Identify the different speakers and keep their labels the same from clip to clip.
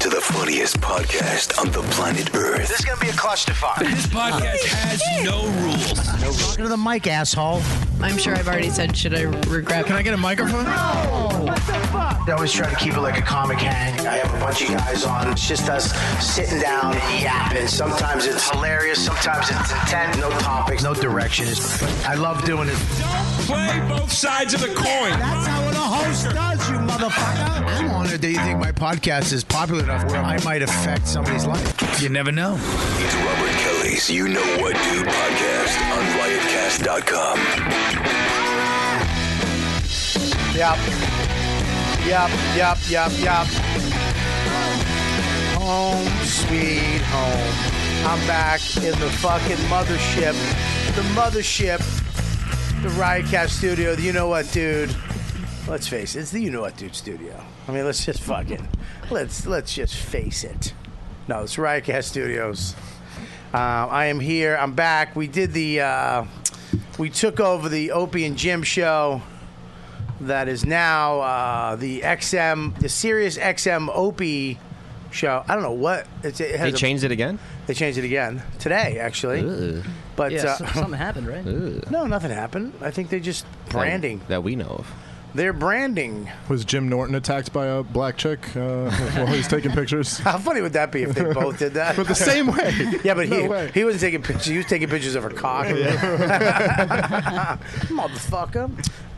Speaker 1: to the funniest podcast on the planet Earth.
Speaker 2: This is gonna be a clusterfuck.
Speaker 3: This podcast has no rules.
Speaker 4: Talking to the mic, asshole.
Speaker 5: I'm sure I've already said, should I regret?
Speaker 4: Can I get a microphone?
Speaker 2: I always try to keep it like a comic hang. I have a bunch of guys on. It's just us sitting down and yapping. Sometimes it's hilarious. Sometimes it's intent. No topics. No direction. It's- I love doing it.
Speaker 3: Play both sides of the coin.
Speaker 4: That's how a host does, you motherfucker. I'm honored that you think my podcast is popular enough where I might affect somebody's life. You never know.
Speaker 1: It's Robert Kelly's You Know What Do podcast on riotcast.com.
Speaker 6: Yep. Yep, yep, yep, yep. Home sweet home. I'm back in the fucking mothership. The mothership. The Riotcast studio. The you know what, dude? Let's face it, it's the you know what, dude studio. I mean, let's just fucking let's let's just face it. No, it's Riotcast Studios. Uh, I am here. I'm back. We did the uh, we took over the Opie and Jim show that is now uh, the XM, the Sirius XM Opie show. I don't know what it's, it has.
Speaker 7: They changed it again?
Speaker 6: A, they changed it again today, actually. But uh,
Speaker 5: happened, right?
Speaker 6: no, nothing happened. I think they just branding.
Speaker 7: That, that we know of.
Speaker 6: They're branding.
Speaker 8: Was Jim Norton attacked by a black chick uh, while he's taking pictures?
Speaker 6: How funny would that be if they both did that?
Speaker 8: But the same way.
Speaker 6: yeah, but
Speaker 8: no
Speaker 6: he
Speaker 8: way.
Speaker 6: he wasn't taking pictures. He was taking pictures of her cock. Motherfucker.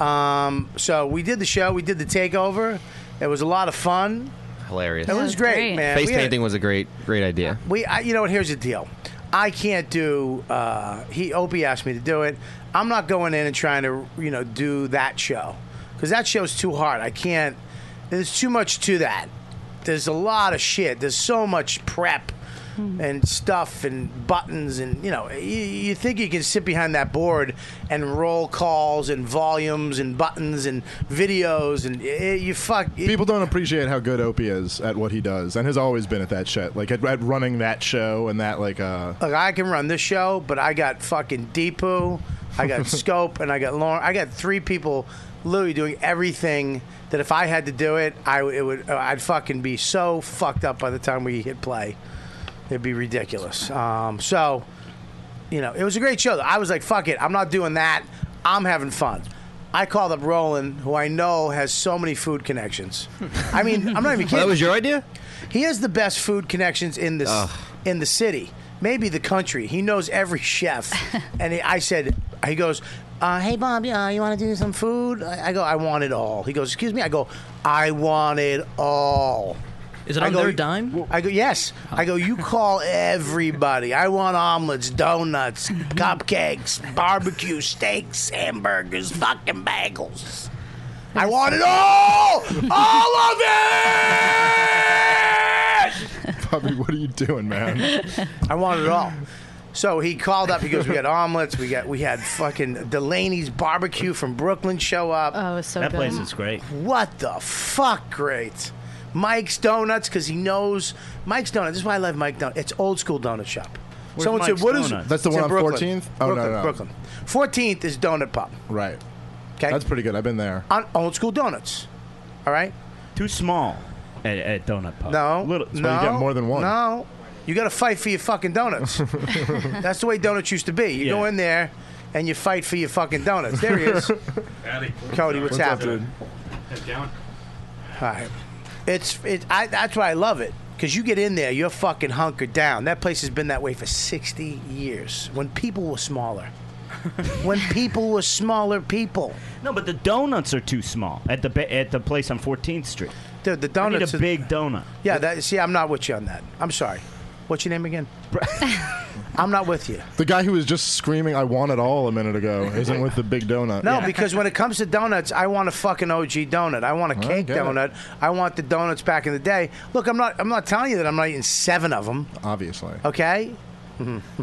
Speaker 6: Um, so we did the show. We did the takeover. It was a lot of fun.
Speaker 7: Hilarious.
Speaker 6: It was
Speaker 5: was
Speaker 6: great,
Speaker 5: great.
Speaker 6: man.
Speaker 7: Face
Speaker 6: We had-
Speaker 7: painting was a great, great idea.
Speaker 6: We, I, you know what? Here's the deal. I can't do. Uh, he Opie asked me to do it. I'm not going in and trying to, you know, do that show because that show's too hard. I can't. There's too much to that. There's a lot of shit. There's so much prep and stuff and buttons and you know you, you think you can sit behind that board and roll calls and volumes and buttons and videos and eh, you fuck
Speaker 8: People don't appreciate how good Opie is at what he does, and has always been at that shit, like at, at running that show and that like. Uh,
Speaker 6: Look, I can run this show, but I got fucking Deepu, I got Scope, and I got Lauren. I got three people literally doing everything that if I had to do it, I w- it would I'd fucking be so fucked up by the time we hit play. It'd be ridiculous. Um, so, you know, it was a great show. Though. I was like, fuck it, I'm not doing that. I'm having fun. I called up Roland, who I know has so many food connections. I mean, I'm not even kidding.
Speaker 7: that was your idea?
Speaker 6: He has the best food connections in this in the city, maybe the country. He knows every chef. and he, I said, he goes, uh, "Hey Bob, uh, you want to do some food?" I I go, "I want it all." He goes, "Excuse me." I go, "I want it all."
Speaker 9: Is it
Speaker 6: I
Speaker 9: on
Speaker 6: go,
Speaker 9: their dime?
Speaker 6: I go, yes. I go, you call everybody. I want omelets, donuts, cupcakes, barbecue, steaks, hamburgers, fucking bagels. I want it all! All of it!
Speaker 8: Bobby, what are you doing, man?
Speaker 6: I want it all. So he called up. He goes, "We got omelets. We got we had fucking Delaney's barbecue from Brooklyn show up.
Speaker 5: Oh, it was so
Speaker 9: That
Speaker 5: good.
Speaker 9: place is great.
Speaker 6: what the fuck, great." Mike's Donuts because he knows Mike's Donuts. This is why I love Mike Donuts. It's old school donut shop.
Speaker 9: Where's
Speaker 6: Someone
Speaker 9: Mike's
Speaker 6: said, "What is
Speaker 9: Donuts?
Speaker 8: That's the
Speaker 6: It's
Speaker 8: one
Speaker 6: in
Speaker 8: on
Speaker 6: Brooklyn.
Speaker 8: 14th? Oh, no,
Speaker 6: Brooklyn,
Speaker 8: no.
Speaker 6: Brooklyn. 14th is Donut Pub.
Speaker 8: Right.
Speaker 6: Okay,
Speaker 8: That's pretty good. I've been there.
Speaker 6: on old school donuts. All right.
Speaker 9: Too small at, at Donut Pub.
Speaker 6: No.
Speaker 9: Little,
Speaker 8: why
Speaker 6: no.
Speaker 8: you get more than one.
Speaker 6: No. You got to fight for your fucking donuts. That's the way donuts used to be. You go
Speaker 9: Yeah.
Speaker 6: in there and you fight for your fucking donuts. There he is. Cody, what's, happening? All right. It's it. I, that's why I love it because you get in there, you're fucking hunkered down. That place has been that way for sixty years. When people were smaller, when people were smaller people,
Speaker 9: No, but the donuts are too small at the ba- at the place on 14th Street.
Speaker 6: dude, the
Speaker 9: I need
Speaker 6: donuts.
Speaker 9: a
Speaker 6: is-
Speaker 9: big donut.
Speaker 6: yeah, that, see, I'm not with you on that. I'm sorry. What's your name again? I'm not with you.
Speaker 8: The guy who was just screaming, "I want it all" a minute ago isn't with the big donut.
Speaker 6: No, because when it comes to donuts, I want a fucking OG donut. I want a
Speaker 8: I
Speaker 6: cake
Speaker 8: get it.
Speaker 6: donut. I want the donuts back in the day. Look, I'm not. I'm not telling you that I'm not eating seven of them.
Speaker 8: obviously.
Speaker 6: Okay.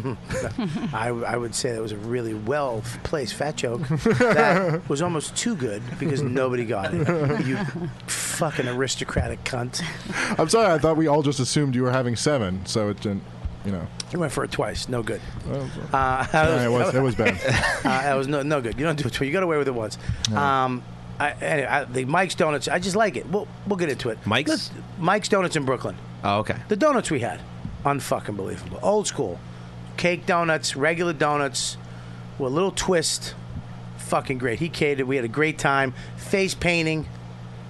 Speaker 6: I, I would say that was a really well placed fat joke that was almost too good because nobody got it. You fucking aristocratic cunt.
Speaker 8: I'm sorry. I thought we all just assumed you were having seven, so it didn't. you know.
Speaker 6: You went for it twice. No good. Uh,
Speaker 8: Yeah, it was- it was bad.
Speaker 6: uh, that was no, no good. You don't do it twice. You got away with it once. Um, I, anyway, I, the Mike's Donuts. I just like it. We'll we'll get into it.
Speaker 7: Mike's?
Speaker 6: Let's- Mike's Donuts in Brooklyn.
Speaker 7: Oh, okay.
Speaker 6: The donuts we had, unfucking believable. Old school, cake donuts, regular donuts, with a little twist. Fucking great. He catered. We had a great time. Face painting.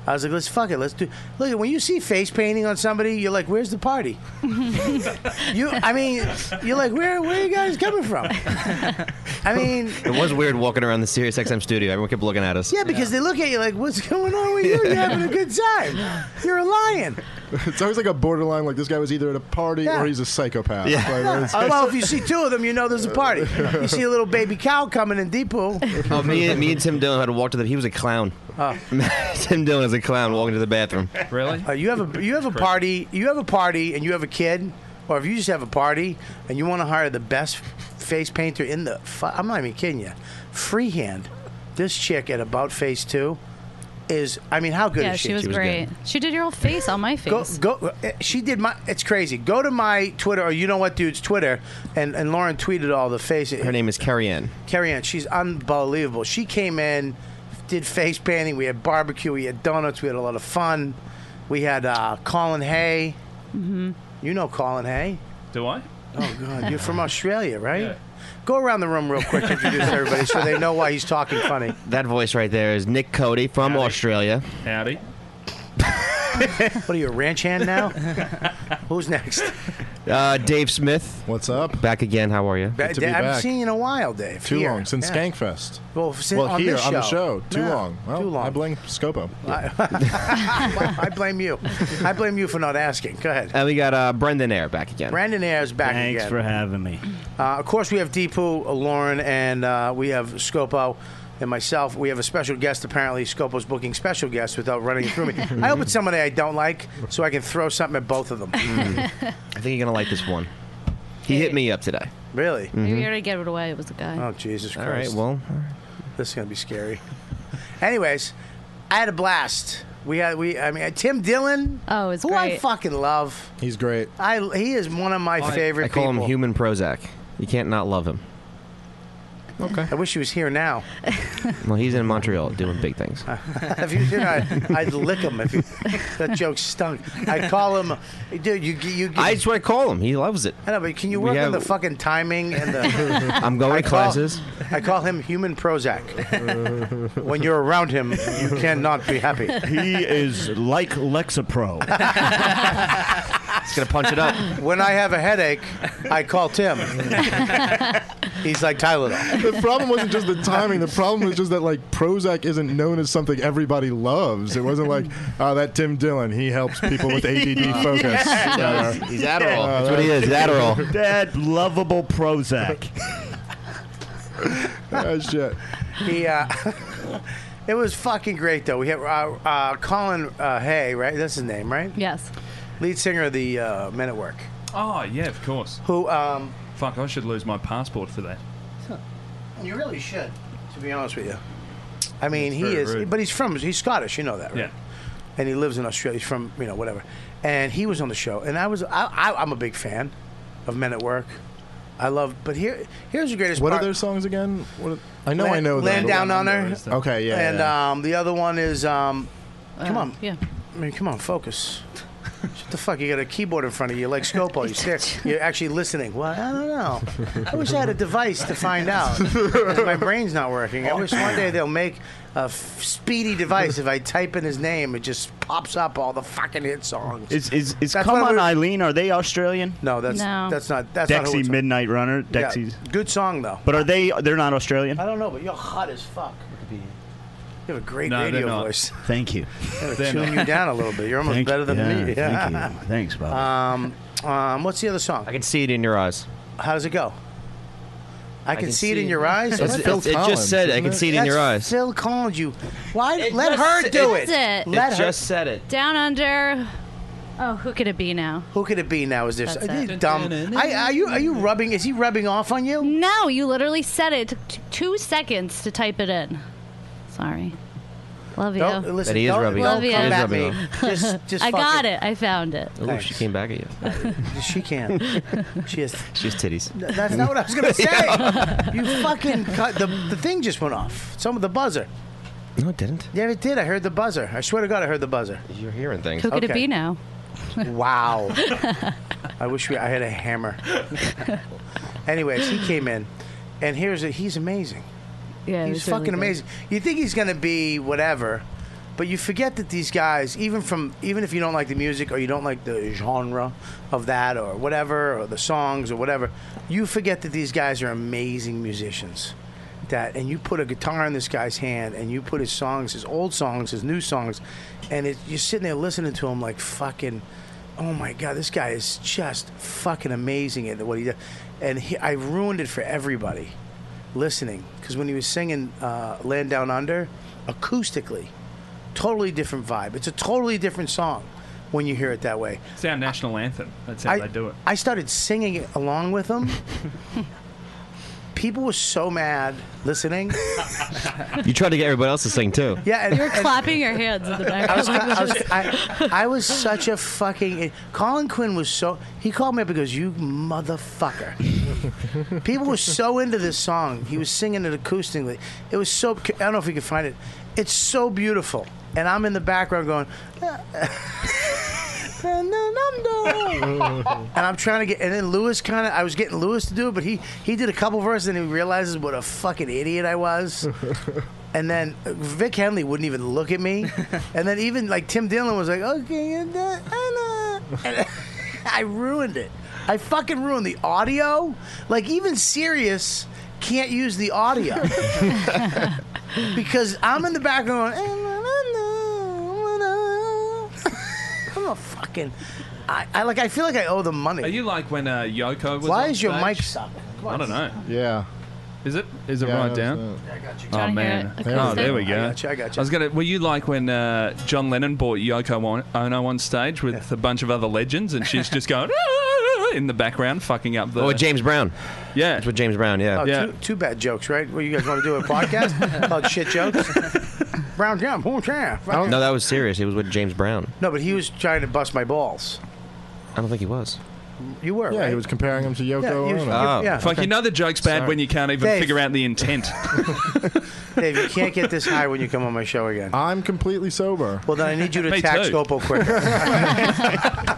Speaker 6: I was like, let's fuck it. Let's do. Look, when you see face painting on somebody, you're like, where's the party? you, I mean, you're like, where, where are you guys coming from? I mean,
Speaker 7: It was weird walking around the Sirius XM studio. Everyone kept looking at us.
Speaker 6: yeah, because they look at you like, what's going on with you? You're having a good time. You're a lion.
Speaker 8: it's always like a borderline. Like this guy was either at a party or he's a psychopath.
Speaker 6: Yeah.
Speaker 8: Like,
Speaker 6: No,
Speaker 8: it's-
Speaker 6: Oh, well, if you see two of them, you know there's a party. You see a little baby cow coming in Depot.
Speaker 7: Oh, me, and- me and Tim Dillon had to walk to the. He was a clown.
Speaker 6: Oh.
Speaker 7: Tim Dillon is a clown walking to the bathroom.
Speaker 6: Really? Uh, you have a you have a party. You have a party, and you have a kid, or if you just have a party and you want to hire the best face painter in the. Fu- I'm not even kidding you. Freehand, this chick at about face two, is. I mean, how good
Speaker 10: yeah,
Speaker 6: is she?
Speaker 10: she was, great. She did your old face on my
Speaker 6: Go,
Speaker 10: face.
Speaker 6: go. uh, She did my. It's crazy. Go to my Twitter, or you know what, dude's Twitter, and and Lauren tweeted all the face.
Speaker 7: Her name is Carrie Ann.
Speaker 6: Carrie Ann, she's unbelievable. She came in, did face painting. We had barbecue. We had donuts. We had a lot of fun. We had uh, Colin Hay. Mm-hmm. You know Colin Hay.
Speaker 9: Do I?
Speaker 6: Oh God, you're from Australia, right? Go around the room real quick, introduce everybody, so they know why he's talking funny.
Speaker 7: That voice right there is Nick Cody from Australia.
Speaker 9: Howdy.
Speaker 6: what are you, a ranch hand now? Who's next?
Speaker 7: Uh, Dave Smith.
Speaker 8: What's up?
Speaker 7: Back again. How are you?
Speaker 6: Ba- I haven't seen you in a while, Dave.
Speaker 8: Too
Speaker 6: Here.
Speaker 8: long since
Speaker 6: Yeah.
Speaker 8: Skankfest.
Speaker 6: Well, since
Speaker 8: well,
Speaker 6: on
Speaker 8: here
Speaker 6: this
Speaker 8: on the
Speaker 6: show.
Speaker 8: show, too
Speaker 6: Yeah,
Speaker 8: long. Well,
Speaker 6: too long.
Speaker 8: I blame Scopo.
Speaker 6: I, I blame you. I blame you for not asking. Go ahead.
Speaker 7: And we got uh, Brendan Air back again.
Speaker 6: Brandon Air is back
Speaker 7: Thanks
Speaker 6: again.
Speaker 7: for
Speaker 9: having me.
Speaker 6: Uh, of course, we have Deepu, uh, Lauren, and uh, we have Scopo and myself. We have a special guest. Apparently, Scopo's booking special guests without running it through me. I hope it's somebody I don't like so I can throw something at both of them.
Speaker 7: Mm. I think you're gonna like this one. He hit me up today.
Speaker 6: Really?
Speaker 10: Maybe you already gave it away. It was a guy.
Speaker 6: Mm-hmm. Oh, Jesus
Speaker 7: Mm. All
Speaker 6: Christ.
Speaker 7: right, well.
Speaker 6: This is going to be scary. Anyways, I had a blast. We had, we, I mean, Tim Dillon. Oh, it's who I
Speaker 10: great.
Speaker 6: fucking love.
Speaker 8: He's great.
Speaker 6: I, he is one of my favorite
Speaker 7: I call
Speaker 6: people.
Speaker 7: him human Prozac. You can't not love him. Okay.
Speaker 6: I wish he was here now.
Speaker 7: Well, he's in Montreal doing big things.
Speaker 6: if you did, I, I'd lick him. If you, that joke stunk. I call him, dude. You you.
Speaker 7: I just want to call him. He loves it.
Speaker 6: I know, but can you
Speaker 7: We
Speaker 6: work on
Speaker 7: have-
Speaker 6: the fucking timing and the?
Speaker 7: I'm going
Speaker 6: I
Speaker 7: to
Speaker 6: call-
Speaker 7: classes.
Speaker 6: I call him human Prozac. when you're around him, you cannot be happy.
Speaker 9: He is like Lexapro.
Speaker 7: He's gonna punch it up.
Speaker 6: When I have a headache, I call Tim. He's like Tylenol.
Speaker 8: the problem wasn't just the timing. The problem was just that like Prozac isn't known as something everybody loves. It wasn't like oh that Tim Dillon he helps people with ADD focus.
Speaker 9: Yes.
Speaker 8: Uh,
Speaker 9: He's Adderall.
Speaker 8: uh,
Speaker 9: That's what he is,
Speaker 8: that-
Speaker 6: Oh.
Speaker 9: Adderall. That lovable Prozac.
Speaker 8: oh shit.
Speaker 6: He. Uh, It was fucking great though. We had uh, uh, Colin uh, Hay, right? That's his name, right?
Speaker 10: Yes.
Speaker 6: Lead singer of the uh, Men at Work.
Speaker 11: Oh yeah, of course.
Speaker 6: Who? um
Speaker 11: Fuck, I should lose my passport for that.
Speaker 6: You really should, to be honest with you. I mean,
Speaker 11: That's
Speaker 6: he
Speaker 11: very
Speaker 6: is,
Speaker 11: rude.
Speaker 6: but he's from, he's Scottish, you know that, right?
Speaker 11: Yeah.
Speaker 6: And he lives in Australia. He's from, you know, whatever. And he was on the show, and I was, I, I, I'm a big fan of Men at Work. I love, but here, here's the greatest
Speaker 8: What
Speaker 6: part.
Speaker 8: are their songs again? What are- I know I
Speaker 6: Land-
Speaker 8: know them,
Speaker 6: Land
Speaker 8: but-
Speaker 6: Down Under.
Speaker 8: Okay, yeah.
Speaker 6: And
Speaker 8: yeah.
Speaker 6: Um, the other one is, um, come
Speaker 10: Uh,
Speaker 6: on.
Speaker 10: Yeah.
Speaker 6: I mean, come on, focus. What the fuck? You got a keyboard in front of you, like Scopo. You stare. You're actually listening. Well, I don't know. I wish I had a device to find out. My brain's not working. I wish one day they'll make a f- speedy device. If I type in his name, it just pops up all the fucking hit songs.
Speaker 9: Is is, is
Speaker 6: That's
Speaker 9: Come
Speaker 6: what
Speaker 9: on
Speaker 6: we-
Speaker 9: Eileen? Are they Australian?
Speaker 6: No, that's that's not that's
Speaker 9: Dexy
Speaker 6: not who it's on.
Speaker 9: Midnight Runner.
Speaker 6: Yeah,
Speaker 9: Dexy's.
Speaker 6: good song though.
Speaker 9: But are they? They're not Australian.
Speaker 6: I don't know, but you're hot as fuck. You have a great
Speaker 9: No, they're
Speaker 6: radio
Speaker 9: not.
Speaker 6: voice.
Speaker 9: Thank you.
Speaker 6: Gotta tune you down a little bit. You're almost
Speaker 9: Thank-
Speaker 6: better than
Speaker 9: yeah,
Speaker 6: me.
Speaker 9: Thank you. Thanks, Bob.
Speaker 6: Um, um, what's the other song?
Speaker 7: I can see it in your eyes.
Speaker 6: How does it go? I, can, see, it in your eyes.
Speaker 7: It's- it- it just said, I can see it in your
Speaker 6: That's
Speaker 7: eyes.
Speaker 6: Phil Collins, you. Why?
Speaker 10: It
Speaker 6: let
Speaker 10: just
Speaker 6: her
Speaker 10: said-
Speaker 6: do it.
Speaker 10: That's it.
Speaker 6: Let
Speaker 10: It
Speaker 6: her.
Speaker 10: just
Speaker 7: said it.
Speaker 10: Down under. Oh, who could it be now?
Speaker 6: Who could it be now? Is this
Speaker 10: That's
Speaker 6: are you
Speaker 10: it.
Speaker 6: dumb? I, are you are you rubbing? Is he rubbing off on you?
Speaker 10: No, you literally said it. It took t- two seconds to type it in. Sorry. Love you.
Speaker 6: Don't- listen,
Speaker 7: That he is
Speaker 6: don't-
Speaker 7: rubbing
Speaker 6: don't
Speaker 7: you.
Speaker 6: come
Speaker 7: He is
Speaker 6: at
Speaker 7: rubbing
Speaker 6: me.
Speaker 7: you.
Speaker 6: Just- just
Speaker 10: I got
Speaker 6: fucking-
Speaker 10: it. I found it.
Speaker 7: Ooh, she came back at you.
Speaker 6: She can. she has.
Speaker 7: She has titties.
Speaker 6: That's not what I was gonna say. you fucking cut the the thing just went off. Some of the buzzer.
Speaker 7: No, it didn't.
Speaker 6: Yeah, it did. I heard the buzzer. I swear to God, I heard the buzzer.
Speaker 7: You're hearing things.
Speaker 10: Who could it be now?
Speaker 6: Wow. I wish we, I had a hammer. Anyways, he came in, and here's a, he's amazing.
Speaker 10: Yeah, it
Speaker 6: he's
Speaker 10: was really
Speaker 6: fucking
Speaker 10: good.
Speaker 6: amazing. You think he's gonna be whatever, but you forget that these guys, even from even if you don't like the music or you don't like the genre of that or whatever or the songs or whatever, you forget that these guys are amazing musicians. That and you put a guitar in this guy's hand and you put his songs, his old songs, his new songs, and it, you're sitting there listening to him like fucking. Oh my God, this guy is just fucking amazing at what he does. And he, I ruined it for everybody listening because when he was singing uh, "Land Down Under," acoustically, totally different vibe. It's a totally different song when you hear it that way.
Speaker 11: It's our national anthem. That's how
Speaker 6: I-
Speaker 11: they do it.
Speaker 6: I started singing it along with him. People were so mad listening.
Speaker 7: You tried to get everybody else to sing too.
Speaker 6: Yeah, and,
Speaker 10: you were
Speaker 6: and-
Speaker 10: clapping your hands in the back.
Speaker 6: I was, I, was, I, I was such a fucking. Colin Quinn was so. He called me up and goes, "You motherfucker." People were so into this song. He was singing it acoustically. It was so. I don't know if we can find it. It's so beautiful, and I'm in the background going. and I'm trying to get, and then Lewis kind of, I was getting Lewis to do it, but he he did a couple verses, and he realizes what a fucking idiot I was. and then uh, Vic Henley wouldn't even look at me, and then even like Tim Dillon was like, okay, and, that, and, uh," and I ruined it. I fucking ruined the audio. Like even Sirius can't use the audio because I'm in the background. Going, "Eh, I'm a fucking. I, I like. I feel like I owe them money.
Speaker 11: Are you like when uh, Yoko was?
Speaker 6: Why
Speaker 11: on
Speaker 6: is your
Speaker 11: stage?
Speaker 6: mic sucking? Come
Speaker 11: I
Speaker 6: on.
Speaker 11: don't know.
Speaker 8: Yeah.
Speaker 11: Is it? Is it
Speaker 8: Yeah,
Speaker 11: right
Speaker 8: no,
Speaker 11: down?
Speaker 8: it's not. Yeah, I got you.
Speaker 11: Oh
Speaker 8: Trying to hear
Speaker 11: man!
Speaker 8: it
Speaker 11: Oh, there we
Speaker 8: acoustic.
Speaker 11: go.
Speaker 8: I got you, I got you.
Speaker 11: was gonna. Were you like when uh, John Lennon bought Yoko on- Ono on stage with a bunch of other legends, and she's just going "Ah," in the background, fucking up the.
Speaker 7: Oh, with James Brown.
Speaker 11: Yeah,
Speaker 7: it's with James Brown. Yeah.
Speaker 6: Oh, two, two bad jokes, right? Well, you guys want to do a podcast called "Shit Jokes"? Brown jam, boom jam.
Speaker 7: No, that was serious. It was with James Brown.
Speaker 6: No, but he was trying to bust my balls.
Speaker 7: I don't think he was.
Speaker 6: You were.
Speaker 8: Yeah, he was comparing him to Yoko
Speaker 6: Yeah, he was-
Speaker 8: Ono.
Speaker 7: Oh. yeah,
Speaker 11: Fuck, you know the joke's bad
Speaker 8: Sorry.
Speaker 11: when you can't even
Speaker 8: Dave.
Speaker 11: figure out the intent.
Speaker 6: Dave, you can't get this high when you come on my show again.
Speaker 8: I'm completely sober.
Speaker 6: Well, then I need you to
Speaker 8: Me
Speaker 6: tax
Speaker 8: too.
Speaker 6: Scopo quick.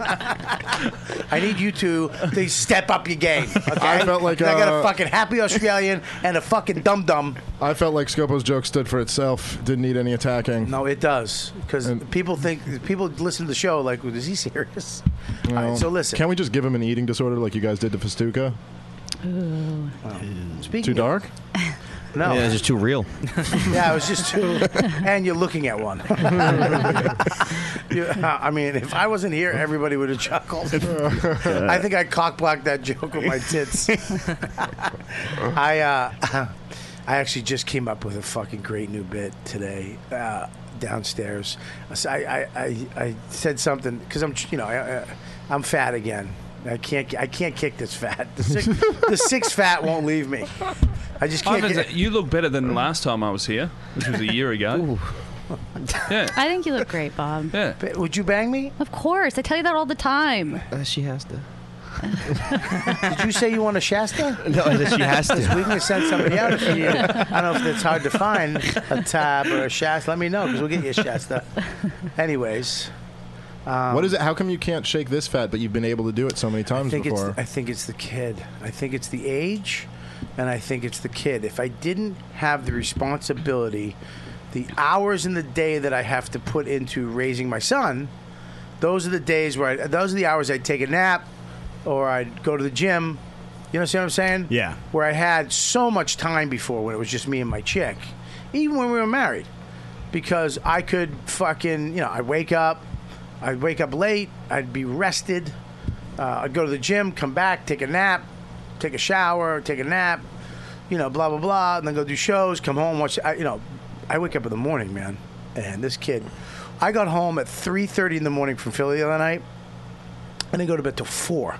Speaker 6: I need you two to step up your game. Okay?
Speaker 8: I felt like,
Speaker 6: I got a
Speaker 8: uh,
Speaker 6: fucking happy Australian and a fucking dum dum.
Speaker 8: I felt like Scopo's joke stood for itself. Didn't need any attacking.
Speaker 6: No, it does because people think people listen to the show like, "Is he serious?" All right, so listen.
Speaker 8: Can we just give him an eating disorder like you guys did to Festuca?
Speaker 6: Speaking
Speaker 8: Too
Speaker 6: of-
Speaker 8: dark?
Speaker 6: No.
Speaker 7: Yeah, it's just too real.
Speaker 6: yeah, it was just two, and you're looking at one. You- I mean, if I wasn't here, everybody would have chuckled. I think I cock blocked that joke with my tits. I, uh, I actually just came up with a fucking great new bit today uh, downstairs. So I, I, I, I said something because I'm, you know, I, I, I'm fat again. I can't, I can't kick this fat. The six, the six fat won't leave me. I just can't.
Speaker 11: Ivan's-
Speaker 6: Get,
Speaker 11: you look better than last time I was here, which was a year ago. yeah.
Speaker 10: I think you look great, Bob.
Speaker 11: Yeah.
Speaker 6: Would you bang me?
Speaker 10: Of course. I tell you that all the time.
Speaker 7: she has to.
Speaker 6: Did you say you want a Shasta?
Speaker 7: No, I said she has to.
Speaker 6: Because We can send somebody out for you. I don't know if that's hard to find a tab or a Shasta. Let me know because we'll get you a Shasta. Anyways, um,
Speaker 8: what is it? How come you can't shake this fat, but you've been able to do it so many
Speaker 6: I
Speaker 8: times
Speaker 6: think it's
Speaker 8: before?
Speaker 6: I think it's the kid. I think it's the age, and I think it's the kid. If I didn't have the responsibility, the hours in the day that I have to put into raising my son, those are the days where I, those are the hours I'd take a nap, or I'd go to the gym. You know what I'm saying?
Speaker 12: Yeah.
Speaker 6: Where I had so much time before when it was just me and my chick, even when we were married, because I could fucking you know I'd wake up, I'd wake up late, I'd be rested, uh, I'd go to the gym, come back, take a nap, take a shower, take a nap, you know, blah blah blah, and then go do shows, come home, watch. I, you know, I wake up in the morning, man, and this kid. I got home at 3:30 in the morning from Philly the other night, and I go to bed till four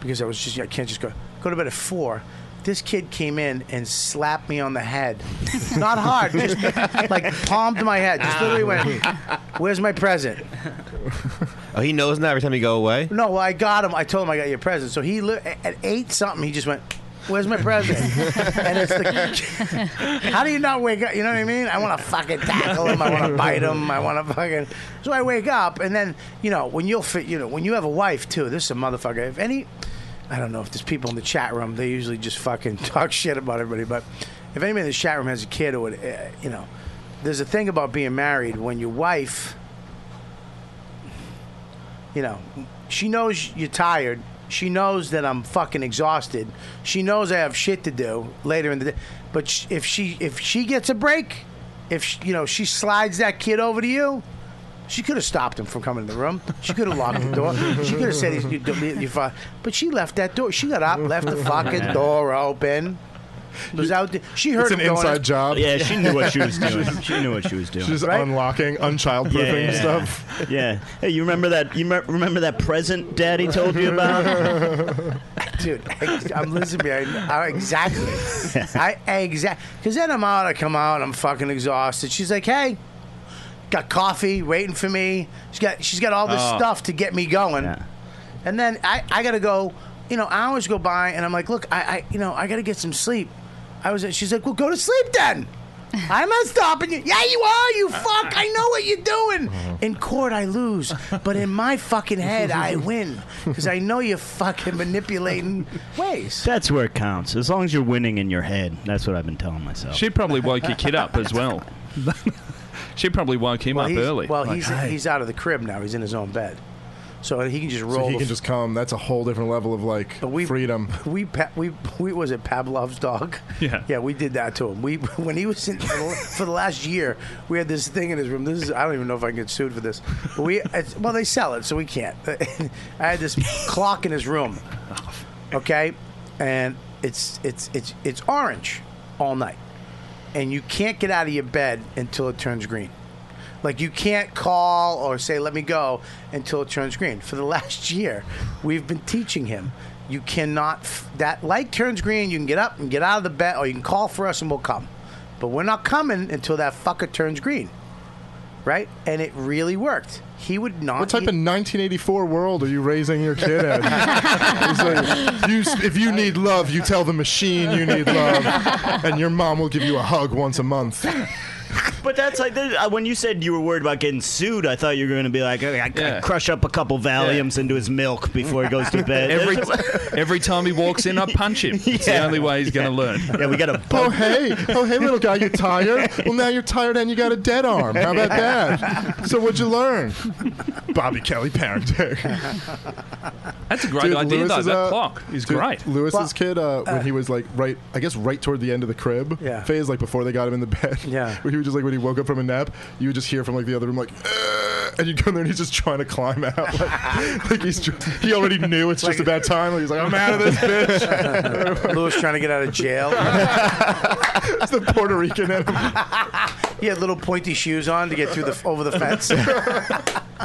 Speaker 6: because I was just I can't just go go to bed at four, This kid came in and slapped me on the head. Not hard, just like palmed my head. Just literally went, Where's my present?
Speaker 7: Oh, he knows now every time you go away?
Speaker 6: No, well, I got him. I told him I got your present. So he, li- at eight something, he just went, Where's my present? and it's the, how do you not wake up? You know what I mean? I want to fucking tackle him. I want to bite him. I want to fucking. So I wake up, and then you know when you'll fit. You know when you have a wife too. This is a motherfucker. If any, I don't know if there's people in the chat room. They usually just fucking talk shit about everybody. But if anybody in the chat room has a kid or what, uh, you know, there's a thing about being married when your wife you know, she knows you're tired. She knows that I'm fucking exhausted. She knows I have shit to do later in the day. But sh- if she if she gets a break, if sh you know she slides that kid over to you, she could have stopped him from coming in the room. She could have locked the door. She could have said he's you, you, you But she left that door. She got up, left the fucking door open. Was out. there- She heard
Speaker 8: It's an
Speaker 6: him going-
Speaker 8: inside job.
Speaker 9: Yeah, she knew what she was doing. She knew what she was doing.
Speaker 8: She's
Speaker 9: Right?
Speaker 8: unlocking, unchildproofing
Speaker 9: Yeah, yeah, yeah.
Speaker 8: stuff.
Speaker 9: Yeah. Hey, you remember that? You me- remember that present Daddy told you about?
Speaker 6: dude. I, I'm listening. I, I, exactly. I, I exact. Because then I'm out. I come out. I'm fucking exhausted. She's like, "Hey, got coffee waiting for me. She's got she's got all this
Speaker 12: Oh.
Speaker 6: stuff to get me going." And then I I gotta go. You know, hours go by, and I'm like, "Look, I, I you know I gotta get some sleep." I was. She's like, "Well, go to sleep then." I'm not stopping you. Yeah, you are. You fuck. I know what you're doing.
Speaker 8: Uh-huh.
Speaker 6: In court, I lose, but in my fucking head, I win because I know you're fucking manipulating ways.
Speaker 9: That's where it counts. As long as you're winning in your head, that's what I've been telling myself.
Speaker 11: She probably woke your kid up as well. she probably woke him up
Speaker 6: he's,
Speaker 11: early.
Speaker 6: Well,
Speaker 11: Like,
Speaker 6: he's
Speaker 11: "Hey."
Speaker 6: he's out of the crib now. He's in his own bed, so he can just roll.
Speaker 8: So he
Speaker 6: the
Speaker 8: can
Speaker 6: f-
Speaker 8: just come. That's a whole different level of like freedom.
Speaker 6: we pa- we we was it Pavlov's dog? Yeah, yeah, we did that to him. We when he was in for the last year, we had this thing in his room. This is I don't even know if I can get sued for this. But we it's, well they sell it, so we can't. I had this clock in his room, okay, and it's it's it's it's orange all night, and you can't get out of your bed until it turns green. Like you can't call or say let me go until it turns green. For the last year, we've been teaching him you cannot f- that light turns green, you can get up and get out of the bed or you can call for us and we'll come. But we're not coming until that fucker turns green. Right? And it really worked. He would not
Speaker 8: What type of 1984 world are you raising your kid in? It's like, you, if you need love, you tell the machine you need love, and your mom will give you a hug once a month.
Speaker 9: But that's like there's- uh, when you said you were worried about getting sued. I thought you were going to be like, "Okay, I, I crush up a couple Valiums into his milk before he goes to bed.
Speaker 11: Every, every time he walks in, I punch him. It's the only way he's going to learn.
Speaker 9: Yeah, we got to
Speaker 8: Oh hey, oh hey, little guy, you tired? Well, now you're tired and you got a dead arm. How about that? So what'd you learn? Bobby Kelly parenting.
Speaker 11: That's a great idea, though. that clock is
Speaker 8: dude,
Speaker 11: great.
Speaker 8: Lewis's kid, uh, when he was like right, I guess right toward the end of the crib
Speaker 11: Yeah.
Speaker 8: phase, like before they got him in the bed. Yeah. Where he was just like when he woke up from a nap, you would just hear from like the other room like. "Ugh," And you go in there and he's just trying to climb out. Like, like he's tr- he already knew it's just about time. Like he's like, I'm out of this bitch.
Speaker 6: Lewis trying to get out of jail.
Speaker 8: it's the Puerto Rican in him.
Speaker 6: He had little pointy shoes on to get through the over the fence.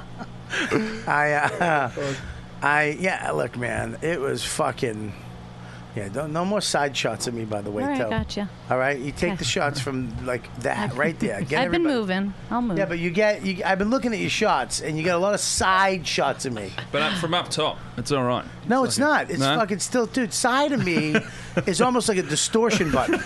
Speaker 6: I, uh, I, yeah. Look, man, it was fucking. Yeah, don't, no more side shots at me, by the way.
Speaker 10: All right,
Speaker 6: too.
Speaker 10: gotcha.
Speaker 6: All right, you take the shots from like that right there. Get
Speaker 10: I've been
Speaker 6: everybody-
Speaker 10: moving. I'll move.
Speaker 6: Yeah, but you get. You, I've been looking at your shots, and you got a lot of side shots at me.
Speaker 11: But up, from up top, it's all right.
Speaker 6: No, it's not. It's
Speaker 11: No?
Speaker 6: fucking still, dude. Side of me is almost like a distortion button.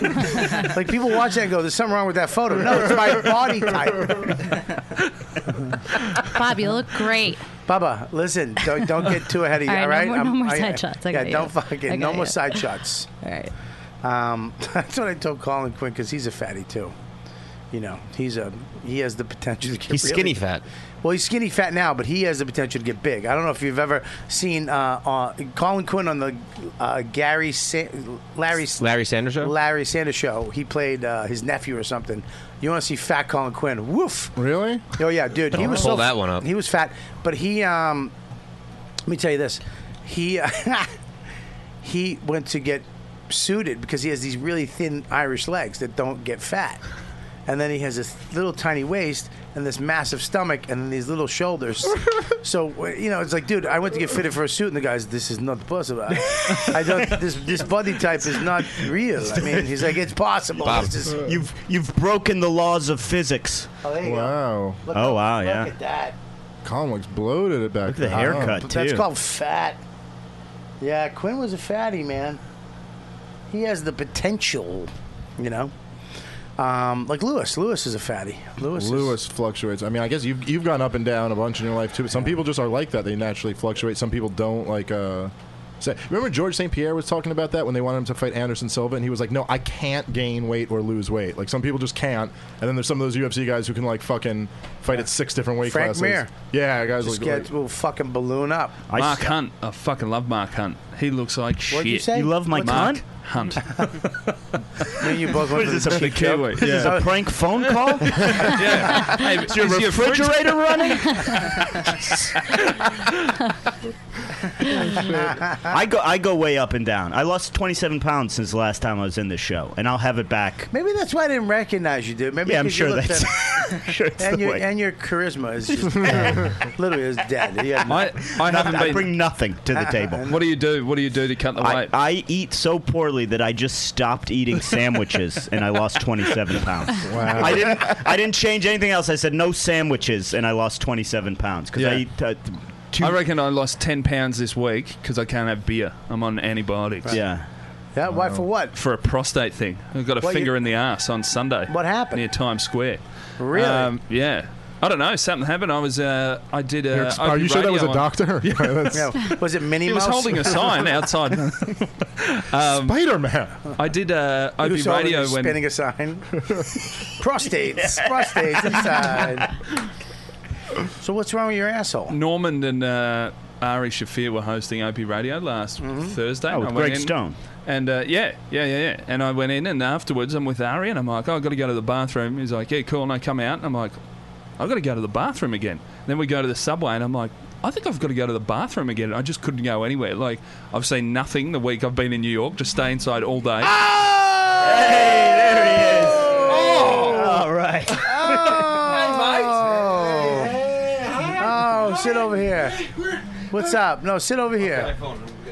Speaker 6: like people watch that and go, "There's something wrong with that photo." No, it's my body type.
Speaker 10: Bob, you look great.
Speaker 6: Baba, listen, don't, don't get too ahead of you.
Speaker 10: All
Speaker 6: All
Speaker 10: right,
Speaker 6: right,
Speaker 10: no more- no
Speaker 6: I'm-
Speaker 10: more
Speaker 6: I-
Speaker 10: side shots. I
Speaker 6: yeah,
Speaker 10: got
Speaker 6: don't
Speaker 10: you. I
Speaker 6: fucking no
Speaker 10: got
Speaker 6: more
Speaker 10: you.
Speaker 6: side shots. All right. Um, that's what I told Colin Quinn because he's a fatty too. You know, he's a he has the potential to get.
Speaker 7: He's
Speaker 6: really
Speaker 7: skinny
Speaker 6: big.
Speaker 7: fat.
Speaker 6: Well, he's skinny fat now, but he has the potential to get big. I don't know if you've ever seen uh, uh, Colin Quinn on the uh, Gary Sa- Larry
Speaker 7: Larry Sanders show?
Speaker 6: Larry Sanders show. He played uh, his nephew or something. You want to see fat Colin Quinn? Woof.
Speaker 8: Really?
Speaker 6: Oh yeah, dude. He
Speaker 7: Don't
Speaker 6: was
Speaker 7: pull
Speaker 6: so-
Speaker 7: that one up.
Speaker 6: He was fat, but he. Um, let me tell you this. He he went to get suited because he has these really thin Irish legs that don't get fat. and then he has this little tiny waist and this massive stomach and then these little shoulders. so w- you know, it's like, dude, I went to get fitted for a suit, and the guy's, this is not possible. I, I don't. This this body type is not real. I mean, he's like, it's possible. It's just-
Speaker 9: you've you've broken the laws of physics.
Speaker 6: Oh, there you go.
Speaker 8: wow.
Speaker 6: Look-
Speaker 9: oh wow,
Speaker 6: look
Speaker 9: yeah.
Speaker 6: at that.
Speaker 8: Colin looks bloated at back Look
Speaker 9: at the haircut,
Speaker 6: That's called fat. Yeah, Quinn was a fatty, man. He has the potential, you know. Um, like Lewis. Lewis is a fatty. Lewis. is-
Speaker 8: Lewis fluctuates. I mean, I guess you've you've gone up and down a bunch in your life too. But some people just are like that. They naturally fluctuate. Some people don't like. uh Say, remember George St. Pierre was talking about that when they wanted him to fight Anderson Silva, and he was like, "No, I can't gain weight or lose weight. Like some people just can't." And then there's some of those UFC guys who can like fucking fight at six different weight
Speaker 6: Frank
Speaker 8: classes.
Speaker 6: Mir.
Speaker 8: Yeah, guys
Speaker 6: Just
Speaker 8: like,
Speaker 6: get will fucking balloon up.
Speaker 11: Mark Hunt. I fucking love Mark Hunt. He looks like shit.
Speaker 6: What'd you say? You love my
Speaker 11: Mark Hunt?
Speaker 6: Me and you both
Speaker 11: What
Speaker 6: went
Speaker 11: is
Speaker 6: for
Speaker 11: this,
Speaker 6: the
Speaker 11: a
Speaker 6: cheap
Speaker 11: Kiwi?
Speaker 6: joke.
Speaker 11: Is this a
Speaker 6: Yeah.
Speaker 9: prank phone call?
Speaker 11: yeah. Hey,
Speaker 9: Is your
Speaker 11: is your fridge-
Speaker 9: refrigerator running? I go I go way up and down. I lost 27 pounds since the last time I was in this show, and I'll have it back.
Speaker 6: Maybe that's why I didn't recognize you, dude. Maybe
Speaker 9: Yeah, I'm
Speaker 6: because you
Speaker 9: sure
Speaker 6: looked
Speaker 9: that's-
Speaker 6: at-
Speaker 9: sure it's
Speaker 6: and
Speaker 9: the
Speaker 6: your
Speaker 9: way.
Speaker 6: and your charisma is just dead. literally is dead. Yeah,
Speaker 11: I, I haven't
Speaker 9: I
Speaker 11: been.
Speaker 9: bring nothing to the table.
Speaker 11: What do you do? What do you do to cut the
Speaker 9: I,
Speaker 11: weight?
Speaker 9: I eat so poorly that I just stopped eating sandwiches and I lost 27 pounds.
Speaker 8: Wow.
Speaker 9: I didn't I didn't change anything else. I said no sandwiches and I lost 27 pounds cuz I
Speaker 11: Yeah.
Speaker 9: eat uh, two
Speaker 11: I reckon I lost ten pounds this week because I can't have beer. I'm on antibiotics.
Speaker 9: Yeah.
Speaker 6: Yeah, why for what?
Speaker 11: For a prostate thing. I got a
Speaker 6: What, you-
Speaker 11: finger in the ass on Sunday. What
Speaker 6: happened
Speaker 11: near Times Square? Um,
Speaker 6: Really?
Speaker 11: yeah. I don't know. Something happened. I was. Uh, I did.
Speaker 8: You're
Speaker 11: Uh,
Speaker 8: exp- are you sure that was a doctor? Yeah, that's-
Speaker 6: Yeah. Was it Minnie
Speaker 11: He was
Speaker 6: Mouse?
Speaker 11: holding a sign outside. um,
Speaker 8: Spider Man.
Speaker 11: I did uh,
Speaker 6: He was
Speaker 11: OB
Speaker 6: holding
Speaker 11: radio
Speaker 6: a
Speaker 11: when
Speaker 6: spinning a sign. prostates, prostates inside. So what's wrong with your asshole?
Speaker 11: Norman and uh, Ari Shafir were hosting OP Radio last Thursday. and
Speaker 9: Oh, with
Speaker 11: I went
Speaker 9: Greg
Speaker 11: in-
Speaker 9: Stone.
Speaker 11: And uh, yeah, yeah, yeah, yeah. And I went in, and afterwards, I'm with Ari, and I'm like, oh, I've got to go to the bathroom. He's like, yeah, cool. And I come out, and I'm like, I've got to go to the bathroom again. then we go to the subway, and I'm like, I think I've got to go to the bathroom again. I just couldn't go anywhere. Like, I've seen nothing the week I've been in New York, just stay inside all day.
Speaker 9: All right.
Speaker 6: Oh, oh, sit over here. What's up? No, sit over here.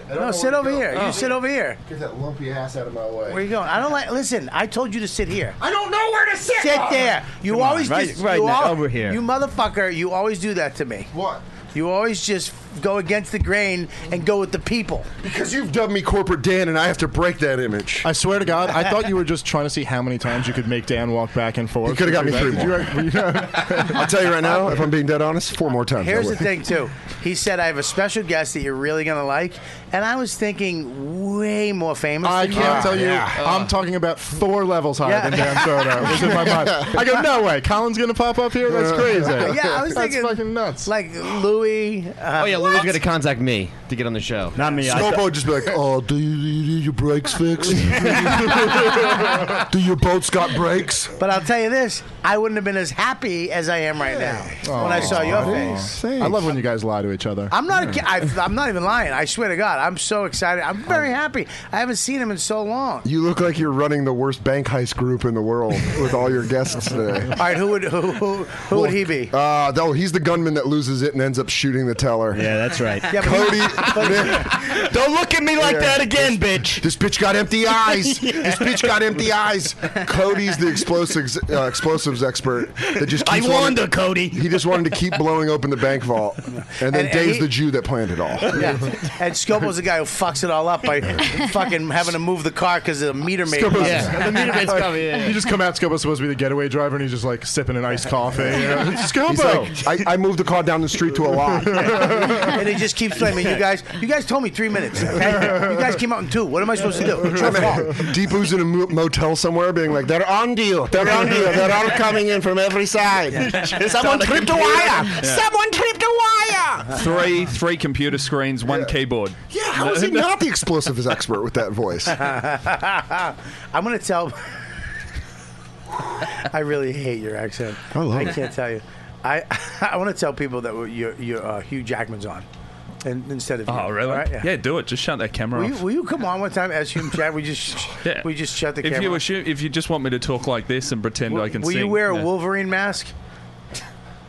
Speaker 6: No, sit over here. You sit over here.
Speaker 8: Oh. Get that lumpy ass out of my way.
Speaker 6: Where you going? I don't like. Listen, I told you to sit here.
Speaker 12: I don't know where to sit.
Speaker 6: Sit there. You
Speaker 12: Come on,
Speaker 6: always
Speaker 12: right-
Speaker 6: just
Speaker 12: right
Speaker 6: you
Speaker 12: now,
Speaker 6: al-
Speaker 12: over here.
Speaker 6: You motherfucker. You always do that to me.
Speaker 8: What?
Speaker 6: You always just go against the grain and go with the people.
Speaker 12: Because you've dubbed me corporate Dan, and I have to break that image.
Speaker 8: I swear to God, I thought you were just trying to see how many times you could make Dan walk back and forth.
Speaker 12: You coulda got me three more. I'll tell you right now, if I'm being dead honest, four more times. I
Speaker 6: Here's the
Speaker 12: would.
Speaker 6: thing, too. He said, "I have a special guest that you're really gonna like," and I was thinking way more famous.
Speaker 8: I
Speaker 6: than you.
Speaker 8: can't tell you. I'm talking about four levels higher than Dan Soda. which is in my mind. I go, no way. Colin's gonna pop up here. That's crazy.
Speaker 6: yeah, I was thinking
Speaker 8: fucking nuts.
Speaker 6: Like Louis. Uh,
Speaker 7: Oh yeah, Louis got to contact me to get on the show.
Speaker 9: Not me. I
Speaker 12: Scopo would just be like, "Oh, do you, you- you- your brakes fixed? do your boats got brakes?"
Speaker 6: But I'll tell you this: I wouldn't have been as happy as I am right now when I saw your face.
Speaker 8: I love when you guys lie to each other.
Speaker 6: I'm not. a- I, I'm not even lying. I swear to God, I'm so excited. I'm very happy. I haven't seen him in so long.
Speaker 12: You look like you're running the worst bank heist group in the world with all your guests today.
Speaker 6: All right, who would who who, who would he be?
Speaker 12: Uh, no, he's the gunman that loses it and ends up shooting the teller.
Speaker 9: Yeah, that's right.
Speaker 6: Yeah, but-
Speaker 12: Cody,
Speaker 6: but-
Speaker 9: Don't look at me like
Speaker 12: Yeah.
Speaker 9: that again, bitch.
Speaker 12: This bitch got empty eyes. This bitch got empty eyes. Cody's the explosives uh, explosives expert that just
Speaker 9: I
Speaker 12: keeps
Speaker 9: warned her,
Speaker 12: wanting-
Speaker 9: Cody.
Speaker 12: He just wanted to keep blowing open the bank vault, and then
Speaker 6: And- and
Speaker 12: Dave's
Speaker 6: he-
Speaker 12: the Jew that planned it all.
Speaker 6: yeah, and Scopo's the guy who fucks it all up by fucking having to move the car because the meter maid.
Speaker 8: Scopo's-
Speaker 9: The meter maid's coming, yeah.
Speaker 8: You just come out. Scopo's supposed to be the getaway driver, and he's just like sipping an iced coffee. You know?
Speaker 12: He's
Speaker 8: Scopo.
Speaker 12: like, I, I moved the car down the street to a lot.
Speaker 6: and he just keeps blaming you guys. You guys told me three minutes. Okay? You guys came out in two. What am I supposed to do? It's your fault.
Speaker 12: Deepu's in a mo- motel somewhere, being like, "They're on to you. They're on to you. They're all coming in from every side. Someone tripped a wire. Someone tripped a wire."
Speaker 11: three, three computer screens, one keyboard.
Speaker 12: Yeah, how is he not the explosives expert with that voice?
Speaker 6: I'm gonna tell. I really hate your accent. I
Speaker 12: love it.
Speaker 6: can't tell you. I I want to tell people that your your uh, Hugh Jackman's on. and instead of
Speaker 11: Oh,
Speaker 6: you,
Speaker 11: really?
Speaker 6: right?
Speaker 11: yeah.
Speaker 6: Yeah.
Speaker 11: do it. Just shut that camera
Speaker 6: Will you,
Speaker 11: off.
Speaker 6: will you come on one time as Hume Chad? We just
Speaker 11: Yeah.
Speaker 6: we just shut the
Speaker 11: if
Speaker 6: camera.
Speaker 11: you
Speaker 6: off.
Speaker 11: assume, if you just want me to talk like this and pretend I can
Speaker 6: will
Speaker 11: sing,
Speaker 6: you wear
Speaker 11: yeah.
Speaker 6: a Wolverine mask?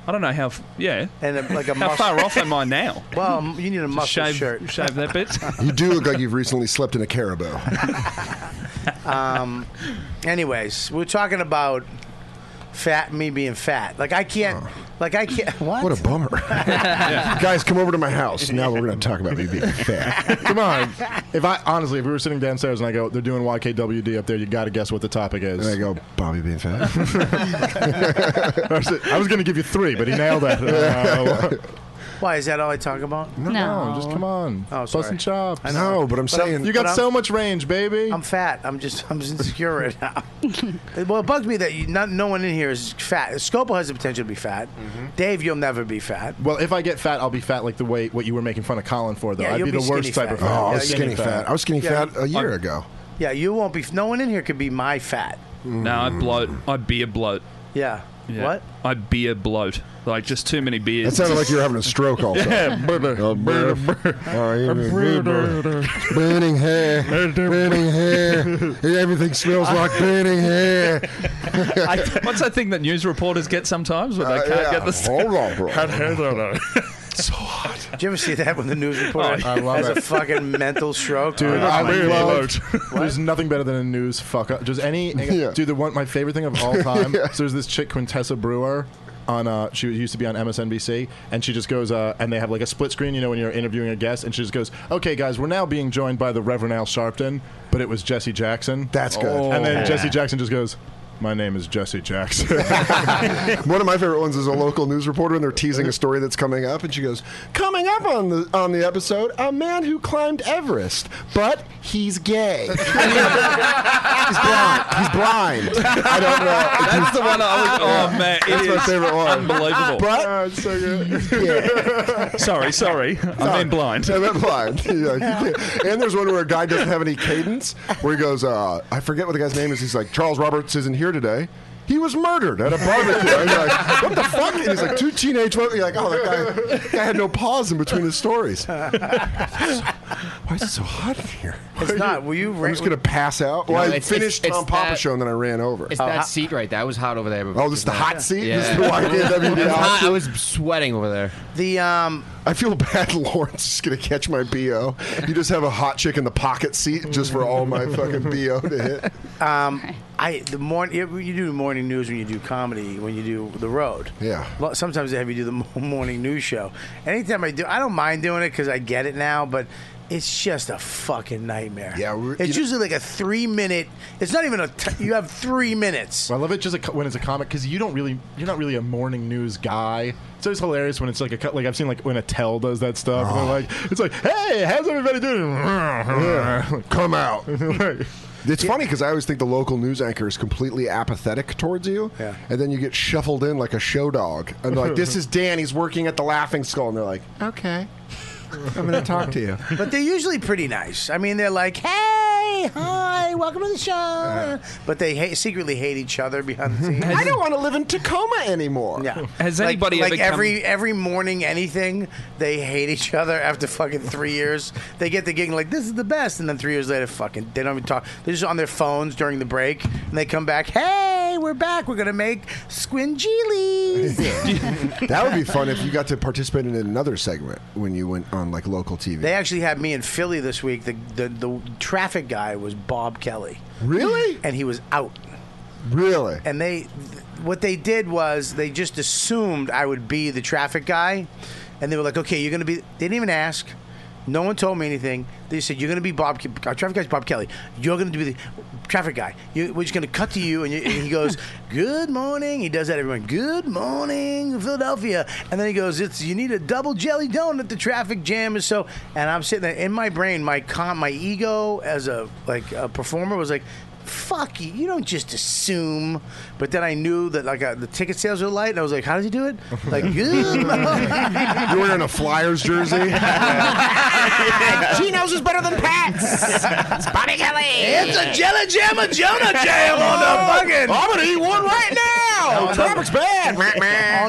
Speaker 11: I don't know how. f- Yeah.
Speaker 6: And a, like a
Speaker 11: How
Speaker 6: mus-
Speaker 11: far off am I now?
Speaker 6: Well, um, you need a
Speaker 11: Just
Speaker 6: muscle
Speaker 11: shave-
Speaker 6: shirt.
Speaker 11: shave that bit.
Speaker 13: You do look like you've recently slept in a caribou.
Speaker 6: um, anyways, we're talking about fat me being fat. Like I can't. Like I can't. What?
Speaker 13: What a bummer. Guys, come over to my house. Now we're going to talk about me being fat.
Speaker 8: Come on. If I honestly, if we were sitting downstairs and I go, they're doing YKWd up there, you got to guess what the topic is.
Speaker 13: And I go, Bobby being fat.
Speaker 8: I was going to give you three, but he nailed that. Uh,
Speaker 6: Oh, Why is that all I talk about?
Speaker 8: No, no, just come on.
Speaker 6: Oh,
Speaker 8: Bust
Speaker 6: sorry.
Speaker 8: some chops.
Speaker 6: I know.
Speaker 8: No, but I'm saying- You got
Speaker 6: but
Speaker 8: so much range, baby.
Speaker 6: I'm fat. I'm just I'm just insecure right now. well, it bugs me that you, not no one in here is fat. Scopo has the potential to be fat. Dave, you'll never be fat.
Speaker 8: well, if I get fat, I'll be fat like the way what you were making fun of Colin for, though.
Speaker 6: Yeah,
Speaker 8: I'd
Speaker 6: you'll
Speaker 8: be,
Speaker 6: be
Speaker 8: the worst
Speaker 6: skinny
Speaker 8: type
Speaker 6: fat.
Speaker 8: of
Speaker 6: Oh,
Speaker 8: fat.
Speaker 6: I was skinny fat. I was skinny Yeah, fat you- a year I'm-
Speaker 13: ago.
Speaker 6: Yeah, you won't be. No one in here could be my fat.
Speaker 11: No, I bloat. I beer bloat.
Speaker 6: Yeah.
Speaker 11: Yeah.
Speaker 6: What?
Speaker 11: I beer bloat. Like just too many
Speaker 13: That
Speaker 11: beers.
Speaker 13: sounded like you were having a stroke also.
Speaker 11: Yeah,
Speaker 13: brother. Oh, brother. Oh, yeah, brother. Burning hair. Burning hair. Everything smells like burning hair.
Speaker 11: I, what's that thing that news reporters get sometimes where they
Speaker 13: Uh,
Speaker 11: can't
Speaker 13: yeah.
Speaker 11: get the
Speaker 13: Hold on, bro.
Speaker 6: so hot. Did you ever see that when the news reporter
Speaker 8: Oh, I love
Speaker 6: has a
Speaker 8: it.
Speaker 6: fucking mental stroke?
Speaker 8: Dude,
Speaker 6: Oh,
Speaker 8: I
Speaker 6: my
Speaker 8: love.
Speaker 6: God.
Speaker 8: There's nothing better than a news fuck up. Just any. Dude, the one my favorite thing of all time.
Speaker 13: Yeah.
Speaker 8: So there's this chick Quintessa Brewer. On uh, she used to be on MSNBC, and she just goes, uh, and they have like a split screen, you know, when you're interviewing a guest, and she just goes, "Okay, guys, we're now being joined by the Reverend Al Sharpton, but it was Jesse Jackson." That's
Speaker 13: good.
Speaker 8: And then
Speaker 13: Oh.
Speaker 8: Jesse Jackson just goes, "My name is Jesse Jackson."
Speaker 13: One of my favorite ones is a local news reporter, and they're teasing a story that's coming up, and she goes, "Coming up on the on the episode, a man who climbed Everest, but he's gay. he's blind. He's blind. I don't know.
Speaker 11: That's the one I was. Oh man, it
Speaker 13: That's my
Speaker 11: is
Speaker 13: favorite one.
Speaker 11: Unbelievable.
Speaker 13: But
Speaker 11: sorry, sorry. I meant blind.
Speaker 13: I meant blind. Yeah, you can't- and there's one where a guy doesn't have any cadence, where he goes, uh, I forget what the guy's name is. He's like, Charles Roberts isn't here today. He was murdered at a barbecue. And you're like, what the fuck? And he's like, two teenage women. You're like, oh, that guy, that guy had no pause in between his stories. Why is it so hot in here?
Speaker 6: It's not. Will you?
Speaker 13: I'm just going to pass out. Well,
Speaker 14: No,
Speaker 13: I
Speaker 14: it's-
Speaker 13: finished
Speaker 14: it's-
Speaker 13: Tom
Speaker 14: it's
Speaker 13: Papa
Speaker 14: that-
Speaker 13: show and then I ran over.
Speaker 14: It's that seat right there. I was hot over there.
Speaker 13: Oh, this is the hot seat?
Speaker 14: Yeah.
Speaker 13: This is the YKWD
Speaker 14: I'm
Speaker 13: hot
Speaker 14: hot. I
Speaker 13: seat?
Speaker 14: was sweating over there.
Speaker 6: The um,
Speaker 13: I feel bad. Lawrence is gonna catch my bo. You just have a hot chick in the pocket seat just for all my fucking bo to hit.
Speaker 6: Um, I the morning you do morning news when you do comedy when you do the road.
Speaker 13: Yeah.
Speaker 6: Lo- Sometimes they have you do the mo- morning news show. Anytime I do, I don't mind doing it because I get it now, but. It's just a fucking nightmare. Yeah, it's
Speaker 8: you-
Speaker 6: usually like a three minute. It's not even a. T- you have three minutes.
Speaker 8: I love it just a, co- when it's a comic because you don't really you're not really a morning news guy. It's always hilarious when it's like a co- like I've seen like when Attell does that stuff. And
Speaker 13: Oh.
Speaker 8: they're like it's like hey, how's everybody doing?
Speaker 13: Come out. It's funny because I always think the local news anchor is completely apathetic towards you,
Speaker 6: Yeah.
Speaker 13: and then you get shuffled in like a show dog, and they're like, "This is Dan. He's working at the Laughing Skull," and they're like, Okay. "I'm going to talk to you."
Speaker 6: but they're usually pretty nice. I mean, they're like, "Hey, hi, welcome to the show," but they ha- secretly hate each other behind the scenes.
Speaker 13: I don't want to live in Tacoma anymore.
Speaker 6: Yeah.
Speaker 11: Has
Speaker 6: Like-
Speaker 11: anybody
Speaker 6: like,
Speaker 11: ever come-
Speaker 6: every every morning anything they hate each other after fucking three years they get the gig and like this is the best and then three years later fucking they don't even talk they're just on their phones during the break and they come back hey we're back we're gonna make squingeelies
Speaker 13: that would be fun if you got to participate in another segment when you went on like local TV.
Speaker 6: They actually had me in Philly this week. The, the the traffic guy was Bob Kelly.
Speaker 13: Really?
Speaker 6: And he was out.
Speaker 13: Really?
Speaker 6: And they what they did was they just assumed I would be the traffic guy and they were like, "Okay, you're going to be They didn't even ask. No one told me anything. They said you're going to be Bob. Ke- Our traffic guy's Bob Kelly. You're going to be the traffic guy. You, we're just going to cut to you, and, you, and he goes, "Good morning." He does that. Everyone, "Good morning, Philadelphia." And then he goes, "It's you need a double jelly donut. The traffic jam is so." And I'm sitting there in my brain, my com, my ego as a like a performer was like, fuck you, you don't just assume. But then I knew that like uh, the ticket sales were light, and I was like, how does he do it? Like,
Speaker 13: You're wearing a Flyers jersey.
Speaker 12: Chino's is better than Pat's. It's Bobby Kelly.
Speaker 6: It's a Jelly Jam and Jonah Jam on the fucking.
Speaker 12: I'm gonna eat one right now.
Speaker 6: On the-
Speaker 12: Tropic's bad.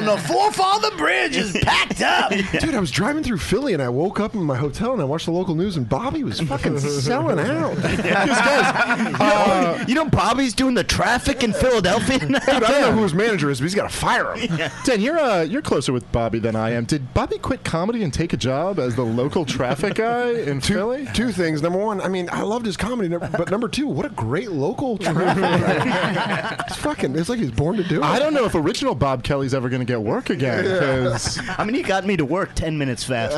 Speaker 6: on the forefather bridge is packed up.
Speaker 13: Dude, I was driving through Philly and I woke up in my hotel and I watched the local news and Bobby was fucking selling out.
Speaker 8: uh,
Speaker 9: you know Bobby's doing the traffic in Philadelphia now.
Speaker 13: Dude, I don't know who his manager is, but he's got to fire him.
Speaker 8: Dan, you're uh, you're closer with Bobby than I am. Did Bobby quit comedy and take a job as the local traffic guy in
Speaker 13: two,
Speaker 8: Philly?
Speaker 13: Two things. Number one, I mean, I loved his comedy, number- but number two, what a great local traffic. it's fucking. It's like he's born to do it.
Speaker 8: I don't know if original Bob Kelly's ever going to get work again. 'cause-
Speaker 9: I mean, he got me to work ten minutes fast.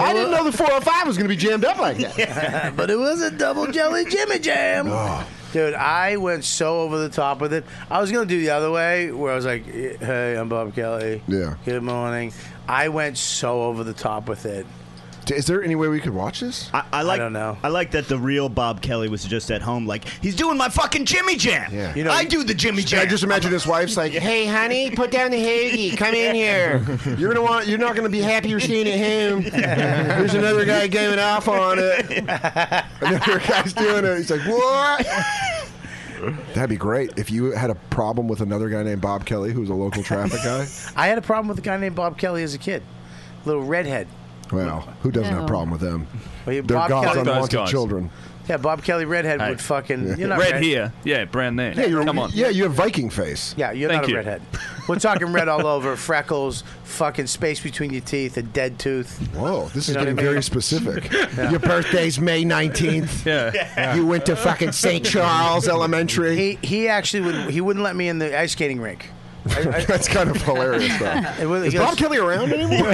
Speaker 13: I didn't know the 405 was going to be jammed up like that.
Speaker 6: but it was a double jelly Jimmy Jam.
Speaker 8: Oh.
Speaker 6: Dude, I went so over the top with it. I was going to do the other way where I was like, hey, I'm Bob Kelly.
Speaker 13: Yeah.
Speaker 6: Good morning. I went so over the top with it.
Speaker 13: Is there any way we could watch this?
Speaker 9: I, I like. I, like that the real Bob Kelly was just at home, like he's doing my fucking Jimmy Jam.
Speaker 13: Yeah.
Speaker 9: You know, I do the Jimmy Jam.
Speaker 13: I just imagine his wife's like, "Hey, honey, put down the hoagie. Come in here. You're gonna want. You're not gonna be happy you're staying at home. There's another guy giving off on it. Another guy's doing it. He's like, what? That'd be great if you had a problem with another guy named Bob Kelly, who's a local traffic guy.
Speaker 6: I had a problem with a guy named Bob Kelly as a kid, little redhead.
Speaker 13: Well, who doesn't have a
Speaker 6: No.
Speaker 13: problem with them?
Speaker 6: Well, you-
Speaker 13: They're
Speaker 6: Bob
Speaker 13: God's
Speaker 6: Kelly-
Speaker 13: unwanted
Speaker 11: Those guys.
Speaker 13: children.
Speaker 6: Yeah, Bob Kelly redhead
Speaker 11: Hey.
Speaker 6: would fucking. You're not
Speaker 11: red,
Speaker 6: red,
Speaker 11: here. Yeah, brown there.
Speaker 13: Yeah, you're,
Speaker 11: Come on.
Speaker 13: Yeah, you have Viking face.
Speaker 6: Yeah, you're
Speaker 11: Thank
Speaker 6: not a
Speaker 11: you.
Speaker 6: redhead. We're talking red all over, freckles, fucking space between your teeth, a dead tooth.
Speaker 13: Whoa, this
Speaker 6: You
Speaker 13: is
Speaker 6: know what I
Speaker 13: getting
Speaker 6: mean?
Speaker 13: very specific.
Speaker 6: Yeah.
Speaker 12: Your birthday's May 19th.
Speaker 11: Yeah.
Speaker 12: You went to fucking St. Charles Elementary.
Speaker 6: He he actually would he wouldn't let me in the ice skating rink.
Speaker 13: That's kind of hilarious, though.
Speaker 6: It was-
Speaker 13: Is
Speaker 6: he goes-
Speaker 13: Bob Kelly around anymore?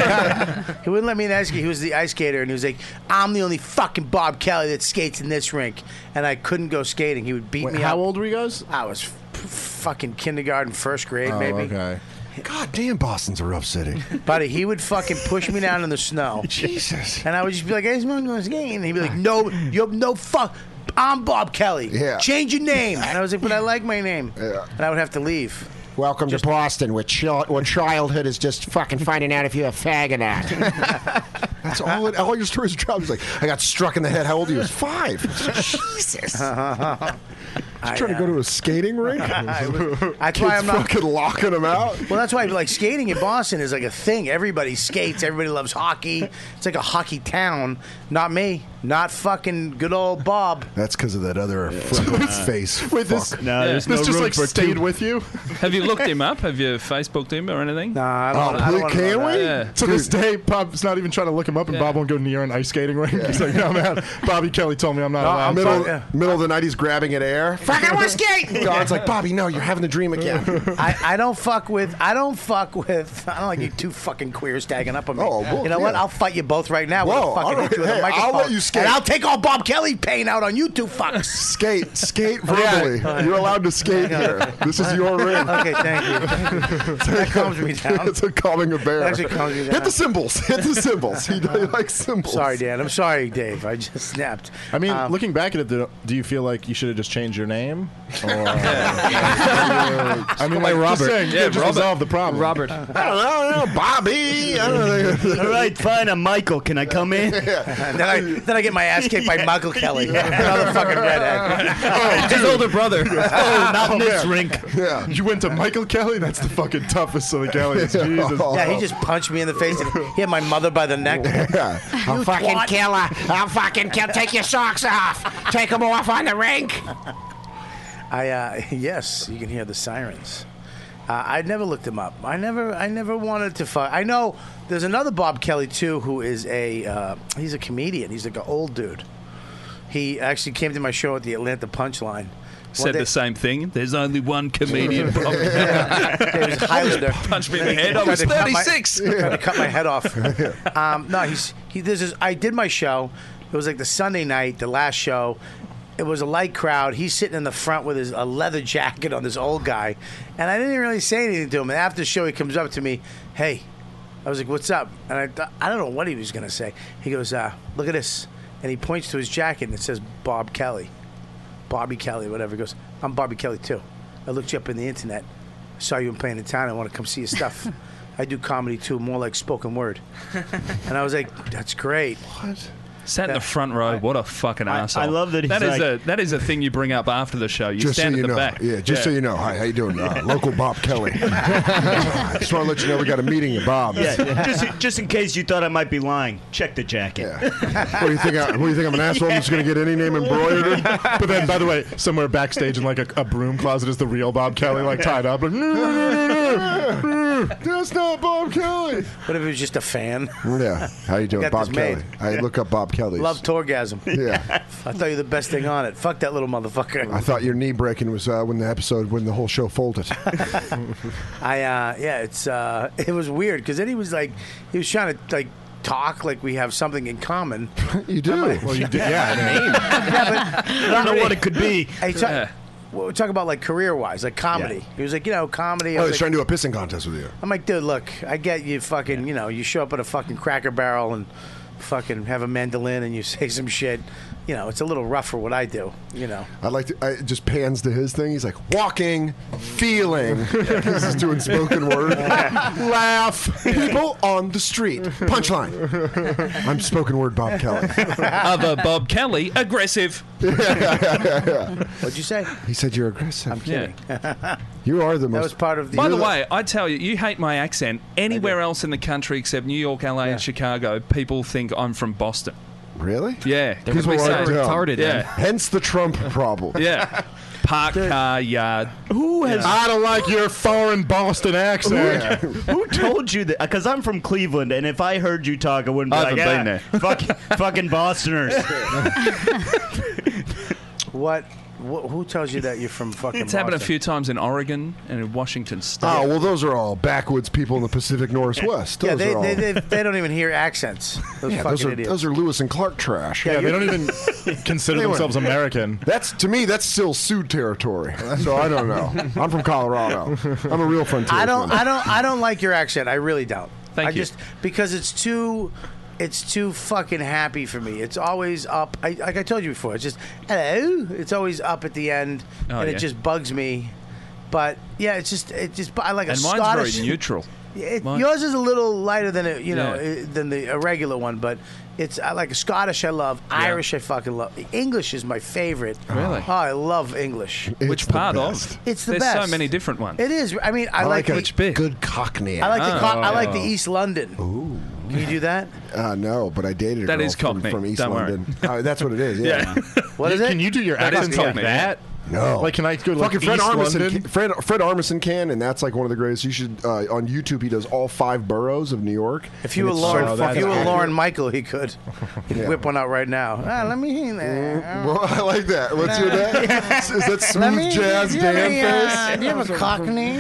Speaker 6: he wouldn't let me in the ice skate. He was the ice skater, and he was like, "I'm the only fucking Bob Kelly that skates in this rink," and I couldn't go skating. He would beat
Speaker 8: Wait,
Speaker 6: me.
Speaker 8: how
Speaker 6: up.
Speaker 8: old were you guys?
Speaker 6: I was f- fucking kindergarten, first grade,
Speaker 13: Oh,
Speaker 6: maybe.
Speaker 13: okay. God damn, Boston's a rough city.
Speaker 6: Buddy, he would fucking push me down in the snow.
Speaker 13: Jesus.
Speaker 6: And I would just be like, "Hey, someone going skating?" And he'd be like, "No, you have no fuck." I'm Bob Kelly.
Speaker 12: Yeah.
Speaker 6: Change your name. And I was like, "But I like my name."
Speaker 13: Yeah.
Speaker 6: And I would have to leave.
Speaker 12: Welcome to Boston, where, chil- where childhood is just fucking finding out if you're a fag or not.
Speaker 13: That's all. It, all your stories are jobs. Like I got struck in the head. How old are you? I was five. Jesus. Just trying to go to a skating rink.
Speaker 6: That's
Speaker 13: That's
Speaker 6: why I'm not
Speaker 13: fucking locking them out.
Speaker 6: Well, that's why like skating in Boston is like a thing. Everybody skates. Everybody loves hockey. It's like a hockey town. Not me. Not fucking good old Bob.
Speaker 13: That's because of that other freckled face.
Speaker 8: Wait, this-
Speaker 13: fuck.
Speaker 8: No, Yeah. there's This no just, room like, for stayed two. with you.
Speaker 11: Have you looked him up? Have you Facebooked him or anything?
Speaker 6: No, Uh, I
Speaker 13: don't Oh, wanna- I don't please, wanna can know that. we?
Speaker 11: Yeah.
Speaker 8: To this day, Bob's not even trying to look him up, and Bob won't go near an ice skating rink. He's like, no, man. Bobby Kelly told me I'm not allowed.
Speaker 13: middle, middle of the night, he's grabbing at air.
Speaker 12: Fucking want to skate.
Speaker 13: God's like, Bobby, no, you're having the dream again.
Speaker 6: I, I don't fuck with I don't fuck with I don't like you two fucking queers tagging up on me.
Speaker 13: Oh, well,
Speaker 6: you know what?
Speaker 13: yeah.
Speaker 6: I'll fight you both right now.
Speaker 13: Whoa,
Speaker 6: Whoa, fucking
Speaker 13: all right.
Speaker 6: hit you with
Speaker 13: Hey,
Speaker 6: a
Speaker 13: I'll
Speaker 6: microphone.
Speaker 13: let you skate.
Speaker 6: And I'll take all Bob Kelly pain out on you two fucks.
Speaker 13: Skate, skate
Speaker 12: Oh,
Speaker 6: right.
Speaker 13: verbally.
Speaker 6: All right.
Speaker 13: You're allowed to skate here. This is your ring.
Speaker 6: Okay, thank you. that calms me down.
Speaker 13: it's a calming a bear.
Speaker 6: That actually calms me
Speaker 13: Hit
Speaker 6: down.
Speaker 13: the symbols. Hit the symbols. He, he likes symbols.
Speaker 6: Sorry, Dan. I'm sorry, Dave. I just snapped.
Speaker 8: I mean, looking back at it, do do you feel like you should have just changed your name? Or, I mean, like, Robert. Just saying, yeah, just resolve the problem.
Speaker 7: Robert.
Speaker 13: I don't know, I don't know, Bobby. I don't know.
Speaker 9: All right, fine. I'm Michael. Can I come in?
Speaker 6: And then I then I get my ass kicked by Michael Kelly, another fucking redhead.
Speaker 7: His older brother.
Speaker 9: Oh, not in this
Speaker 8: man.
Speaker 9: rink.
Speaker 13: Yeah.
Speaker 8: You went to Michael Kelly? That's the fucking toughest of the Kellys. Jesus.
Speaker 6: Yeah, he just punched me in the face and he had my mother by the neck.
Speaker 13: Yeah.
Speaker 12: I'll fucking
Speaker 6: twat.
Speaker 12: kill her. I'll fucking kill. Take your socks off. Take them off on the rink.
Speaker 6: I uh, yes, you can hear the sirens. Uh, I never looked him up. I never, I never wanted to fuck. I know there's another Bob Kelly too, who is a uh, he's a comedian. He's like an old dude. He actually came to my show at the Atlanta Punchline.
Speaker 11: Said the same thing. There's only one comedian. Bob.
Speaker 6: It was Highlander.
Speaker 11: Punch me in the head. I
Speaker 6: Tried
Speaker 11: was
Speaker 6: to cut my-
Speaker 11: 36.
Speaker 6: tried to cut my head off. Um, no, he's he. This is I did my show. It was like the Sunday night, the last show. It was a light crowd. He's sitting in the front with his a leather jacket on this old guy, and I didn't really say anything to him. And after the show, he comes up to me, "Hey," I was like, "What's up?" And I thought, I don't know what he was gonna say. He goes, uh, "Look at this," and he points to his jacket and it says Bob Kelly. Bobby Kelly, whatever. He goes, I'm Bobby Kelly too. I looked you up in the internet. I saw you in playing in town. I want to come see your stuff. I do comedy too, more like spoken word. and I was like, that's great. What?
Speaker 11: Sat in the front row. what a fucking
Speaker 6: I-
Speaker 11: asshole!
Speaker 6: I love that he's
Speaker 11: that is
Speaker 6: like-
Speaker 11: a that is a thing you bring up after the show. You
Speaker 13: just
Speaker 11: stand
Speaker 13: so you
Speaker 11: at the
Speaker 13: know,
Speaker 11: back.
Speaker 13: yeah. Just so you know, hi, how you doing? Uh, local Bob Kelly. just want to let you know we got a meeting at Bob's.
Speaker 9: Yeah, just, just in case you thought I might be lying, check the jacket.
Speaker 13: What do you think? I, what do you think? I'm an asshole. I'm just gonna get any name embroidered.
Speaker 8: but then, by the way, somewhere backstage in like a, a broom closet is the real Bob Kelly, like tied up. Like, "No, no, no, no, no."
Speaker 13: That's not Bob Kelly.
Speaker 6: What if it was just a fan?
Speaker 13: Yeah. How you doing,
Speaker 6: Got
Speaker 13: Bob
Speaker 6: this
Speaker 13: Kelly?
Speaker 6: made.
Speaker 13: I look up Bob Kelly's.
Speaker 6: Love Torgasm.
Speaker 13: Yeah.
Speaker 6: I thought you were the best thing on it. Fuck that little motherfucker.
Speaker 13: I thought your knee breaking was uh, when the episode when the whole show folded.
Speaker 6: I uh, yeah, it's uh, it was weird because then he was like, he was trying to like talk like we have something in common.
Speaker 13: you do.
Speaker 8: Well, you did- yeah, I mean-
Speaker 6: I
Speaker 8: don't know what it could be.
Speaker 6: Hey, talk,
Speaker 8: Yeah.
Speaker 6: well, we talk about like career wise, like comedy. He was like, you know, comedy. I
Speaker 13: oh,
Speaker 6: was
Speaker 13: he's
Speaker 6: like-
Speaker 13: trying to do a pissing contest with you.
Speaker 6: I'm like, dude, look, I get you fucking, you know, you show up at a fucking cracker barrel and fucking have a mandolin and you say some shit. You know, it's a little rough for what I do, you know.
Speaker 13: I like to. I it just pans to his thing. He's like walking, feeling. He's just doing spoken word. Laugh. People on the street. Punchline. I'm spoken word Bob Kelly.
Speaker 11: Other Bob Kelly, aggressive.
Speaker 6: What'd you say?
Speaker 13: He said you're aggressive. I'm
Speaker 11: kidding.
Speaker 13: You are the most.
Speaker 11: By the way, I tell you, you hate my accent. Anywhere else in the country except New York, LA, and Chicago, people think I'm from Boston.
Speaker 13: Really?
Speaker 11: Yeah, they
Speaker 13: People
Speaker 11: probably
Speaker 13: are
Speaker 11: say-
Speaker 13: dumb.
Speaker 11: Yeah,
Speaker 13: Hence the Trump problem.
Speaker 11: yeah. Park car yard.
Speaker 9: Who has?
Speaker 8: I don't like your foreign Boston accent.
Speaker 9: Who, who told you that? Because I'm from Cleveland, and if I heard you talk, I wouldn't be
Speaker 8: I
Speaker 9: like,
Speaker 8: haven't
Speaker 9: "Ah, fuck- fucking Bostoners.
Speaker 6: What? Wh- who tells you that you're from fucking
Speaker 11: It's happened a
Speaker 6: Boston?
Speaker 11: few times in Oregon and in Washington State.
Speaker 13: Oh well, those are all backwoods people in the Pacific Northwest. Those
Speaker 6: Yeah, they,
Speaker 13: are all.
Speaker 6: they, they, they don't even hear accents. Those
Speaker 13: yeah,
Speaker 6: fucking
Speaker 13: those are
Speaker 6: idiots.
Speaker 13: those are Lewis and Clark trash.
Speaker 6: Yeah, Yeah, they
Speaker 8: don't even consider
Speaker 13: They weren't-
Speaker 8: themselves American.
Speaker 13: That's to me. That's still Sioux territory. So I don't know. I'm from Colorado. I'm a real frontier.
Speaker 6: I don't,
Speaker 13: kid.
Speaker 6: I don't, I don't like your accent. I really don't.
Speaker 13: Thank
Speaker 6: I
Speaker 13: you.
Speaker 6: Just because it's too, it's too fucking happy for me. It's always up. I, like I told you before, it's just hello. It's always up at the end,
Speaker 11: Oh,
Speaker 6: and
Speaker 11: yeah.
Speaker 6: it just bugs me. But yeah, it's just, it just. I like
Speaker 11: and
Speaker 6: a
Speaker 11: mine's
Speaker 6: Scottish.
Speaker 11: very neutral.
Speaker 6: It,
Speaker 11: Mine-
Speaker 6: yours is a little lighter than a, you know
Speaker 11: Yeah.
Speaker 6: uh, than the a regular one, but it's I like Scottish. I love Irish. I fucking love English is my favorite.
Speaker 11: Really?
Speaker 6: Oh, I love English.
Speaker 11: Which part of?
Speaker 6: It's the
Speaker 11: There's
Speaker 6: best.
Speaker 11: so many different ones.
Speaker 6: It is. I mean, I, like, the-
Speaker 13: a good Cockney.
Speaker 6: I like the co- I like the
Speaker 13: East.
Speaker 6: East London. Ooh. Can you do that?
Speaker 13: Uh, no, but I dated a
Speaker 6: That
Speaker 13: girl
Speaker 6: is
Speaker 13: from,
Speaker 6: Cockney.
Speaker 13: from East
Speaker 6: Don't worry.
Speaker 13: London. Oh, that's what it is. Yeah.
Speaker 6: What is it?
Speaker 8: Can you do your
Speaker 13: That is
Speaker 8: accents like
Speaker 13: Cockney.
Speaker 8: that?
Speaker 13: No.
Speaker 8: Like, can I go to like
Speaker 13: Oh. Fucking Fred
Speaker 8: East
Speaker 13: Armisen.
Speaker 8: London?
Speaker 13: Can, Fred Fred Armisen can, and that's like one of the greatest. You should uh, on YouTube. He does all five boroughs of New York.
Speaker 6: If you were
Speaker 13: and it's so
Speaker 6: Lauren, if
Speaker 13: fucking
Speaker 6: you were
Speaker 13: accurate.
Speaker 6: Lauren Michael, he could
Speaker 13: Yeah.
Speaker 6: whip one out right now. Ah, let me hear that.
Speaker 13: Well, I like that. What's your name? Is that
Speaker 6: Let
Speaker 13: smooth
Speaker 6: me-
Speaker 13: jazz
Speaker 6: do you have
Speaker 13: Dan
Speaker 6: any, uh,
Speaker 13: face?
Speaker 6: do you have a cockney?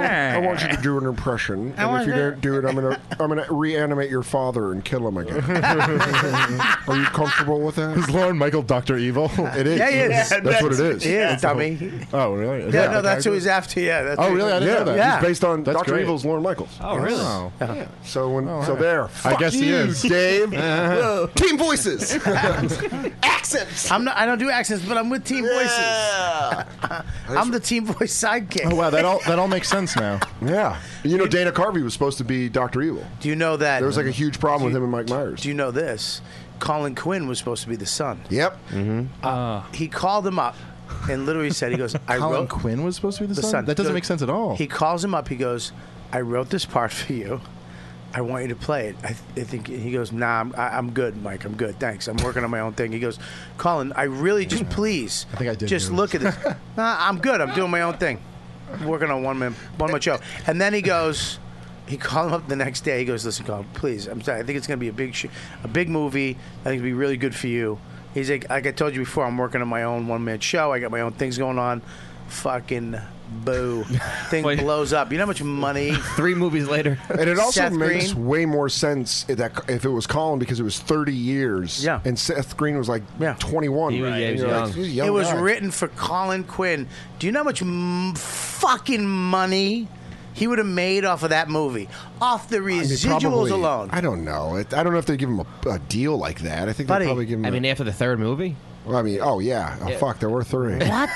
Speaker 13: I, I want you to do an impression,
Speaker 6: I
Speaker 13: and
Speaker 6: want
Speaker 13: if you
Speaker 6: to-
Speaker 13: don't do it, I'm gonna I'm gonna reanimate your father and kill him again. Are you comfortable with that?
Speaker 8: Is Lauren Michael Doctor Evil?
Speaker 13: It is.
Speaker 6: Yeah, he is.
Speaker 13: That's, what it is.
Speaker 6: He
Speaker 13: That's
Speaker 6: is,
Speaker 13: the whole-
Speaker 6: dummy.
Speaker 8: Oh, really? Is
Speaker 6: Yeah,
Speaker 8: that
Speaker 6: no,
Speaker 8: the
Speaker 6: that's who
Speaker 8: character?
Speaker 6: he's after. Yeah. That's
Speaker 8: Oh,
Speaker 6: who-
Speaker 8: really? I didn't know that.
Speaker 6: Yeah.
Speaker 13: He's based on
Speaker 8: That's
Speaker 13: Doctor
Speaker 8: great.
Speaker 13: Evil's Lauren Michaels.
Speaker 8: Oh, really? Oh.
Speaker 13: Yeah. So when
Speaker 8: Oh,
Speaker 13: so
Speaker 8: alright.
Speaker 13: there.
Speaker 8: I
Speaker 13: Fuck
Speaker 8: guess he
Speaker 13: you,
Speaker 8: is.
Speaker 13: Dave.
Speaker 8: Uh-huh.
Speaker 13: Whoa. Team voices.
Speaker 6: accents. I'm not. I don't do accents, but I'm with Team Voices. I'm the Team Voice sidekick.
Speaker 8: Oh wow, that all that all makes sense now.
Speaker 13: yeah. You know Dana Carvey was supposed to be Doctor Evil.
Speaker 6: Do you know that
Speaker 13: There was like a huge problem with him and Mike Myers.
Speaker 6: Do you know this? Colin Quinn was supposed to be the son.
Speaker 13: Yep.
Speaker 6: Uh, He called him up and literally said, "He goes, I
Speaker 8: Colin
Speaker 6: wrote
Speaker 8: Quinn was supposed to be the,
Speaker 6: the
Speaker 8: son?
Speaker 6: son.
Speaker 8: That doesn't make sense at all.
Speaker 6: He calls him up. He goes, "I wrote this part for you. I want you to play it." I, th- I think he goes, "Nah, I'm, I, I'm good, Mike. I'm good. Thanks. I'm working on my own thing." He goes, "Colin, I really just please, I think I did just
Speaker 8: do
Speaker 6: look at this. nah, I'm good. I'm doing my own thing, working on one man, one man show." And then he goes. He called him up the next day. He goes, "Listen, Colin, please. I'm sorry. I think it's going to be a big, sh- a big movie. I think it'll be really good for you." He's like, "Like I told you before, I'm working on my own one man show. I got my own things going on. Fucking boo! Thing blows up. You know how much money?
Speaker 14: Three movies later,
Speaker 13: And it also
Speaker 6: Seth
Speaker 13: makes
Speaker 6: Green.
Speaker 13: way more sense if, that, if it was Colin because it was 30 years. Yeah. And Seth Green was like 21.
Speaker 14: He was-
Speaker 13: right?
Speaker 14: yeah, he was
Speaker 13: You're like,
Speaker 14: young.
Speaker 13: "He's a young
Speaker 6: it was
Speaker 13: guy."
Speaker 6: written for Colin Quinn. Do you know how much m- fucking money he would have made off of that movie? Off the
Speaker 13: I mean,
Speaker 6: residuals
Speaker 13: probably-
Speaker 6: alone.
Speaker 13: I don't know. It, I don't know if they give him a, a deal like that. I think they
Speaker 6: Buddy.
Speaker 13: probably give him.
Speaker 14: I
Speaker 13: a-
Speaker 14: mean, after the third movie,
Speaker 13: Well, I mean, oh yeah, oh,
Speaker 6: Yeah.
Speaker 13: fuck, there were three.
Speaker 6: What?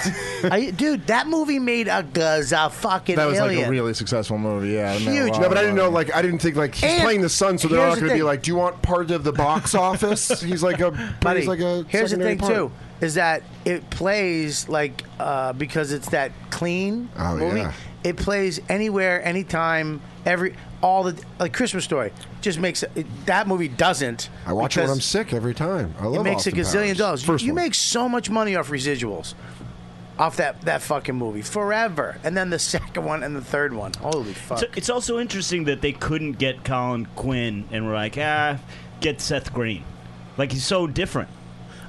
Speaker 6: Are you- dude, that movie made a guz a fucking
Speaker 8: That was
Speaker 6: million.
Speaker 8: like a really successful movie. Yeah, it made a
Speaker 13: Huge.
Speaker 8: lot
Speaker 13: No,
Speaker 8: of
Speaker 13: but I didn't
Speaker 8: money.
Speaker 13: know. Like, I didn't think like he's
Speaker 6: And
Speaker 13: playing the son, so they're all
Speaker 6: here's
Speaker 13: going
Speaker 6: the
Speaker 13: to be
Speaker 6: thing.
Speaker 13: like, "Do you want part of the box office?" he's like a.
Speaker 6: Buddy,
Speaker 13: he's like a.
Speaker 6: here's the
Speaker 13: secondary
Speaker 6: thing
Speaker 13: part.
Speaker 6: too is that it plays like uh, because it's that clean
Speaker 13: Oh,
Speaker 6: movie.
Speaker 13: yeah.
Speaker 6: It plays anywhere, anytime, every all the like Christmas Story just makes it, that movie doesn't.
Speaker 13: I watch it when
Speaker 6: because
Speaker 13: I'm sick every time. I love
Speaker 6: It makes
Speaker 13: Austin
Speaker 6: a gazillion
Speaker 13: Powers.
Speaker 6: dollars. You-
Speaker 13: First
Speaker 6: you
Speaker 13: one.
Speaker 6: make so much money off residuals. Off that, that fucking movie forever, and then the second one and the third one. Holy fuck!
Speaker 9: So it's also interesting that they couldn't get Colin Quinn and were like, ah, get Seth Green. Like he's so different.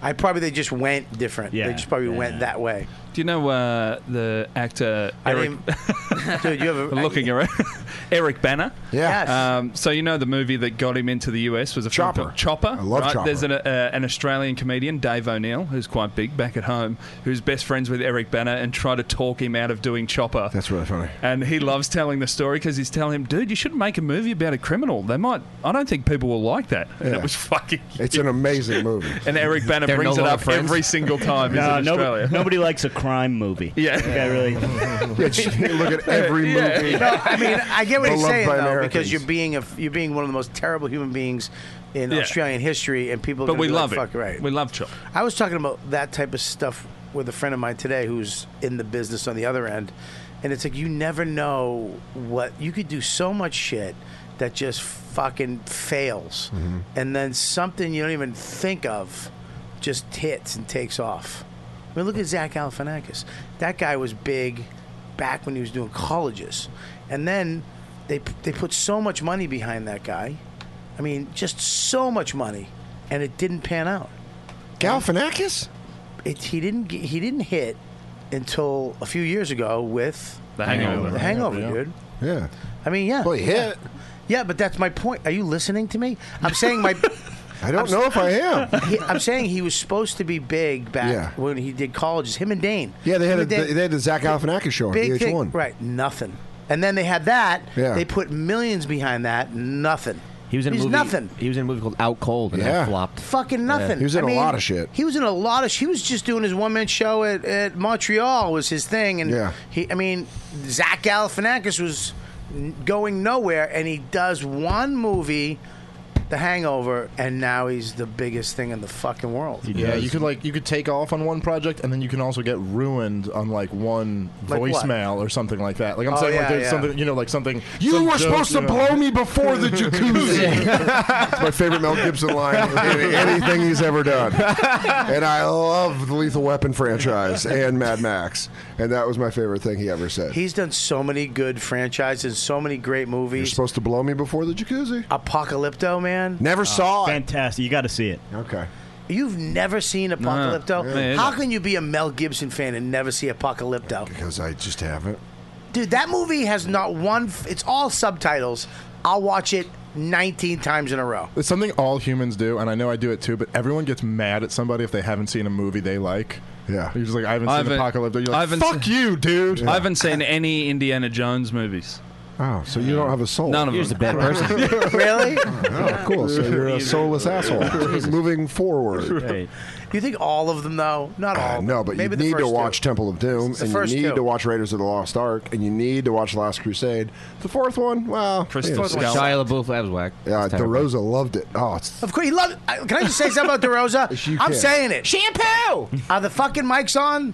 Speaker 6: I probably they just went different.
Speaker 9: Yeah.
Speaker 6: They just probably went that way.
Speaker 11: Do you know uh, the actor
Speaker 6: I
Speaker 11: Eric?
Speaker 6: Dude, you have a,
Speaker 11: I'm looking around. Eric Banner.
Speaker 6: Yeah. Yes.
Speaker 11: Um, so you know the movie that got him into the US was a film
Speaker 13: Chopper.
Speaker 11: called Chopper. I
Speaker 13: love Chopper.
Speaker 11: There's an, uh, an Australian comedian, Dave O'Neill, who's quite big back at home, who's best friends with Eric Banner and try to talk him out of doing Chopper.
Speaker 13: That's really funny.
Speaker 11: And he loves telling the story because he's telling him, dude, you should make a movie about a criminal. They might. I don't think people will like that. And
Speaker 13: Yeah.
Speaker 11: it was fucking.
Speaker 13: It's an amazing movie.
Speaker 11: And Eric Banner
Speaker 9: They're
Speaker 11: brings
Speaker 9: no
Speaker 11: it
Speaker 9: longer
Speaker 11: up
Speaker 9: friends.
Speaker 11: every single time. he's
Speaker 9: No,
Speaker 11: in
Speaker 9: nobody-
Speaker 11: Australia.
Speaker 9: nobody likes a crime movie.
Speaker 11: Yeah.
Speaker 9: Like, I really.
Speaker 13: look at every movie.
Speaker 6: No, I mean, I get what he's
Speaker 13: Beloved
Speaker 6: saying though,
Speaker 13: by Americans.
Speaker 6: because you're being a, you're being one of the most terrible human beings in
Speaker 11: Yeah.
Speaker 6: Australian history, and people. are
Speaker 11: But
Speaker 6: gonna
Speaker 11: we
Speaker 6: be
Speaker 11: love
Speaker 6: like,
Speaker 11: it.
Speaker 6: Fuck right.
Speaker 11: We love Chopper.
Speaker 6: I was talking about that type of stuff with a friend of mine today, who's in the business on the other end, and it's like you never know what you could do. So much shit that just fucking fails, and then something you don't even think of just hits and takes off. I mean, look at Zach Galifianakis. That guy was big back when he was doing colleges, and then they they put so much money behind that guy. I mean, just so much money, and it didn't pan out.
Speaker 13: Galifianakis?
Speaker 6: It, he didn't get- he didn't hit until a few years ago with
Speaker 11: The Hangover.
Speaker 6: The Hangover,
Speaker 11: Yeah.
Speaker 6: dude.
Speaker 13: Yeah.
Speaker 6: I mean, yeah.
Speaker 13: Well, he
Speaker 6: yeah.
Speaker 13: hit.
Speaker 6: Yeah, but that's my point. Are you listening to me? I'm saying my.
Speaker 13: I don't know if I am.
Speaker 6: He, I'm saying he was supposed to be big back
Speaker 13: Yeah.
Speaker 6: when he did colleges. Him and Dane.
Speaker 13: Yeah, they had
Speaker 6: Him
Speaker 13: a,
Speaker 6: and Dane-
Speaker 13: they had the Zach Galifianakis show on
Speaker 6: big
Speaker 13: VH1.
Speaker 6: thing, right? Nothing. And then they had that.
Speaker 13: Yeah.
Speaker 6: They put millions behind that. Nothing.
Speaker 14: He was in a
Speaker 6: He's
Speaker 14: movie.
Speaker 6: nothing.
Speaker 14: He was in a movie called Out Cold, and
Speaker 13: Yeah.
Speaker 14: that flopped.
Speaker 6: Fucking
Speaker 14: Yeah.
Speaker 6: nothing.
Speaker 14: He was in
Speaker 6: a
Speaker 14: a lot of shit.
Speaker 6: He was in a lot of. He was just doing his one man show at, at Montreal was his thing, and
Speaker 13: Yeah.
Speaker 6: he. I mean, Zach Galifianakis was n- going nowhere, and he does one movie, The Hangover, and now he's the biggest thing in the fucking world.
Speaker 8: Yeah, you could like you could take off on one project, and then you can also get ruined on like one
Speaker 6: Like what?
Speaker 8: voicemail or something like that. Like I'm
Speaker 6: Oh,
Speaker 8: saying,
Speaker 6: yeah,
Speaker 8: like there's
Speaker 6: yeah.
Speaker 8: something you know, like something.
Speaker 13: You
Speaker 8: some
Speaker 13: were
Speaker 8: joke,
Speaker 13: supposed
Speaker 8: you
Speaker 13: to
Speaker 8: know.
Speaker 13: blow me before the jacuzzi. it's my favorite Mel Gibson line in anything he's ever done. And I love the Lethal Weapon franchise and Mad Max. And that was my favorite thing he ever said.
Speaker 6: He's done so many good franchises, so many great
Speaker 13: You're
Speaker 6: movies.
Speaker 13: supposed to blow me before the jacuzzi.
Speaker 6: Apocalypto, man.
Speaker 13: Never saw it.
Speaker 9: Fantastic. You got to see it.
Speaker 13: Okay.
Speaker 6: You've never seen Apocalypto?
Speaker 13: Yeah.
Speaker 6: How can you be a Mel Gibson fan and never see Apocalypto?
Speaker 13: Because I just haven't.
Speaker 6: Dude, that movie has not one. F- it's all subtitles. I'll watch it 19 times in a row.
Speaker 8: It's something all humans do, and I know I do it too. But everyone gets mad at somebody if they haven't seen a movie they like. Yeah, you're just like I haven't seen
Speaker 11: I haven't-
Speaker 8: Apocalypse. You're like,
Speaker 11: I haven't
Speaker 8: fuck
Speaker 11: se-
Speaker 8: you, dude.
Speaker 11: I haven't seen any Indiana Jones movies.
Speaker 13: Oh, so you don't have a soul.
Speaker 11: None of
Speaker 13: Here's
Speaker 11: them.
Speaker 13: the bad person.
Speaker 6: really?
Speaker 13: Oh, cool. So you're a soulless asshole. Moving forward.
Speaker 6: You think all of them though? Not all.
Speaker 13: Uh,
Speaker 6: of
Speaker 13: no,
Speaker 6: them.
Speaker 13: but
Speaker 6: Maybe
Speaker 13: you
Speaker 6: the
Speaker 13: need to
Speaker 6: first
Speaker 13: watch
Speaker 6: two.
Speaker 13: Temple of Doom,
Speaker 6: It's the
Speaker 13: and you
Speaker 6: first
Speaker 13: need
Speaker 6: two.
Speaker 13: to watch Raiders of the Lost Ark, and you need to watch Last Crusade. The fourth one, well,
Speaker 14: Crystal
Speaker 13: yeah.
Speaker 14: Shia LaBeouf, that was whack.
Speaker 13: Yeah,
Speaker 14: It's terrible.
Speaker 13: DeRosa loved it. Oh, it's
Speaker 6: Of course, he loved. I- Can I just say something about DeRosa?
Speaker 13: You
Speaker 6: I'm
Speaker 13: can.
Speaker 6: saying it. Shampoo. Are the fucking mics on?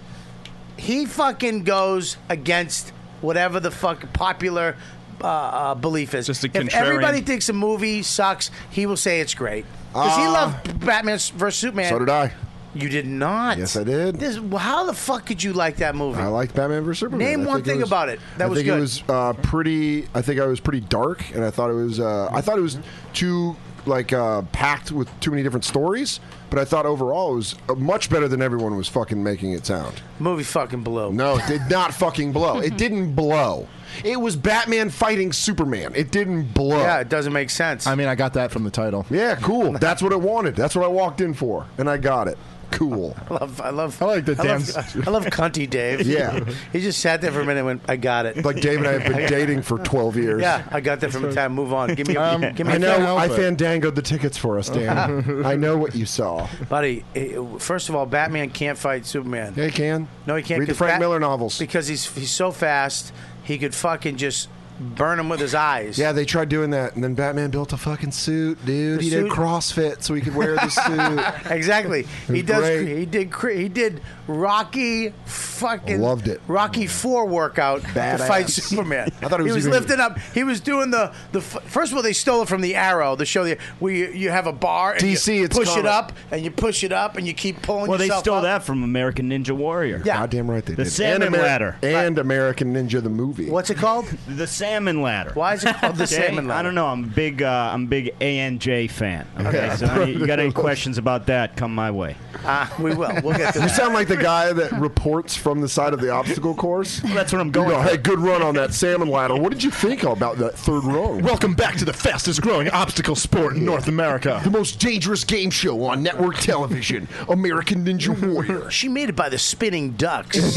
Speaker 6: He fucking goes against whatever the fuck popular uh, uh, belief is. Just if
Speaker 11: contrarian.
Speaker 6: everybody thinks a movie sucks, he will say it's great because he
Speaker 13: Ah.
Speaker 6: loved Batman versus Superman.
Speaker 13: so did I.
Speaker 6: You did not.
Speaker 13: Yes, I did.
Speaker 6: This, how the fuck could you like that movie?
Speaker 13: I liked Batman vs Superman.
Speaker 6: Name
Speaker 13: I
Speaker 6: one
Speaker 13: think it
Speaker 6: thing
Speaker 13: was-
Speaker 6: about it that
Speaker 13: I
Speaker 6: was
Speaker 13: think
Speaker 6: good.
Speaker 13: It was uh, pretty. I think I was pretty dark, and I thought it was. Uh, I thought it was too like uh, packed with too many different stories. But I thought overall it was uh, much better than everyone was fucking making it sound.
Speaker 6: Movie fucking blew.
Speaker 13: No, it did not fucking blow. It didn't blow. It was Batman fighting Superman. It didn't blow.
Speaker 6: Yeah, it doesn't make sense.
Speaker 8: I mean, I got that from the title.
Speaker 13: Yeah, cool. That's what I wanted. That's what I walked in for, and I got it. cool.
Speaker 6: I love, I love,
Speaker 13: I like the
Speaker 6: I love,
Speaker 13: dance.
Speaker 6: I love cunty Dave.
Speaker 13: Yeah.
Speaker 6: he just sat there for a minute. and went, I got it.
Speaker 13: Like Dave and I have been dating for 12 years.
Speaker 6: Yeah, I got that from a time. Move on. Give me, a,
Speaker 13: Um,
Speaker 6: give me.
Speaker 13: I
Speaker 6: a
Speaker 13: know.
Speaker 6: fan-
Speaker 13: I fandangoed the tickets for us, Dan. I know what you saw.
Speaker 6: Buddy, eh, first of all, Batman can't fight Superman.
Speaker 13: Yeah, he can.
Speaker 6: No, he can't.
Speaker 13: Read the
Speaker 6: 'cause
Speaker 13: Frank Miller novels.
Speaker 6: Because he's he's so fast, he could fucking just burn him with his eyes.
Speaker 13: Yeah, they tried doing that, and then Batman built a fucking suit, dude.
Speaker 6: The
Speaker 13: he
Speaker 6: suit-
Speaker 13: did CrossFit so he could wear the suit.
Speaker 6: exactly. He
Speaker 13: It was
Speaker 6: does.
Speaker 13: great.
Speaker 6: He did. cr- He did Rocky fucking
Speaker 13: Loved it.
Speaker 6: Rocky Four workout to
Speaker 13: Badass.
Speaker 6: fight Superman.
Speaker 13: I thought it
Speaker 6: he
Speaker 13: was
Speaker 6: was
Speaker 13: even-
Speaker 6: lifting up. He was doing the the. f- First of all, they stole it from the Arrow, the show that where you, you have a bar. And
Speaker 9: DC,
Speaker 6: you
Speaker 9: it's
Speaker 6: push
Speaker 9: called-
Speaker 6: it up and you push it up and you keep pulling.
Speaker 9: Well, they
Speaker 6: yourself
Speaker 9: stole
Speaker 6: up.
Speaker 9: that from American Ninja Warrior.
Speaker 6: uh, Yeah.
Speaker 13: Goddamn right they
Speaker 9: The
Speaker 13: did.
Speaker 9: Salmon
Speaker 13: and Ameri-
Speaker 9: Ladder.
Speaker 13: and American Ninja the movie.
Speaker 6: What's it called?
Speaker 9: The Salmon Ladder.
Speaker 6: Why is it called the
Speaker 9: Okay?
Speaker 6: Salmon Ladder?
Speaker 9: I don't know. I'm a big. Uh, I'm a big ANJ fan. Okay,
Speaker 13: Okay.
Speaker 9: so any- you got any questions about that? Come my way.
Speaker 6: Uh, we will. We'll get to
Speaker 13: You
Speaker 6: that.
Speaker 13: sound like the guy that reports from the side of the obstacle course.
Speaker 9: That's what I'm
Speaker 13: You
Speaker 9: going
Speaker 13: go,
Speaker 9: for.
Speaker 13: hey, good run on that salmon ladder. What did you think about that third row?
Speaker 8: Welcome back to the fastest growing obstacle sport in North America.
Speaker 13: The most dangerous game show on network television, American Ninja Warrior.
Speaker 6: She made it by the spinning ducks.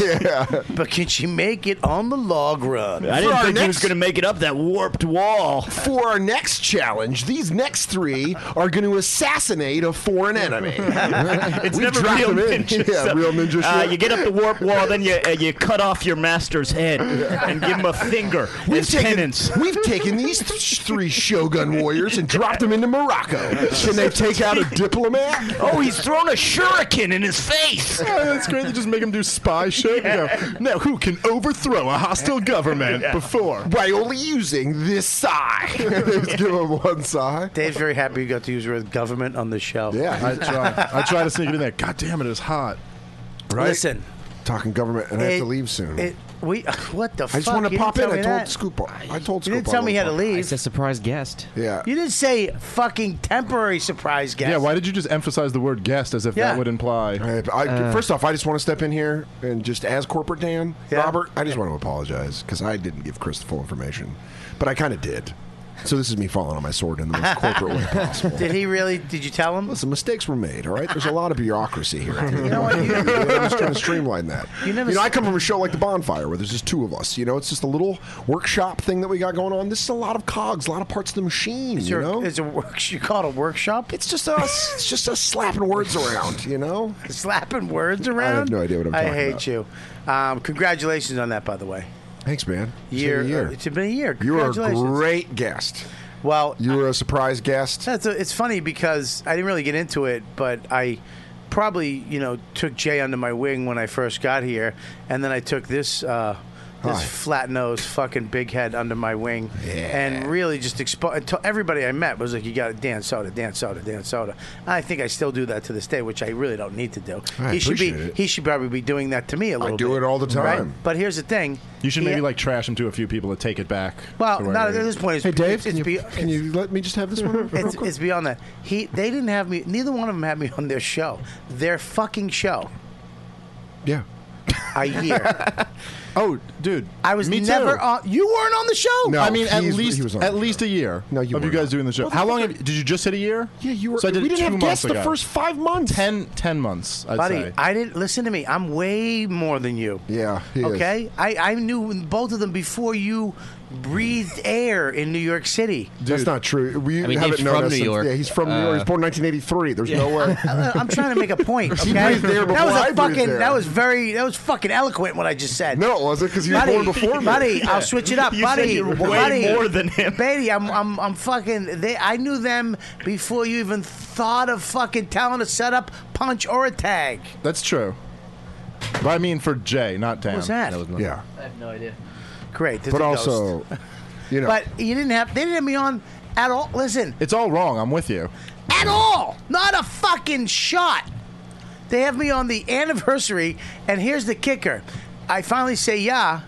Speaker 13: yeah.
Speaker 6: But can she make it on the log run?
Speaker 9: I
Speaker 13: For
Speaker 9: didn't
Speaker 13: our
Speaker 9: think he was
Speaker 13: next-
Speaker 9: going to make it up that warped wall.
Speaker 13: For our next challenge, these next three are going to assassinate a foreign enemy.
Speaker 9: it's
Speaker 13: We
Speaker 9: never
Speaker 13: drop
Speaker 9: real
Speaker 13: them in.
Speaker 9: ninja.
Speaker 13: Yeah,
Speaker 9: stuff.
Speaker 13: real ninja
Speaker 9: Uh,
Speaker 13: shit.
Speaker 9: you get up the warp wall, then you uh, you cut off your master's head and give him a finger
Speaker 13: We've
Speaker 9: as
Speaker 13: taken,
Speaker 9: penance.
Speaker 13: we've taken these th- three Shogun warriors and dropped them into Morocco. Can they take out a diplomat?
Speaker 9: Oh, he's thrown a shuriken in his face.
Speaker 13: Oh,
Speaker 8: Yeah, that's great. They just make him do spy shit. You know, now, who can overthrow a hostile government before?
Speaker 13: By only using this sigh. They just give him one sigh.
Speaker 6: Dave's very happy you got to use the word government on the show.
Speaker 13: Yeah.
Speaker 8: I try. I try to sneak it in there. God damn it, it's hot.
Speaker 13: Right?
Speaker 6: Listen.
Speaker 13: Talking government, and I have to
Speaker 6: It-
Speaker 13: leave soon.
Speaker 6: It, we, what the
Speaker 13: I just
Speaker 6: fuck?
Speaker 13: want
Speaker 6: You
Speaker 13: to
Speaker 6: didn't
Speaker 13: pop in.
Speaker 6: tell
Speaker 13: I
Speaker 6: me
Speaker 13: told
Speaker 6: that.
Speaker 13: Scoop. I told
Speaker 6: You
Speaker 13: Scoop.
Speaker 6: didn't tell me how to leave.
Speaker 14: It's a surprise guest.
Speaker 13: Yeah.
Speaker 6: You didn't say fucking temporary surprise guest.
Speaker 8: Yeah, why did you just emphasize the word guest as if
Speaker 6: Yeah.
Speaker 8: that would imply?
Speaker 13: I,
Speaker 6: Uh.
Speaker 13: first off, I just want to step in here and just, as corporate Dan, Robert, I just want to apologize because I didn't give Chris the full information, but I kind of did. So this is me falling on my sword in the most corporate way possible.
Speaker 6: Did he really? Did you tell him?
Speaker 13: Listen, mistakes were made. All right, there's a lot of bureaucracy here. You
Speaker 6: know what? You-
Speaker 13: I'm just trying to streamline that.
Speaker 6: You
Speaker 13: You,
Speaker 6: never
Speaker 13: know,
Speaker 6: s-
Speaker 13: I come from a show like The Bonfire where there's just two of us. You know, it's just a little workshop thing that we got going on. This is a lot of cogs, a lot of parts of the machine.
Speaker 6: Is
Speaker 13: you
Speaker 6: there-
Speaker 13: know,
Speaker 6: is a work, you call it a workshop?
Speaker 13: It's just us. It's just us slapping words around. You know,
Speaker 6: slapping words around.
Speaker 13: I have no idea what I'm
Speaker 6: I
Speaker 13: talking
Speaker 6: hate
Speaker 13: about.
Speaker 6: you. Um, congratulations on that, by the way.
Speaker 13: Thanks, man. It's
Speaker 6: Year, uh,
Speaker 13: been a year.
Speaker 6: It's been a year.
Speaker 13: You were a
Speaker 6: Congratulations.
Speaker 13: great guest.
Speaker 6: Well,
Speaker 13: you were a surprise guest.
Speaker 6: That's a, it's funny because I didn't really get into it, but I probably you know took Jay under my wing when I first got here, and then I took this. Uh, this
Speaker 13: Hi.
Speaker 6: flat nose, fucking big head under my wing, and really just expo- to everybody I met was like, "You got to Dan Soda, Dan Soda, Dan Soda." I think I still do that to this day, which I really don't need to do.
Speaker 13: I
Speaker 6: he should be,
Speaker 13: appreciate it.
Speaker 6: he should probably be doing that to me a little.
Speaker 13: do
Speaker 6: bit,
Speaker 13: it all the
Speaker 6: right?
Speaker 13: time.
Speaker 6: But here's the thing:
Speaker 8: You should
Speaker 6: He-
Speaker 8: maybe like trash him to a few people to take it back.
Speaker 6: well,
Speaker 8: to where
Speaker 6: not at
Speaker 8: you-
Speaker 6: this point. It's,
Speaker 13: Hey, Dave,
Speaker 6: it's,
Speaker 13: can
Speaker 6: it's
Speaker 13: you,
Speaker 6: be-
Speaker 13: can you let me just have this one?
Speaker 6: it's, it's beyond that. He they didn't have me. Neither one of them had me on their show. Their fucking show.
Speaker 13: Yeah.
Speaker 6: A year.
Speaker 8: oh, dude,
Speaker 6: I was
Speaker 8: me
Speaker 6: never
Speaker 8: too.
Speaker 6: on. You weren't on the show.
Speaker 13: No,
Speaker 8: I mean, at
Speaker 13: he's-
Speaker 8: least
Speaker 13: he was on
Speaker 8: at
Speaker 13: the
Speaker 8: least a year
Speaker 13: No, you
Speaker 8: of you
Speaker 13: were
Speaker 8: guys
Speaker 13: not.
Speaker 8: doing the show. How long have, did you just hit a year?
Speaker 13: Yeah, you were.
Speaker 8: So I did
Speaker 13: we
Speaker 8: it
Speaker 13: didn't
Speaker 8: two
Speaker 13: have
Speaker 8: months
Speaker 13: guests the
Speaker 8: ago.
Speaker 13: first five months.
Speaker 8: Ten, ten months, I'd
Speaker 6: Buddy,
Speaker 8: say.
Speaker 6: I didn't listen to me. I'm way more than you.
Speaker 13: Yeah. he is.
Speaker 6: Okay, I, I knew both of them before you breathed air in New York City.
Speaker 13: That's not true. We
Speaker 14: I mean,
Speaker 13: haven't
Speaker 14: he's
Speaker 13: known
Speaker 14: from
Speaker 13: us
Speaker 14: New
Speaker 13: since-
Speaker 14: York.
Speaker 13: Yeah, he's from New York. He's
Speaker 14: Uh,
Speaker 13: born in 1983. There's no way.
Speaker 6: I- Uh, I'm trying to make a point.
Speaker 13: He
Speaker 6: Okay,
Speaker 13: breathed air
Speaker 6: that
Speaker 13: before
Speaker 6: was
Speaker 13: I
Speaker 6: a
Speaker 13: breathed
Speaker 6: fucking.
Speaker 13: air.
Speaker 6: That was very. That was fucking eloquent. What I just said.
Speaker 13: No, it wasn't because he was
Speaker 6: buddy,
Speaker 13: born before me.
Speaker 6: buddy, I'll switch it up,
Speaker 9: You said
Speaker 6: buddy.
Speaker 9: you were way
Speaker 6: buddy,
Speaker 9: more than him.
Speaker 6: Baby, I'm, I'm, I'm fucking. They, I knew them before you even thought of fucking telling a setup, punch, or a tag.
Speaker 8: That's true. But I mean for Jay, not Dan.
Speaker 6: What was that?
Speaker 13: Yeah,
Speaker 5: I have no idea.
Speaker 6: Great, there's
Speaker 8: but
Speaker 6: a ghost.
Speaker 8: also,
Speaker 13: you know,
Speaker 6: but you didn't have. They didn't have me on at all. Listen,
Speaker 8: it's all wrong. I'm with you.
Speaker 6: at all. Not a fucking shot. They have me on the anniversary, and here's the kicker. I finally say, yeah.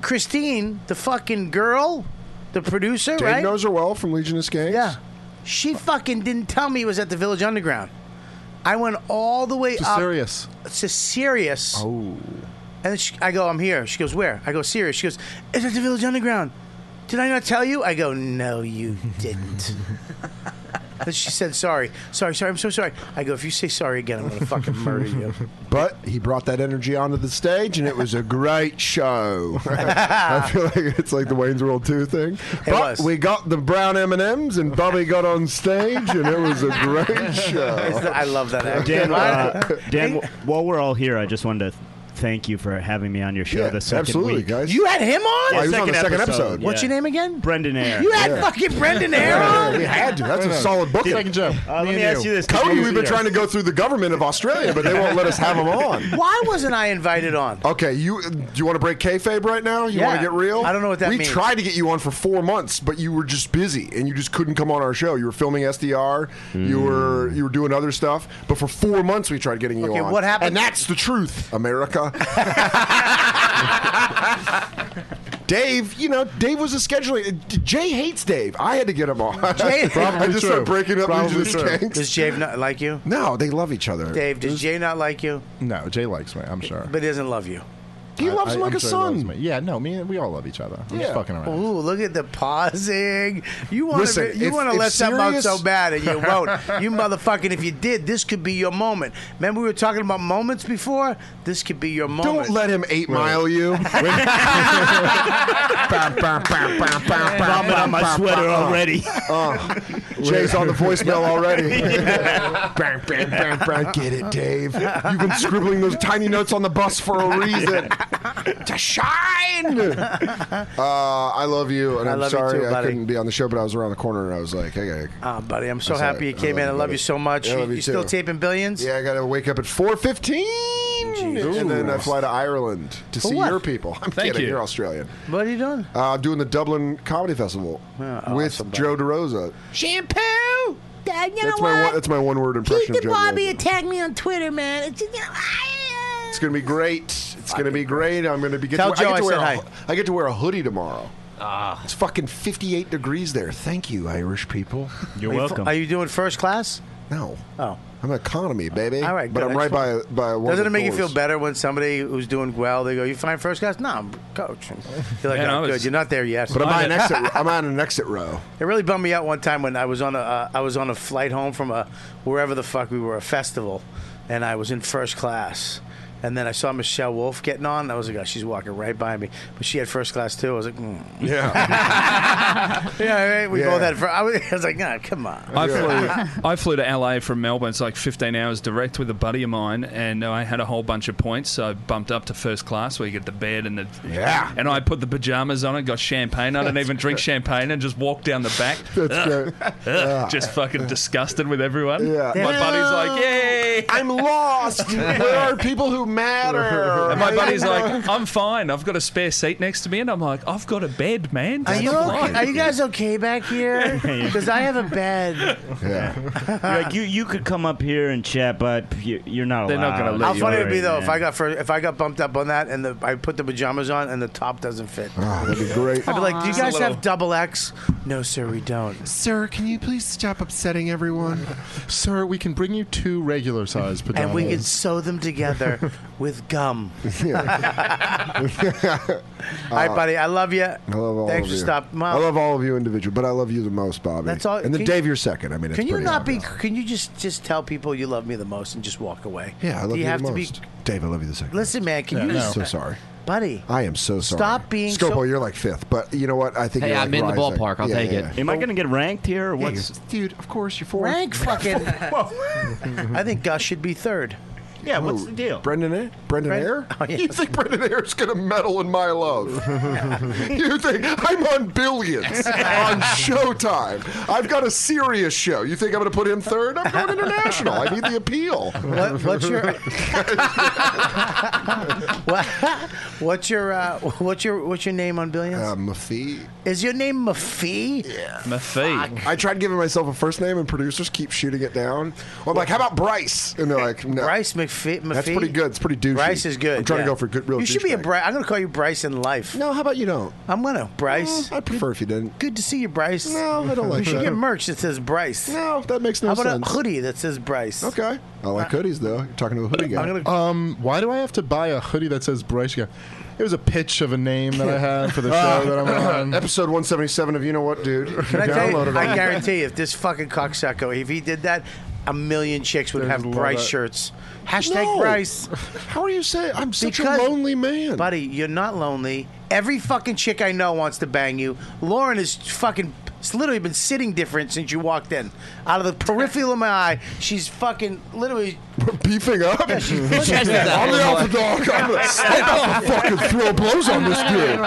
Speaker 6: Christine, the fucking girl, the producer,
Speaker 13: Dave
Speaker 6: right?
Speaker 13: knows her well from Legion of Skanks.
Speaker 6: yeah. She fucking didn't tell me it was at the Village Underground. I went all the way
Speaker 8: It's
Speaker 6: up
Speaker 8: serious.
Speaker 6: to Sirius.
Speaker 8: Oh.
Speaker 6: And then she, I go, I'm here. She goes, where? I go, Sirius. She goes, it's at the Village Underground. Did I not tell you? I go, no, you didn't. Then she said, sorry. Sorry, sorry. I'm so sorry. I go, if you say sorry again, I'm going to fucking murder you.
Speaker 13: But he brought that energy onto the stage, and it was a great show. I feel like it's like the Wayne's World Two thing. but
Speaker 6: was.
Speaker 13: we got the brown M and M's, and Bobby got on stage, and it was a great show.
Speaker 6: I love that. act.
Speaker 9: Dan, uh,
Speaker 6: Why-
Speaker 9: Dan, while we're all here, I just wanted to thank you for having me on your show
Speaker 13: Yeah,
Speaker 9: the second
Speaker 13: absolutely,
Speaker 9: week.
Speaker 13: guys.
Speaker 6: You had him on?
Speaker 9: Yeah,
Speaker 6: Yeah, he was on
Speaker 13: the second episode.
Speaker 6: What's your name again?
Speaker 9: Brendan Air.
Speaker 6: You had fucking Brendan Air on?
Speaker 13: We had to. That's a solid book.
Speaker 9: Second
Speaker 13: job.
Speaker 9: Uh, let me ask you this.
Speaker 13: Cody. We've been trying to go through the government of Australia, but they won't let us have him on.
Speaker 6: Why wasn't I invited on?
Speaker 13: Okay, you do you want to break kayfabe right now? You want
Speaker 6: Yeah.
Speaker 13: to get real?
Speaker 6: I don't know what that
Speaker 13: we
Speaker 6: means.
Speaker 13: tried to get you on for four months, but you were just busy and you just couldn't come on our show. You were filming SDR, you
Speaker 6: Hmm.
Speaker 13: were you were doing other stuff, but for four months we tried getting you
Speaker 6: Okay,
Speaker 13: on.
Speaker 6: what happened-
Speaker 13: And that's the truth, America. Dave, you know, Dave was a scheduling. Jay hates Dave. I had to get him on.
Speaker 6: Jay-
Speaker 13: I just started breaking up
Speaker 6: Probably
Speaker 13: into
Speaker 6: true.
Speaker 13: gangs.
Speaker 6: Does Jay not like you?
Speaker 13: No, they love each other.
Speaker 6: Dave, does Jay not like you?
Speaker 8: No, Jay likes me. I'm sure.
Speaker 6: But he doesn't love you.
Speaker 13: He
Speaker 8: I-
Speaker 13: loves
Speaker 8: I-
Speaker 13: him like
Speaker 8: I'm
Speaker 13: a
Speaker 8: sure he
Speaker 13: son.
Speaker 8: loves me. Yeah, no, me and we all love each other. I'm just fucking around.
Speaker 6: Ooh, look at the pausing. You want
Speaker 8: Listen,
Speaker 6: to you
Speaker 8: if-
Speaker 6: want to
Speaker 8: if
Speaker 6: let something out
Speaker 8: serious-
Speaker 6: so bad and you won't. you motherfucking if you did, this could be your moment. Remember we were talking about moments before? This could be your moment.
Speaker 13: Don't let him eight mile you.
Speaker 9: Vomit
Speaker 13: Vomit
Speaker 9: on my sweater already.
Speaker 13: Jay's on the voicemail already. Bang, bang, bang, bang. Get it, Dave. You've been scribbling those tiny notes on the bus for a reason. to shine. Uh, I love you, and
Speaker 6: I
Speaker 13: I'm
Speaker 6: love you
Speaker 13: sorry
Speaker 6: too,
Speaker 13: I
Speaker 6: buddy.
Speaker 13: couldn't be on the show, but I was around the corner and I was like, I gotta.
Speaker 6: Ah, buddy, I'm so
Speaker 13: I said,
Speaker 6: happy you came in. I love
Speaker 13: buddy.
Speaker 6: you so much.
Speaker 13: Yeah, I
Speaker 6: you
Speaker 13: love you
Speaker 6: you still
Speaker 13: too.
Speaker 6: taping billions?
Speaker 13: Yeah, I gotta wake up at 4:15, and then I fly to Ireland to
Speaker 6: For
Speaker 13: see
Speaker 6: what?
Speaker 13: your people. I'm
Speaker 6: Thank
Speaker 13: kidding.
Speaker 6: you.
Speaker 13: are Australian.
Speaker 6: What are you doing?
Speaker 13: Uh, doing the Dublin Comedy Festival with Joe DeRosa.
Speaker 15: Oh, Shampoo. Dad, you
Speaker 13: that's
Speaker 15: know
Speaker 13: my
Speaker 15: what?
Speaker 13: one, that's my one word impression
Speaker 15: Keith
Speaker 13: of
Speaker 15: and
Speaker 13: Joe.
Speaker 15: Bobby
Speaker 13: DeRosa.
Speaker 15: attacked me on Twitter, man. It's just, you know, I,
Speaker 13: It's gonna be great. It's gonna be great. I'm gonna be get
Speaker 6: Tell
Speaker 13: to, wear-
Speaker 6: Joe
Speaker 13: I get to
Speaker 6: I
Speaker 13: wear
Speaker 6: said
Speaker 13: a- I get to wear a hoodie tomorrow. Ah. It's fucking 58 degrees there. Thank you, Irish people.
Speaker 9: You're
Speaker 6: Are you fu- are you doing first class?
Speaker 13: No.
Speaker 6: Oh.
Speaker 13: I'm economy, baby.
Speaker 6: All right,
Speaker 13: but
Speaker 6: good.
Speaker 13: I'm right by by. a
Speaker 6: Doesn't it
Speaker 13: wonderful
Speaker 6: make you feel
Speaker 13: horse.
Speaker 6: better when somebody who's doing well, they go, "You fine first class?" No, I'm coach. You're like,
Speaker 13: Yeah, no,
Speaker 6: "Oh, good.
Speaker 13: it's-
Speaker 6: You're not there yet."
Speaker 13: But I'm on an exit. I'm on an exit row.
Speaker 6: It really bummed me out one time when I was on a uh, I was on a flight home from a wherever the fuck we were a festival, and I was in first class. And then I saw Michelle Wolf getting on, and I was like, oh, she's walking right by me. But she had first class too. I was like, mm.
Speaker 13: Yeah.
Speaker 6: yeah, right? we
Speaker 11: Yeah.
Speaker 6: both had first. I was, I was like, nah, come on.
Speaker 11: I flew, I flew to LA from Melbourne. It's like 15 hours direct with a buddy of mine, and I had a whole bunch of points. So I bumped up to first class where you get the bed and the.
Speaker 13: Yeah.
Speaker 11: And I put the pajamas on and got champagne. I didn't even drink champagne and just walked down the back.
Speaker 6: Uh.
Speaker 13: That's great. Ah. Yeah.
Speaker 11: Just fucking disgusted with everyone.
Speaker 13: Yeah.
Speaker 11: My buddy's like, yay!
Speaker 13: I'm lost. Where are people who matter?
Speaker 11: And my
Speaker 13: I
Speaker 11: buddy's
Speaker 13: don't
Speaker 11: like, I'm fine. I've got a spare seat next to me. And I'm like, I've got a bed, man.
Speaker 6: Are
Speaker 11: That's
Speaker 6: you,
Speaker 11: fine."
Speaker 6: okay? are you guys okay back here? Because I have a bed.
Speaker 9: You're
Speaker 16: Ah.
Speaker 9: like, you, you could come up here and chat, but you, you're not
Speaker 11: They're
Speaker 9: allowed.
Speaker 11: not gonna let
Speaker 6: How funny it would be though if I got first, if I got bumped up on that and the, I put the pajamas on and the top doesn't fit.
Speaker 13: Oh, that'd be great.
Speaker 6: I'd be like, "Do you
Speaker 13: Just a
Speaker 6: guys
Speaker 13: little-
Speaker 6: have double X?" No, sir, we don't.
Speaker 8: Sir, can you please stop upsetting everyone? Sir, we can bring you two regular size pajamas.
Speaker 6: And we could sew them together with gum. all right, buddy. I love you.
Speaker 13: I love all
Speaker 6: Thanks
Speaker 13: of
Speaker 6: for
Speaker 13: you.
Speaker 6: stopping by.
Speaker 13: I love all of you individually, but I love you the most, Bobby.
Speaker 6: That's all-
Speaker 13: And then
Speaker 6: can-
Speaker 13: Dave, you're second. I mean, it's
Speaker 6: Can you
Speaker 13: pretty
Speaker 6: not
Speaker 13: obvious.
Speaker 6: be? Can you just just tell people you love me the most and just walk away?
Speaker 13: Yeah, I love
Speaker 6: Do
Speaker 13: you,
Speaker 6: you, have
Speaker 13: the
Speaker 6: to
Speaker 13: most.
Speaker 6: be?
Speaker 13: Dave, I love you the second.
Speaker 6: Listen, man. Can
Speaker 13: Yeah,
Speaker 6: you?
Speaker 13: I'm
Speaker 6: just-
Speaker 13: so sorry,
Speaker 6: buddy.
Speaker 13: I am so sorry.
Speaker 6: Stop being
Speaker 13: Scopo.
Speaker 6: so-
Speaker 13: You're like fifth, but you know what? I think
Speaker 9: Hey,
Speaker 13: you're
Speaker 9: I'm
Speaker 13: like
Speaker 9: in the
Speaker 13: rising.
Speaker 9: ballpark. I'll
Speaker 13: Yeah,
Speaker 9: take
Speaker 13: yeah,
Speaker 9: it.
Speaker 13: yeah.
Speaker 9: Am
Speaker 6: Oh.
Speaker 9: I gonna get ranked here or what's-
Speaker 13: dude? Of course, you're fourth.
Speaker 6: Rank fucking. I think Gus should be third.
Speaker 9: Yeah, what's
Speaker 13: Who?
Speaker 9: the deal?
Speaker 13: Brendan Air? Brendan
Speaker 6: Bren-
Speaker 13: Air?
Speaker 6: Oh, yeah.
Speaker 13: You think Brendan Air's going to meddle in my love? you think I'm on billions on Showtime? I've got a serious show. You think I'm going to put him third? I'm going international. I need the appeal.
Speaker 6: What, what's your what, what's your uh, what's your what's your name on Billions?
Speaker 13: Uh, Mafi.
Speaker 6: Is your name Mafi?
Speaker 13: Yeah.
Speaker 11: Mafi.
Speaker 13: I tried giving myself a first name, and producers keep shooting it down. Well, I'm like, how about Bryce? And they're like, no.
Speaker 6: Bryce McFee.
Speaker 13: That's pretty good. It's pretty douchey.
Speaker 6: Bryce is good.
Speaker 13: I'm trying to
Speaker 6: yeah.
Speaker 13: go for good, real
Speaker 6: You should be a
Speaker 13: douchebag.
Speaker 6: Bryce. I'm going to call you Bryce in life.
Speaker 13: No, how about you don't?
Speaker 6: I'm going to Bryce.
Speaker 13: I prefer if you didn't.
Speaker 6: Good to see you, Bryce.
Speaker 13: No, I don't like
Speaker 6: You should
Speaker 13: that.
Speaker 6: get merch that says Bryce.
Speaker 13: No, that makes no
Speaker 6: How about
Speaker 13: sense.
Speaker 6: a hoodie that says Bryce?
Speaker 13: Okay. I like
Speaker 6: Uh,
Speaker 13: hoodies though. You're talking to a hoodie guy.
Speaker 8: um, why do I have to buy a hoodie that says Bryce? Guy? It was a pitch of a name that I had for the show
Speaker 13: Uh,
Speaker 8: that I'm on.
Speaker 13: Episode 177 of You Know What, Dude.
Speaker 6: Can I tell you,
Speaker 13: Downloaded
Speaker 6: I
Speaker 13: it.
Speaker 6: guarantee you, if this fucking cocksucker, if he did that, a million chicks would have
Speaker 13: love
Speaker 6: Bryce
Speaker 13: it.
Speaker 6: shirts. Hashtag
Speaker 13: No.
Speaker 6: Bryce.
Speaker 13: How are you saying? I'm such
Speaker 6: Because-
Speaker 13: a lonely man.
Speaker 6: Buddy, you're not lonely. Every fucking chick I know wants to bang you. Lauren is fucking. It's literally been sitting different since you walked in. Out of the peripheral of my eye, she's fucking literally.
Speaker 13: beefing up.
Speaker 6: she's
Speaker 13: I'm the alpha dog. I'm gonna, I'm gonna fucking throw blows on this dude.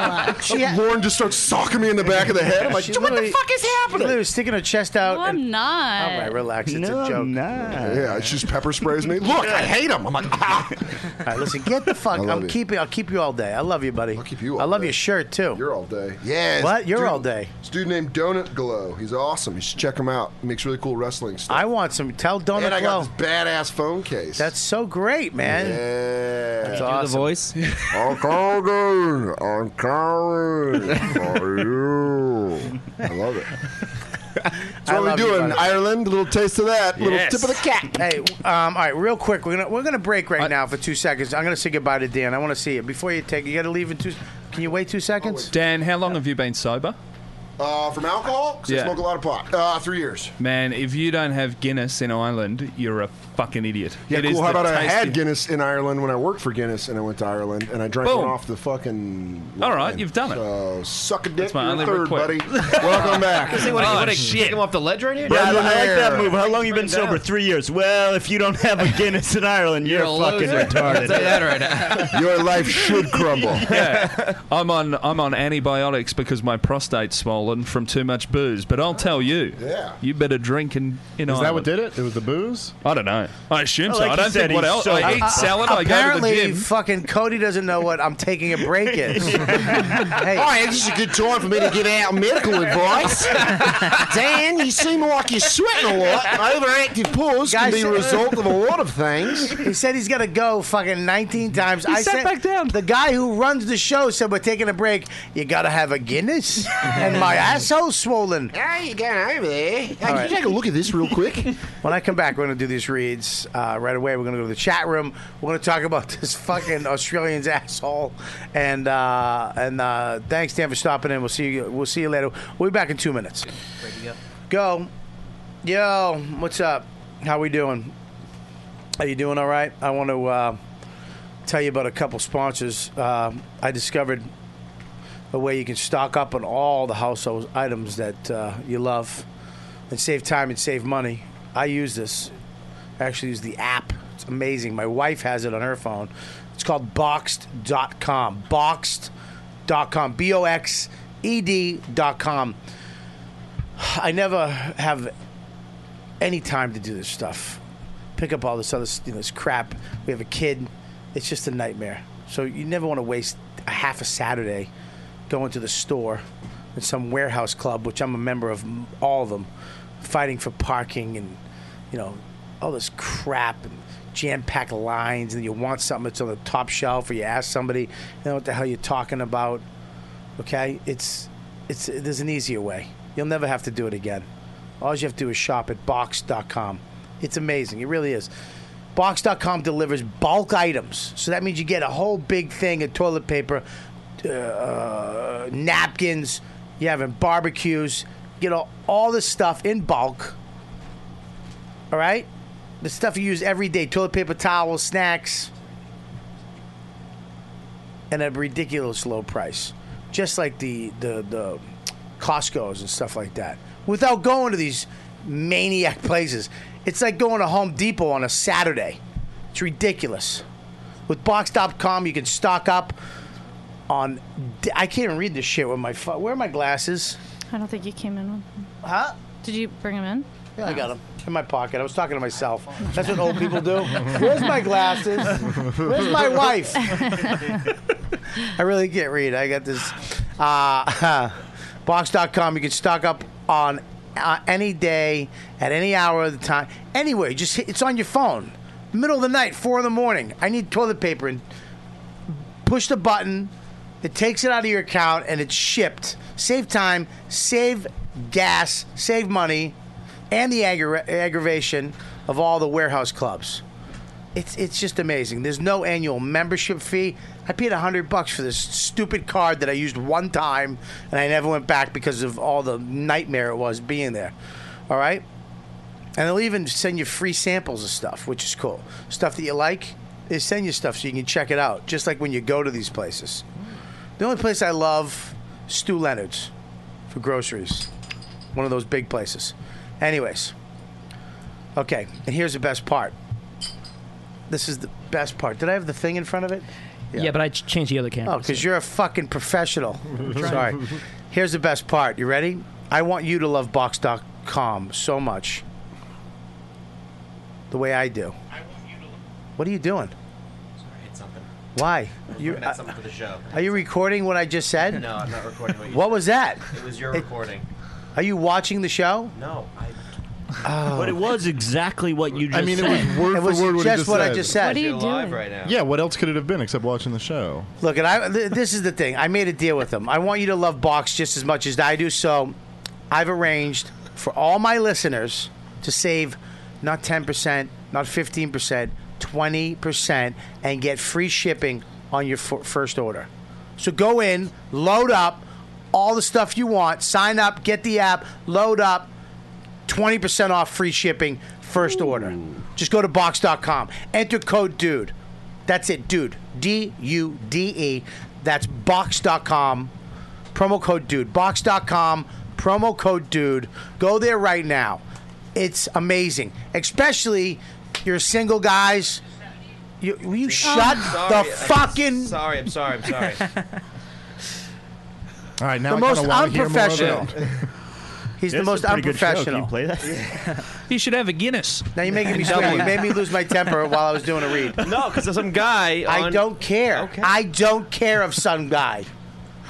Speaker 6: She ha-
Speaker 13: Lauren just starts socking me in the back of the head. I'm like,
Speaker 6: She
Speaker 13: what the
Speaker 6: literally-
Speaker 13: fuck is
Speaker 6: She
Speaker 13: happening?
Speaker 6: literally was sticking her chest out.
Speaker 10: No,
Speaker 6: and-
Speaker 10: I'm not.
Speaker 6: all right, relax. It's
Speaker 13: No,
Speaker 6: a
Speaker 13: I'm
Speaker 6: joke.
Speaker 13: Yeah, she just pepper sprays me. Look, I hate him. I'm like, ah.
Speaker 6: All right, listen, get the fuck.
Speaker 13: I love
Speaker 6: I'm
Speaker 13: you.
Speaker 6: keeping. I'll keep you all day. I love you, buddy. I'll keep you. All I love your shirt too.
Speaker 13: You're all day. Yeah.
Speaker 6: What? You're
Speaker 13: dude-
Speaker 6: all day.
Speaker 13: This dude named Donut Glow. He's awesome. You should check him out. He makes really cool wrestling stuff.
Speaker 6: I want some. Tell Donut
Speaker 13: and I
Speaker 6: Glow.
Speaker 13: got this badass phone case.
Speaker 6: That's so great, man.
Speaker 13: Yeah.
Speaker 6: That's awesome.
Speaker 13: voice. I'm calling. I'm calling for you. I love it. That's
Speaker 6: I
Speaker 13: what we
Speaker 6: love
Speaker 13: do
Speaker 6: you,
Speaker 13: in
Speaker 6: buddy.
Speaker 13: Ireland. A little taste of that. Little
Speaker 6: Yes.
Speaker 13: tip of the cap.
Speaker 6: Hey, um, all right, real quick, we're gonna we're gonna break right now for two seconds. I'm gonna say goodbye to Dan. I want to see you before you take. You gotta leave in two. Can you wait two seconds?
Speaker 11: Dan, how long have you been sober?
Speaker 13: Uh, from alcohol? 'Cause
Speaker 11: Yeah.
Speaker 13: I smoke a lot of pot. Uh, three years.
Speaker 11: Man, if you don't have Guinness in Ireland, you're a fucking idiot.
Speaker 13: Yeah,
Speaker 11: It is
Speaker 13: cool. How
Speaker 11: the
Speaker 13: about I had
Speaker 11: tastiest-
Speaker 13: Guinness in Ireland when I worked for Guinness and I went to Ireland and I drank
Speaker 11: Boom.
Speaker 13: one off the fucking.
Speaker 11: All right,
Speaker 13: line.
Speaker 11: you've done it.
Speaker 13: So suck a dick.
Speaker 11: my
Speaker 13: You're
Speaker 11: only
Speaker 13: third, buddy.
Speaker 11: request.
Speaker 13: Welcome back.
Speaker 9: Say what-
Speaker 14: Oh,
Speaker 9: what a
Speaker 7: Kick him off the ledge right here.
Speaker 9: Yeah, I, I like that
Speaker 7: Brendan
Speaker 9: move. How long you
Speaker 7: Bring
Speaker 9: been
Speaker 7: it down.
Speaker 9: sober? Three years. Well, if you don't have a Guinness in Ireland, you're,
Speaker 7: You're a
Speaker 9: fucking
Speaker 7: loser.
Speaker 9: retarded.
Speaker 7: Say that right
Speaker 13: Your life should crumble.
Speaker 11: yeah. I'm on I'm on antibiotics because my prostate's swollen from too much booze. But I'll tell you,
Speaker 13: Yeah.
Speaker 11: you better drink and you know.
Speaker 8: Is that what did it? It was the booze.
Speaker 11: I don't know. I assume
Speaker 8: Well,
Speaker 11: so.
Speaker 8: like
Speaker 11: I
Speaker 8: you
Speaker 11: don't
Speaker 8: said,
Speaker 11: think what
Speaker 8: he's
Speaker 11: else.
Speaker 8: so-
Speaker 11: I eat
Speaker 8: Uh, uh,
Speaker 11: salad. Oh, I go to the
Speaker 6: Apparently,
Speaker 11: gym.
Speaker 6: fucking Cody doesn't know what I'm taking a break is. hey.
Speaker 12: All right, this is a good time for me to give out medical advice. Dan, you seem like you're sweating a lot. Overactive pores
Speaker 6: Guy
Speaker 12: can be a
Speaker 6: said-
Speaker 12: result of a lot of things.
Speaker 6: He said he's gonna go fucking 19 times.
Speaker 12: He
Speaker 6: I
Speaker 12: sat
Speaker 6: said back down. The guy who runs the show said we're taking a break. You gotta have a Guinness, and my asshole's swollen.
Speaker 12: How you going over there? Hey,
Speaker 6: All
Speaker 12: can
Speaker 6: right.
Speaker 12: you take a look at this real quick?
Speaker 6: When I come back, we're going to do these reads uh, right away. We're going to go to the chat room. We're going to talk about this fucking Australian's asshole. And uh, and uh, thanks, Dan, for stopping in. We'll see you. We'll see you later. We'll be back in two minutes. Go, yo, what's up? How we doing? Are you doing all right? I want to uh, tell you about a couple sponsors. Uh, I discovered a way you can stock up on all the household items that uh, you love and save time and save money. I use this. I actually use the app. It's amazing. My wife has it on her phone. It's called boxed.com. Boxed.com. B O X E D.com. I never have any time to do this stuff. Pick up all this other you know, this crap. We have a kid. It's just a nightmare. So you never want to waste a half a Saturday going to the store in some warehouse club, which I'm a member of m- all of them, fighting for parking and you know all this crap and jam-packed lines. And you want something that's on the top shelf, or you ask somebody, you know what the hell you're talking about? Okay, it's it's there's an easier way. You'll never have to do it again. All you have to do is shop at box.com. It's amazing. It really is. Box.com delivers bulk items. So that means you get a whole big thing of toilet paper, uh, napkins, you're having barbecues, get all, all this stuff in bulk. All right? The stuff you use every day toilet paper, towels, snacks, and at a ridiculous low price, just like the the the Costco's and stuff like that, without going to these maniac places. It's like going to Home Depot on a Saturday. It's ridiculous. With Box.com, you can stock up on. I can't even read this shit with my. Fu- Where are my glasses?
Speaker 10: I don't think you came in with
Speaker 6: Huh?
Speaker 10: Did you bring him in?
Speaker 6: Yeah, I got them in my pocket. I was talking to myself. That's what old people do. Where's my glasses? Where's my wife? I really can't read. I got this. Uh, box.com. You can stock up on uh, any day, at any hour of the time. Anyway, just hit, it's on your phone. Middle of the night, four in the morning. I need toilet paper and push the button. It takes it out of your account and it's shipped. Save time, save gas, save money, and the aggra- aggravation of all the warehouse clubs. It's it's just amazing. There's no annual membership fee. I paid hundred bucks for this stupid card that I used one time, and I never went back because of all the nightmare it was being there. All right, and they'll even send you free samples of stuff, which is cool. Stuff that you like, they send you stuff so you can check it out. Just like when you go to these places. The only place I love, Stu Leonard's, for groceries. One of those big places. Anyways, okay, and here's the best part. This is the best part. Did I have the thing in front of it?
Speaker 17: Yeah, but I ch- changed the other camera.
Speaker 6: Oh, because you're a fucking professional. Sorry. Here's the best part. You ready? I want you to love Box.com so much. The way I do. What are you doing? Why? You, uh,
Speaker 16: looking at something for the show.
Speaker 6: Are you recording what I just said?
Speaker 16: No, I'm not recording what you
Speaker 6: What
Speaker 16: said.
Speaker 6: was that?
Speaker 16: It was your recording.
Speaker 6: Are you watching the show?
Speaker 16: No, I
Speaker 9: But it was exactly what you just
Speaker 8: I mean, it
Speaker 9: said.
Speaker 8: was word for word he said.
Speaker 16: live right now.
Speaker 8: Yeah, what else could it have been except watching the show?
Speaker 6: Look, and I th- this is the thing. I made a deal with them. I want you to love Box just as much as I do. So, I've arranged for all my listeners to save not ten percent, not fifteen percent, twenty percent, and get free shipping on your f- first order. So go in, load up all the stuff you want, sign up, get the app, load up, twenty percent off, free shipping, first order. Just go to Box.com, enter code DUDE. That's it, dude. D U D E. That's box.com. Promo code dude. Box.com. Promo code dude. Go there right now. It's amazing. Especially your single guys. You, will you shut
Speaker 16: Sorry,
Speaker 6: the
Speaker 16: I-
Speaker 6: fucking.
Speaker 16: Sorry, I'm sorry, I'm sorry.
Speaker 8: All right, now
Speaker 6: The
Speaker 8: I kinda
Speaker 6: most
Speaker 8: wanna hear more of
Speaker 6: unprofessional.
Speaker 8: it.
Speaker 6: He's
Speaker 8: That's
Speaker 6: the most
Speaker 8: a pretty good show. Can you
Speaker 6: unprofessional.
Speaker 8: play that?
Speaker 17: He should have a Guinness.
Speaker 6: Now you're making me swear. You made me lose my temper while I was doing a read.
Speaker 16: No, because some guy.
Speaker 6: I
Speaker 16: on-
Speaker 6: don't care. I don't care of some guy.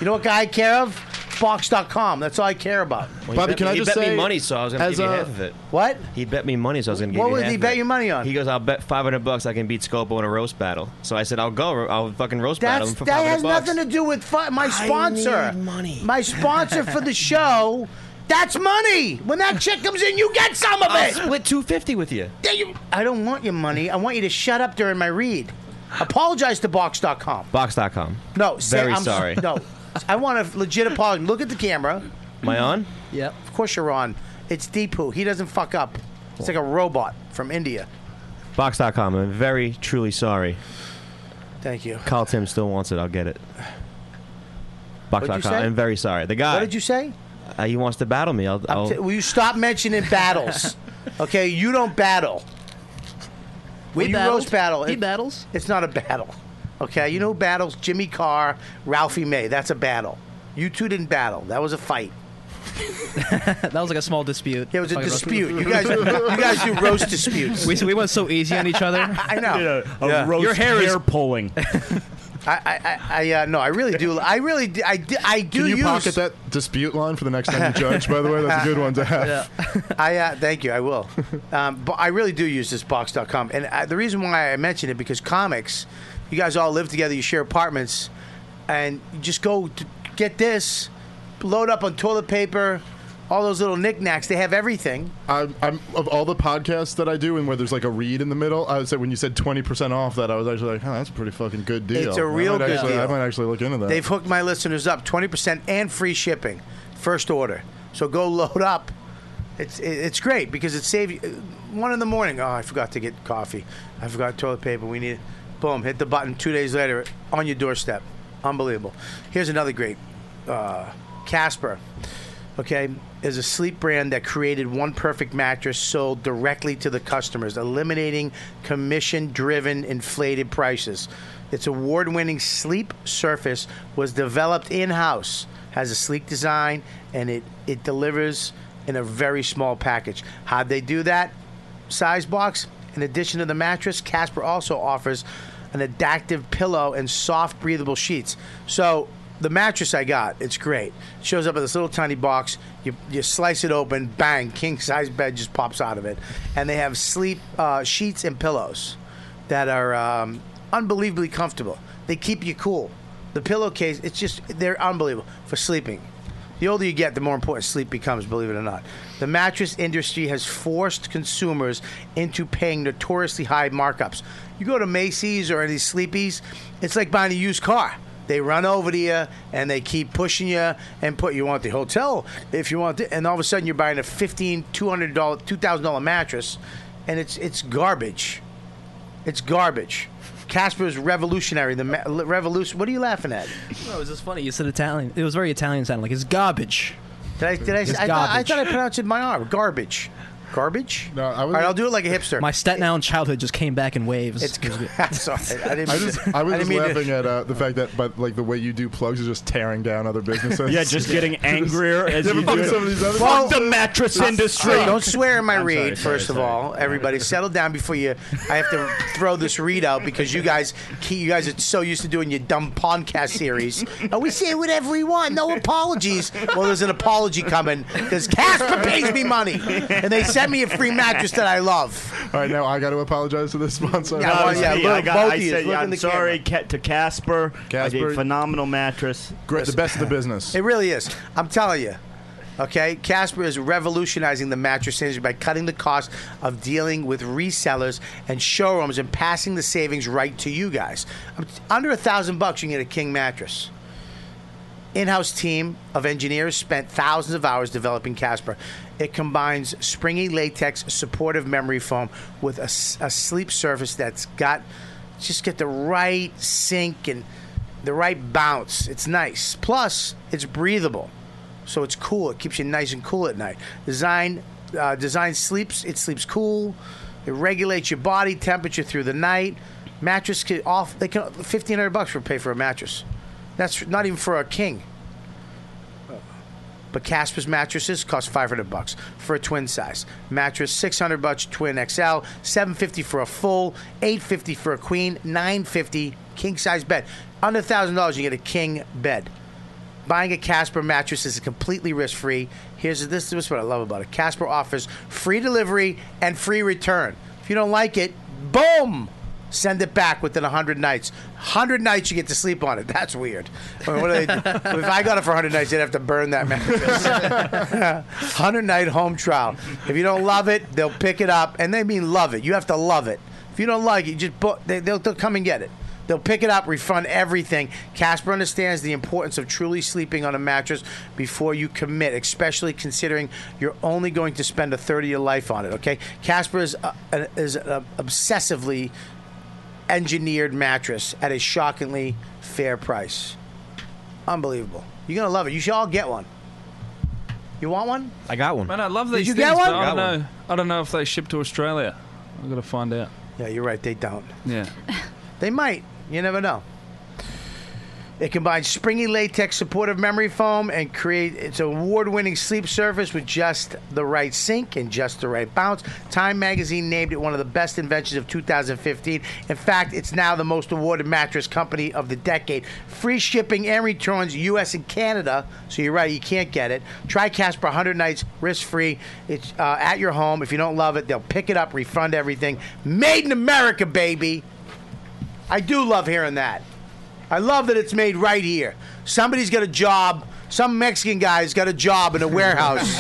Speaker 6: You know what guy I care of? Box.com. That's all I care about.
Speaker 16: Bobby, can I just say, as a-
Speaker 6: What?
Speaker 7: He bet me money, so I was going to give
Speaker 6: What
Speaker 7: you
Speaker 6: would
Speaker 7: half
Speaker 6: he
Speaker 7: of
Speaker 6: bet
Speaker 7: it.
Speaker 6: you money on?
Speaker 7: He goes, I'll bet 500 bucks I can beat Scopo in a roast battle. So I said, I'll go. I'll fucking roast battle
Speaker 6: That's,
Speaker 7: him for
Speaker 6: that
Speaker 7: 500
Speaker 6: has
Speaker 7: bucks.
Speaker 6: nothing to do with fu- my sponsor. money. My sponsor for the show. That's money. When that check comes in, you get some of
Speaker 7: I'll
Speaker 6: it.
Speaker 7: split 250 with you.
Speaker 6: Yeah, you- I don't want your money. I want you to shut up during my read. Apologize to Box.com.
Speaker 7: Box.com.
Speaker 6: No, say,
Speaker 7: Very
Speaker 6: I'm s-
Speaker 7: sorry.
Speaker 6: No, I want a legit apology. Look at the camera.
Speaker 7: Am I on?
Speaker 6: Yep. Of course you're on. It's Deepu. He doesn't fuck up. It's like a robot from India.
Speaker 7: Box.com. I'm very, truly sorry.
Speaker 6: Thank you.
Speaker 7: Kyle Tim still wants it. I'll get it.
Speaker 6: you
Speaker 7: Box.com.
Speaker 6: say?
Speaker 7: I'm very sorry. The guy.
Speaker 6: What did you say?
Speaker 7: Uh, he wants to battle me. I'll,
Speaker 6: I'm
Speaker 7: I'll,
Speaker 6: t- will you stop mentioning battles? okay, you don't battle. When
Speaker 17: We
Speaker 6: you
Speaker 17: battled.
Speaker 6: roast battle,
Speaker 17: He
Speaker 6: battles. It's not a battle. Okay, you know who battles Jimmy Carr, Ralphie May. That's a battle. You two didn't battle. That was a fight.
Speaker 17: that was like a small dispute.
Speaker 6: It was a dispute. You guys, you guys do roast disputes.
Speaker 17: We, we went so easy on each other.
Speaker 6: I know.
Speaker 9: a roast
Speaker 17: Your hair is
Speaker 9: hair pulling.
Speaker 6: I, I, I uh, no, I really do. I really, do, I, do- I do
Speaker 8: Can you
Speaker 6: use
Speaker 8: pocket that dispute line for the next time you judge? By the way, that's a good one to have.
Speaker 6: I uh, thank you. I will. Um, but I really do use this box.com, and I, the reason why I mention it because comics, you guys all live together, you share apartments, and you just go to get this, load up on toilet paper, all those little knickknacks. They have everything.
Speaker 8: I'm, I'm of all the podcasts that I do, and where there's like a read in the middle. I would say when you said twenty percent off, that I was actually like, oh, that's a pretty fucking good deal.
Speaker 6: It's a
Speaker 8: I
Speaker 6: real
Speaker 8: might
Speaker 6: good
Speaker 8: actually-
Speaker 6: deal.
Speaker 8: I might actually look into that.
Speaker 6: They've hooked my listeners up 20% and free shipping, first order. So go load up. It's it- it's great because it saves you. One in the morning, oh, I forgot to get coffee. I forgot toilet paper. We need it. Boom, hit the button. Two days later, on your doorstep. Unbelievable. Here's another great uh, Casper. Okay, is a sleep brand that created one perfect mattress sold directly to the customers, eliminating commission driven inflated prices. Its award winning sleep surface was developed in house, has a sleek design, and it, it delivers in a very small package. How'd they do that? Size box. In addition to the mattress, Casper also offers an adaptive pillow and soft, breathable sheets. So the mattress I got, it's great. It shows up in this little tiny box. You, you slice it open, bang, king size bed just pops out of it. And they have sleep uh, sheets and pillows that are um, unbelievably comfortable. They keep you cool. The pillowcase, it's just, they're unbelievable for sleeping. The older you get, the more important sleep becomes, believe it or not. The mattress industry has forced consumers into paying notoriously high markups. You go to Macy's or any sleepies, it's like buying a used car. They run over to you and they keep pushing you and put you want the hotel if you want, it, and all of a sudden you're buying a fifteen, two hundred dollar, two thousand dollar mattress, and it's it's garbage. It's garbage. Casper's revolutionary. The ma- revolution. What are you laughing at?
Speaker 17: No, it was just funny. You said Italian. It was very Italian sounding. Like it's garbage.
Speaker 6: Did I? Did I? I, thought, I thought I pronounced it my arm. Garbage. Garbage. No, I All right, I'll do it like a hipster.
Speaker 17: My Staten Island childhood just came back in waves.
Speaker 6: It's good. Sorry, I didn't.
Speaker 8: I,
Speaker 6: mean
Speaker 8: just,
Speaker 6: to-
Speaker 8: I was
Speaker 6: didn't
Speaker 8: just
Speaker 6: mean to-
Speaker 8: laughing at uh, the fact that, but like the way you do plugs is just tearing down other businesses.
Speaker 9: Yeah, just getting angrier as
Speaker 8: ever
Speaker 9: you
Speaker 8: been
Speaker 9: do
Speaker 8: to
Speaker 9: it?
Speaker 8: some of these other-
Speaker 9: Fuck the mattress industry.
Speaker 6: Don't swear in my
Speaker 9: I'm sorry,
Speaker 6: read,
Speaker 9: sorry,
Speaker 6: first of all. Everybody, settle down before you. I have to throw this read out because you guys, keep- you guys are so used to doing your dumb podcast series. Oh, we say whatever we want, no apologies. Well, there's an apology coming because Casper pays me money, and they sent me a free mattress that I love.
Speaker 8: All right, now I got to apologize to this sponsor.
Speaker 9: Yeah, well, yeah,
Speaker 8: look,
Speaker 9: I, got,
Speaker 8: both
Speaker 9: I
Speaker 8: of you,
Speaker 9: said,
Speaker 8: look in
Speaker 9: I'm
Speaker 8: the
Speaker 9: sorry ca- to Casper.
Speaker 8: Casper.
Speaker 9: a phenomenal mattress.
Speaker 8: Great, the best of the business.
Speaker 6: It really is. I'm telling you. Okay, Casper is revolutionizing the mattress industry by cutting the cost of dealing with resellers and showrooms and passing the savings right to you guys. Um, Under a thousand bucks, you can get a king mattress. In-house team of engineers spent thousands of hours developing Casper. It combines springy latex supportive memory foam with a, s- a sleep surface that's got just get the right sink and the right bounce. It's nice. Plus, it's breathable, so it's cool. It keeps you nice and cool at night. Design uh, design sleeps. It sleeps cool. It regulates your body temperature through the night. Mattress can off. They can fifteen hundred bucks for pay for a mattress. That's not even for a king. But Casper's mattresses cost 500 bucks for a twin size. Mattress 600 bucks twin XL, 750 for a full, 850 for a queen, 950 king size bed. Under $1000 you get a king bed. Buying a Casper mattress is completely risk free. Here's this, this is what I love about it. Casper offers free delivery and free return. If you don't like it, boom! Send it back within 100 nights. 100 nights you get to sleep on it. That's weird. I mean, what do they do? if I got it for 100 nights, they'd have to burn that mattress. 100 night home trial. If you don't love it, they'll pick it up. And they mean love it. You have to love it. If you don't like it, just book, they, they'll, they'll come and get it. They'll pick it up, refund everything. Casper understands the importance of truly sleeping on a mattress before you commit, especially considering you're only going to spend a third of your life on it. Okay, Casper is uh, an- is uh, obsessively engineered mattress at a shockingly fair price. Unbelievable! You're gonna love it. You should all get one. You want one?
Speaker 7: I got one.
Speaker 11: Man, I love
Speaker 6: Did
Speaker 11: these
Speaker 6: you
Speaker 11: things.
Speaker 6: get one?
Speaker 11: but I
Speaker 6: Got
Speaker 11: don't know. I don't know if they ship to Australia. I've got to find out.
Speaker 6: Yeah, you're right. They don't.
Speaker 11: Yeah.
Speaker 6: They might. You never know. It combines springy latex supportive memory foam and create its award-winning sleep surface with just the right sink and just the right bounce. Time magazine named it one of the best inventions of 2015. In fact, it's now the most awarded mattress company of the decade. Free shipping and returns US and Canada. So you're right, you can't get it. Try Casper 100 nights risk-free. It's uh, at your home. If you don't love it, they'll pick it up, refund everything. Made in America, baby. I do love hearing that. I love that it's made right here. Somebody's got a job. Some Mexican guy's got a job in a warehouse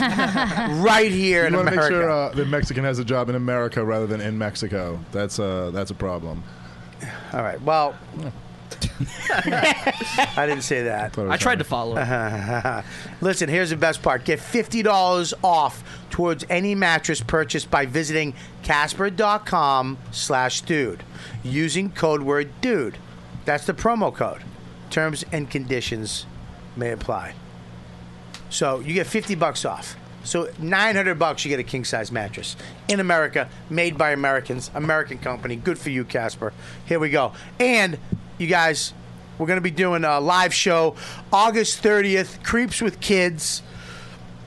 Speaker 6: right here in
Speaker 8: you want to
Speaker 6: America.
Speaker 8: make sure uh, the Mexican has a job in America rather than in Mexico. That's uh, that's a problem.
Speaker 6: All right. Well, I didn't say that.
Speaker 17: I tried to follow
Speaker 6: Listen, here's the best part. Get $50 off towards any mattress purchased by visiting casper.com slash dude using code word dude. That's the promo code. Terms and conditions may apply. So you get 50 bucks off. So 900 bucks you get a king size mattress in America, made by Americans, American company. Good for you, Casper. Here we go. And you guys, we're going to be doing a live show August 30th, Creeps with Kids,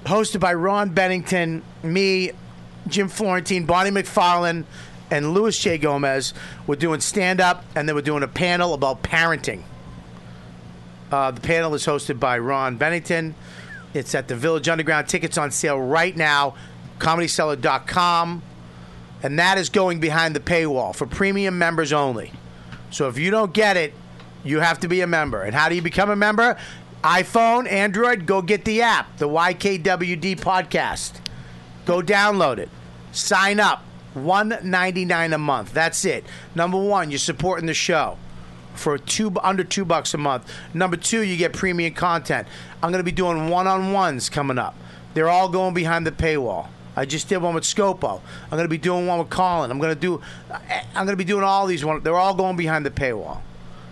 Speaker 6: hosted by Ron Bennington, me, Jim Florentine, Bonnie McFarlane, and Louis J. Gomez. We're doing stand up, and then we're doing a panel about parenting. Uh, the panel is hosted by Ron Bennington. It's at the Village Underground. Tickets on sale right now, comedyseller.com. And that is going behind the paywall for premium members only. So if you don't get it, you have to be a member. And how do you become a member? iPhone, Android, go get the app, the YKWD podcast. Go download it. Sign up. One ninety nine a month. That's it. Number one, you're supporting the show for two under two bucks a month. Number two, you get premium content. I'm going to be doing one on ones coming up. They're all going behind the paywall. I just did one with Scopo. I'm going to be doing one with Colin. I'm going to do. I- I'm going to be doing all these one. They're all going behind the paywall.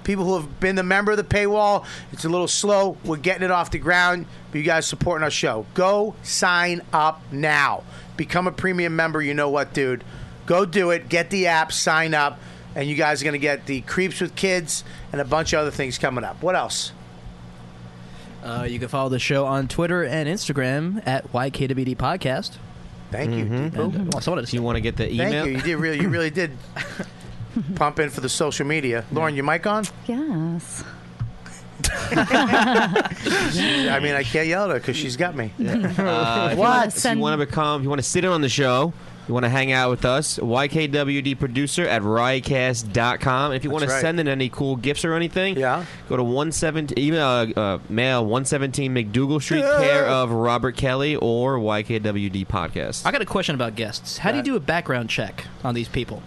Speaker 6: People who have been the member of the paywall, it's a little slow. We're getting it off the ground, but you guys supporting our show. Go sign up now. Become a premium member. You know what, dude? Go do it. Get the app. Sign up, and you guys are going to get the creeps with kids and a bunch of other things coming up. What else?
Speaker 17: Uh, you can follow the show on Twitter and Instagram at YKWD Podcast.
Speaker 6: Thank you.
Speaker 17: you want to get the
Speaker 6: Thank you. You did really. You really did pump in for the social media. Lauren, your mic on?
Speaker 10: Yes.
Speaker 6: I mean, I can't yell at her because she's got me.
Speaker 7: Uh, if you
Speaker 6: what?
Speaker 7: want- If you want to become, if you want to sit in on the show, you want to hang out with us, YKWD producer at riotcast.com. If you want to
Speaker 6: That's right.
Speaker 7: send in any cool gifts or anything, yeah. go to 117, email, uh, uh, mail 117 McDougal Street, care of Robert Kelly or YKWD Podcast.
Speaker 17: I got a question about guests. How do you do a background check on these people?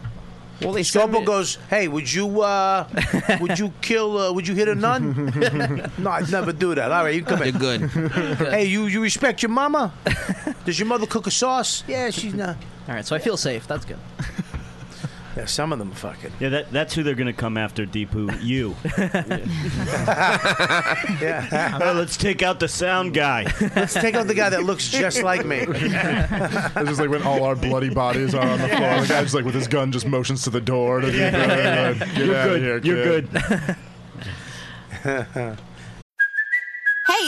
Speaker 7: Well, they
Speaker 6: Scopo goes, "Hey, would you uh, would you kill? Uh, would you hit a nun? no, I'd never do that. All right, you come in.
Speaker 7: You're good.
Speaker 6: hey, you you respect your mama? Does your mother cook a sauce? Yeah, she's not.
Speaker 17: All right, so I feel safe. That's good.
Speaker 6: Yeah, some of them fucking.
Speaker 9: Yeah, that, that's who they're going to come after, Deepu. You.
Speaker 6: yeah.
Speaker 9: Well, let's take out the sound guy.
Speaker 6: Let's take out the guy that looks just like me.
Speaker 8: It's just like when all our bloody bodies are on the floor. The guy's like with his gun, just motions to the door. To
Speaker 6: Yeah.
Speaker 8: yeah. Get
Speaker 6: You're
Speaker 8: out
Speaker 6: good.
Speaker 8: Of here,
Speaker 6: You're
Speaker 8: kid.
Speaker 18: Hey,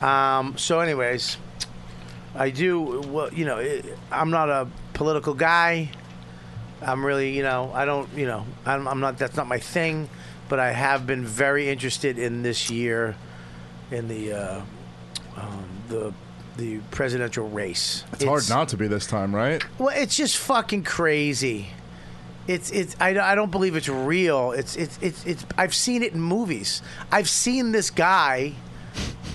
Speaker 6: Um, so, anyways, I do. Well, you know, it, I'm not a political guy. I'm really, you know, I don't, you know, I'm, I'm not. That's not my thing. But I have been very interested in this year, in the uh, um, the the presidential race.
Speaker 8: It's hard not to be this time, right?
Speaker 6: Well, it's just fucking crazy. It's it's I, I don't believe it's real. It's it's it's it's I've seen it in movies. I've seen this guy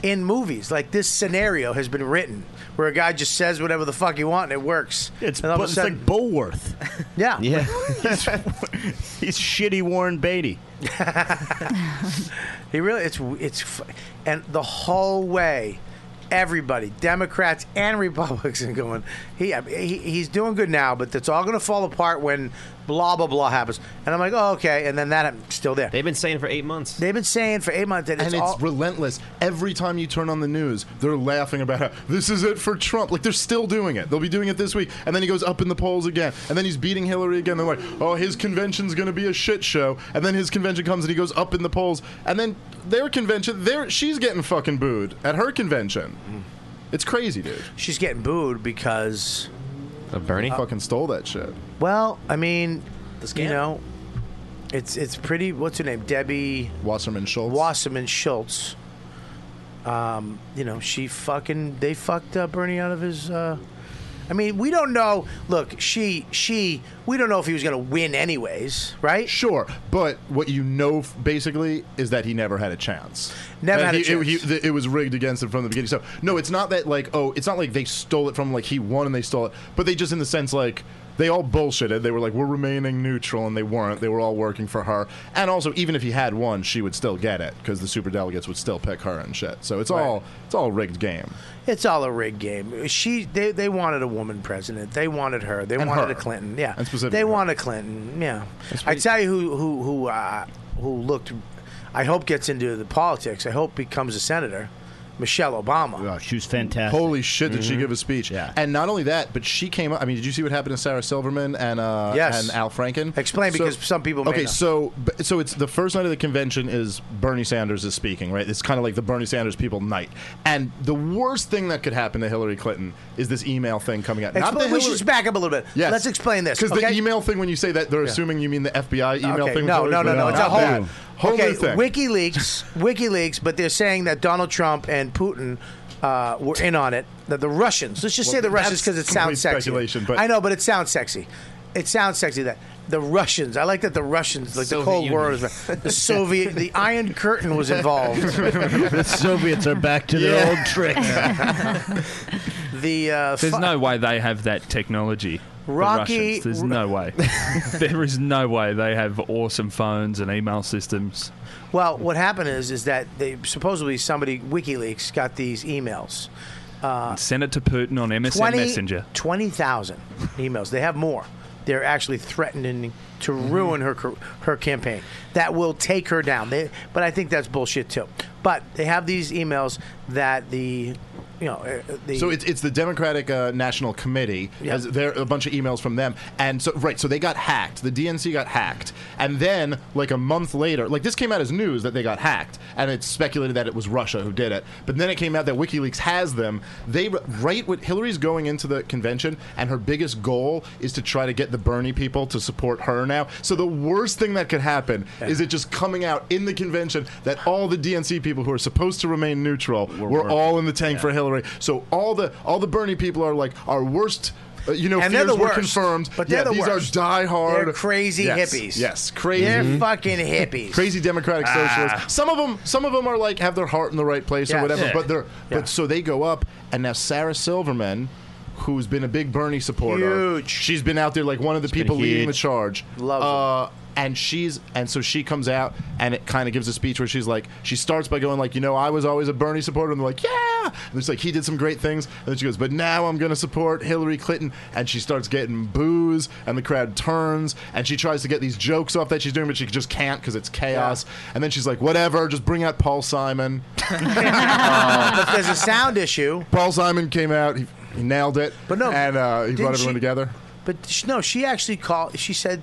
Speaker 6: in movies. Like this scenario has been written where a guy just says whatever the fuck he wants and it works. It's, and all of a
Speaker 9: it's
Speaker 6: sudden-
Speaker 9: like Bullworth.
Speaker 6: Yeah.
Speaker 7: Yeah.
Speaker 9: He's shitty Warren Beatty.
Speaker 6: He really, it's it's, f- and the whole way, everybody, Democrats and Republicans, are going. He, I mean, he he's doing good now, but it's all going to fall apart when blah blah blah happens. And I'm like, oh okay, and then that happened, still there.
Speaker 7: They've been saying for eight months.
Speaker 6: They've been saying for eight months that it's,
Speaker 8: and it's
Speaker 6: all.
Speaker 8: relentless. Every time you turn on the news, they're laughing about how this is it for Trump. Like they're still doing it. They'll be doing it this week, and then he goes up in the polls again, and then he's beating Hillary again. They're like, oh, his convention's going to be a shit show, and then his convention comes and he goes up in the polls, and then their convention, there she's getting fucking booed at her convention. It's crazy, dude.
Speaker 6: She's getting booed because
Speaker 7: of Oh, Bernie
Speaker 8: fucking stole that shit.
Speaker 6: well, I mean, you know, it's it's pretty. What's her name? Debbie
Speaker 8: Wasserman Schultz.
Speaker 6: Wasserman Schultz. Um, you know, she fucking they fucked uh, Bernie out of his. Uh, I mean, we don't know. Look, she she we don't know if he was gonna win anyways, right?
Speaker 8: Sure, but what you know f- basically is that he never had a chance.
Speaker 6: Never
Speaker 8: That
Speaker 6: had a
Speaker 8: he- it-
Speaker 6: chance.
Speaker 8: he- th- it was rigged against him from the beginning. So no, it's not that like oh, it's not like they stole it from like he won and they stole it, but they just in the sense like they all bullshitted. They were like we're remaining neutral, and they weren't. They were all working for her. And also, even if he had won, she would still get it because the superdelegates would still pick her and shit. So it's all it's all rigged game.
Speaker 6: It's all a rigged game. She they they wanted a woman president. They wanted her. They
Speaker 8: And
Speaker 6: wanted
Speaker 8: her.
Speaker 6: a Clinton. Yeah,
Speaker 8: And specifically
Speaker 6: they wanted Clinton. Yeah, I tell you who who who uh, who looked. I hope gets into the politics. I hope becomes a senator. Michelle Obama.
Speaker 9: she was Oh, fantastic.
Speaker 8: Holy shit! Did she
Speaker 6: Mm-hmm.
Speaker 9: Mhm.
Speaker 8: give a speech?
Speaker 9: Yeah.
Speaker 8: And not only that, but she came up. I mean, did you see what happened to Sarah Silverman and uh,
Speaker 6: Yes.
Speaker 8: and Al Franken?
Speaker 6: Explain, because some people may
Speaker 8: Okay,
Speaker 6: not.
Speaker 8: so b- so it's the first night of the convention is Bernie Sanders is speaking, right? It's kind of like the Bernie Sanders people night. And the worst thing that could happen to Hillary Clinton is this email thing coming out.
Speaker 6: Expl-
Speaker 8: Not that
Speaker 6: we
Speaker 8: Hillary-
Speaker 6: should back up a little bit.
Speaker 8: Yes.
Speaker 6: Let's explain this.
Speaker 8: Because the
Speaker 6: okay?
Speaker 8: email thing, when you say that, they're
Speaker 6: Yeah.
Speaker 8: assuming you mean the FBI email
Speaker 6: Okay,
Speaker 8: thing. with
Speaker 6: No,
Speaker 8: Hillary
Speaker 6: no, no,
Speaker 8: Clinton.
Speaker 6: no. It's a
Speaker 8: Not
Speaker 6: whole,
Speaker 8: that. whole
Speaker 6: okay,
Speaker 8: new thing.
Speaker 6: WikiLeaks, WikiLeaks, but they're saying that Donald Trump and Putin uh, were in on it. That the Russians. Let's just
Speaker 8: Well,
Speaker 6: say the Russians
Speaker 8: that's
Speaker 6: because it
Speaker 8: complete
Speaker 6: sounds sexy.
Speaker 8: speculation, but-
Speaker 6: I know, but it sounds sexy. It sounds sexy that the Russians. I like that the Russians, like the
Speaker 9: Soviet
Speaker 6: Cold War,
Speaker 9: Union.
Speaker 6: was- the Soviet, the Iron Curtain was involved.
Speaker 9: the Soviets are back to their
Speaker 6: Yeah.
Speaker 9: old tricks.
Speaker 6: the uh,
Speaker 11: There's
Speaker 6: fu-
Speaker 11: no way they have that technology. the
Speaker 6: Rocky-
Speaker 11: Russians. There's no way. there is no way they have awesome phones and email systems.
Speaker 6: Well, what happened is is that they supposedly somebody WikiLeaks got these emails. Uh,
Speaker 11: Send it to Putin on MSN
Speaker 6: 20
Speaker 11: Messenger.
Speaker 6: 20,000 emails. They have more. They're actually threatening to
Speaker 8: Mm-hmm.
Speaker 6: ruin her car- her campaign. That will take her down. They, but I think that's bullshit too. But they have these emails that the you know uh, the
Speaker 8: so it's, it's the Democratic uh, National Committee. As there a bunch of emails from them, and so right, so they got hacked. The DNC got hacked, and then like a month later, like this came out as news that they got hacked, and it's speculated that it was Russia who did it. But then it came out that WikiLeaks has them. They right with Hillary's going into the convention, and her biggest goal is to try to get the Bernie people to support her now. So the worst thing that could happen is it just coming out in the convention that all the DNC people who are supposed to remain neutral were, all in the tank for Hillary. So all the all the Bernie people are like our worst. uh, you know,
Speaker 6: and they're
Speaker 8: fears
Speaker 6: the
Speaker 8: were
Speaker 6: worst.
Speaker 8: confirmed.
Speaker 6: But they're
Speaker 8: yeah,
Speaker 6: the
Speaker 8: these
Speaker 6: worst.
Speaker 8: are diehard,
Speaker 6: They're crazy
Speaker 8: Yes,
Speaker 6: hippies.
Speaker 8: Yes, crazy. Mm-hmm.
Speaker 6: They're fucking hippies.
Speaker 8: Crazy democratic
Speaker 6: Ah.
Speaker 8: socialists. Some of them, some of them are like have their heart in the right place
Speaker 6: Yes.
Speaker 8: or whatever.
Speaker 6: Yeah.
Speaker 8: But they're
Speaker 6: Yeah.
Speaker 8: but so they go up, and now Sarah Silverman, who's been a big Bernie supporter, huge. She's been out there like one of the people leading the
Speaker 6: huge.
Speaker 8: charge. Love. Uh, and she's and so she comes out and it kind of gives a speech where she's like she starts by going like you know I was always a Bernie supporter and they're like yeah and it's like he did some great things and then she goes but now I'm gonna support Hillary Clinton and she starts getting boos and the crowd turns and she tries to get these jokes off that she's doing but she just can't because it's chaos and then she's like whatever just bring out Paul Simon
Speaker 6: but there's a sound issue.
Speaker 8: Paul Simon came out. He, he nailed it. But no, and uh, he
Speaker 6: didn't
Speaker 8: brought everyone
Speaker 6: she-
Speaker 8: together.
Speaker 6: But sh- no, she actually called. She said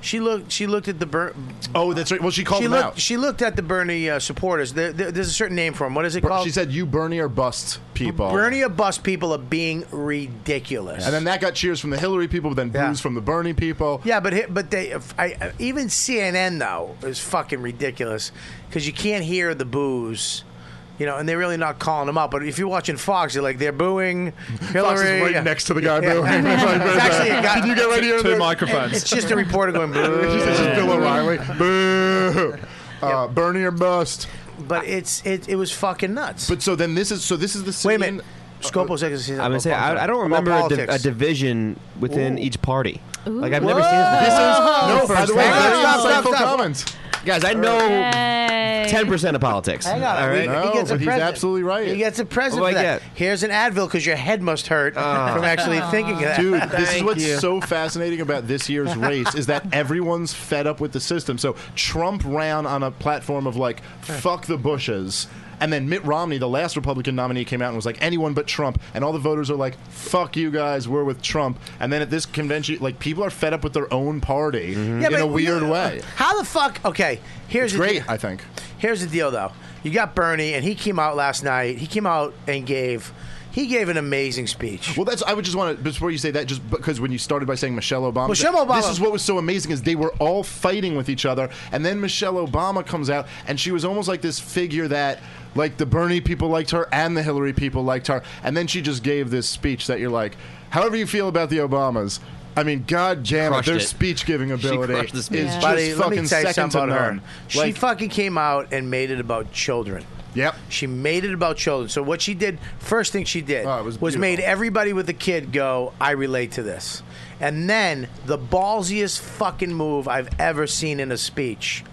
Speaker 6: she looked. She looked at the Ber-
Speaker 8: Oh, that's right. Well, she called
Speaker 6: she
Speaker 8: them
Speaker 6: looked,
Speaker 8: out.
Speaker 6: She looked at the Bernie uh, supporters. There, there, there's a certain name for them. What is it
Speaker 8: Ber-
Speaker 6: called?
Speaker 8: She said, "You Bernie or bust people."
Speaker 6: Bernie or bust people are being ridiculous.
Speaker 8: And then that got cheers from the Hillary people, but then boos from the Bernie people.
Speaker 6: Yeah, but hi- but they if I, I- even CNN though is fucking ridiculous because you can't hear the boos. You know, and they're really not calling them up. But if you're watching Fox, you're like, they're booing Hillary.
Speaker 8: Fox is right
Speaker 6: Yeah.
Speaker 8: next to the guy
Speaker 6: Yeah.
Speaker 8: booing. It's like,
Speaker 6: It's actually a guy-
Speaker 8: Can you get right here?
Speaker 6: Two
Speaker 8: There-
Speaker 6: microphones. It's just a reporter going, boo.
Speaker 8: This is Bill O'Reilly. Boo. Uh, Bernie or bust.
Speaker 6: But it's it, it was fucking nuts.
Speaker 8: But so then this is so this is the scene.
Speaker 6: Wait a minute. Scopo's I'm
Speaker 7: I'm gonna say I, I don't remember a, div- a division within
Speaker 6: Ooh.
Speaker 7: each party. Like I've never
Speaker 6: Whoa.
Speaker 7: seen
Speaker 6: This is-
Speaker 7: this.
Speaker 8: no, by the way, very insightful comments.
Speaker 7: guys. I know
Speaker 6: Yay.
Speaker 7: ten percent of politics.
Speaker 6: Hang on,
Speaker 7: all right?
Speaker 6: he, he gets a present. He gets a present
Speaker 7: What
Speaker 6: for
Speaker 7: do I
Speaker 6: that.
Speaker 7: get? Ah.
Speaker 6: Here's an Advil because your head must hurt from actually thinking of that.
Speaker 8: Dude, this is what's so fascinating about this year's race is that everyone's fed up with the system. So Trump ran on a platform of like, fuck the Bushes. And then Mitt Romney, the last Republican nominee, came out and was like, anyone but Trump. And all the voters are like, fuck you guys, we're with Trump. And then at this convention, like, people are fed up with their own party
Speaker 6: Mm-hmm. Yeah,
Speaker 8: in
Speaker 6: but
Speaker 8: a weird
Speaker 6: you- uh,
Speaker 8: way.
Speaker 6: How the fuck? Okay, here's
Speaker 8: It's
Speaker 6: the
Speaker 8: great,
Speaker 6: deal.
Speaker 8: I think.
Speaker 6: Here's the deal, though. You got Bernie, and he came out last night. He came out and gave he gave an amazing speech.
Speaker 8: Well, that's. I would just want to before you say that, just because when you started by saying Michelle Obama,
Speaker 6: Michelle Obama-
Speaker 8: This is what was so amazing is they were all fighting with each other, and then Michelle Obama comes out, and she was almost like this figure that, like the Bernie people liked her and the Hillary people liked her, and then she just gave this speech that you're like, however you feel about the Obamas. I mean, God damn it,
Speaker 6: Crushed
Speaker 8: their
Speaker 6: it.
Speaker 8: speech giving ability
Speaker 6: crushed the
Speaker 8: is
Speaker 6: speech.
Speaker 8: just
Speaker 6: Buddy, let me
Speaker 8: fucking
Speaker 6: tell you
Speaker 8: second
Speaker 6: something
Speaker 8: to
Speaker 6: about her.
Speaker 8: none.
Speaker 6: She
Speaker 8: Like,
Speaker 6: fucking came out and made it about children.
Speaker 8: Yep.
Speaker 6: She made it about children. So what she did, first thing she did was,
Speaker 8: Oh, beautiful.
Speaker 6: made everybody with a kid go, I relate to this. And then the ballsiest fucking move I've ever seen in a speech.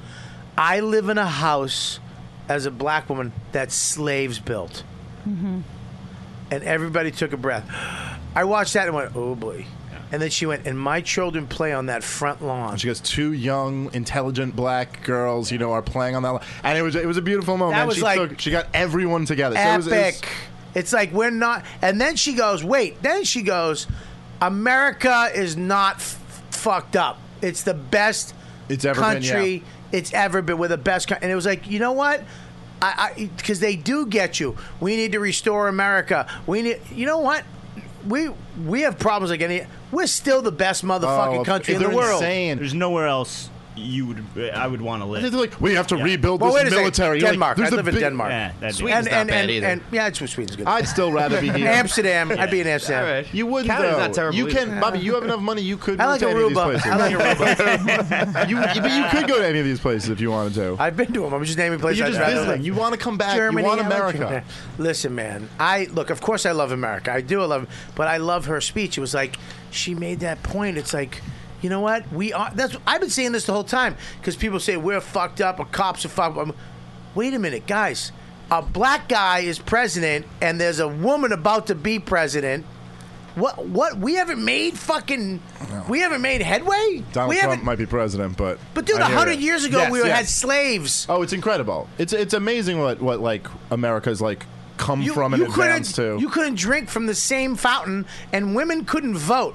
Speaker 6: I live in a house as a black woman that slaves built. And everybody took a breath. I watched that and went, oh boy. And then she went, and my children play on that front lawn.
Speaker 8: She goes, two young, intelligent black girls, you know, are playing on that. lawn. And it was it was a beautiful moment.
Speaker 6: That was
Speaker 8: she
Speaker 6: like
Speaker 8: she got everyone together. So it
Speaker 6: Epic.
Speaker 8: was- it was-
Speaker 6: it's like we're not. And then she goes, wait. Then she goes, America is not f- fucked up. It's the best
Speaker 8: It's ever been,
Speaker 6: country it's ever been. With the best country. And it was like, you know what? I because they do get you. We need to restore America. We need. You know what? We we have problems like any. We're still the best motherfucking
Speaker 9: Oh,
Speaker 6: country in
Speaker 9: they're
Speaker 6: the world.
Speaker 9: insane. There's nowhere else you would I would want to live.
Speaker 8: They're like, we have to rebuild
Speaker 6: Well,
Speaker 8: this
Speaker 6: wait a second.
Speaker 8: military. You're like,
Speaker 6: Denmark.
Speaker 8: there's
Speaker 6: I
Speaker 8: a
Speaker 6: live in
Speaker 8: big-
Speaker 6: Denmark.
Speaker 8: Sweden's
Speaker 6: and,
Speaker 8: not
Speaker 6: and,
Speaker 8: bad
Speaker 6: and,
Speaker 8: either.
Speaker 6: And, yeah, it's Sweden's good.
Speaker 8: I'd still rather be here.
Speaker 6: Amsterdam. I'd be in Amsterdam.
Speaker 8: You wouldn't
Speaker 6: Canada's
Speaker 8: though.
Speaker 6: not terrible
Speaker 8: You
Speaker 6: either.
Speaker 8: can, Bobby. You have enough money. You could.
Speaker 6: I
Speaker 8: move
Speaker 6: like
Speaker 8: to
Speaker 6: Aruba.
Speaker 8: Any of these places.
Speaker 6: I like
Speaker 8: Aruba. you, but you could go to any of these places if you wanted to.
Speaker 6: I've been to them. I'm just naming
Speaker 8: But
Speaker 6: places.
Speaker 8: you're
Speaker 6: I'd
Speaker 8: just
Speaker 6: rather
Speaker 8: visiting.
Speaker 6: live.
Speaker 8: You want to come back.
Speaker 6: Germany,
Speaker 8: you want
Speaker 6: I like
Speaker 8: America.
Speaker 6: Germany. Listen, man. I look. Of course, I love America. I do love, but I love her speech. It was like she made that point. It's like. You know what? We are. That's. I've been saying this the whole time because people say we're fucked up or cops are fucked. up. Wait a minute, guys. A black guy is president, and there's a woman about to be president. What? What? We haven't made fucking. We haven't made headway.
Speaker 8: Donald
Speaker 6: we
Speaker 8: Trump
Speaker 6: haven't.
Speaker 8: might be president, but
Speaker 6: But dude,
Speaker 8: I hear
Speaker 6: 100
Speaker 8: you.
Speaker 6: years ago, we had slaves.
Speaker 8: Oh, it's incredible. It's it's amazing what what like America's like come
Speaker 6: You-
Speaker 8: from and
Speaker 6: you
Speaker 8: advanced
Speaker 6: couldn't,
Speaker 8: to.
Speaker 6: You couldn't drink from the same fountain, and women couldn't vote.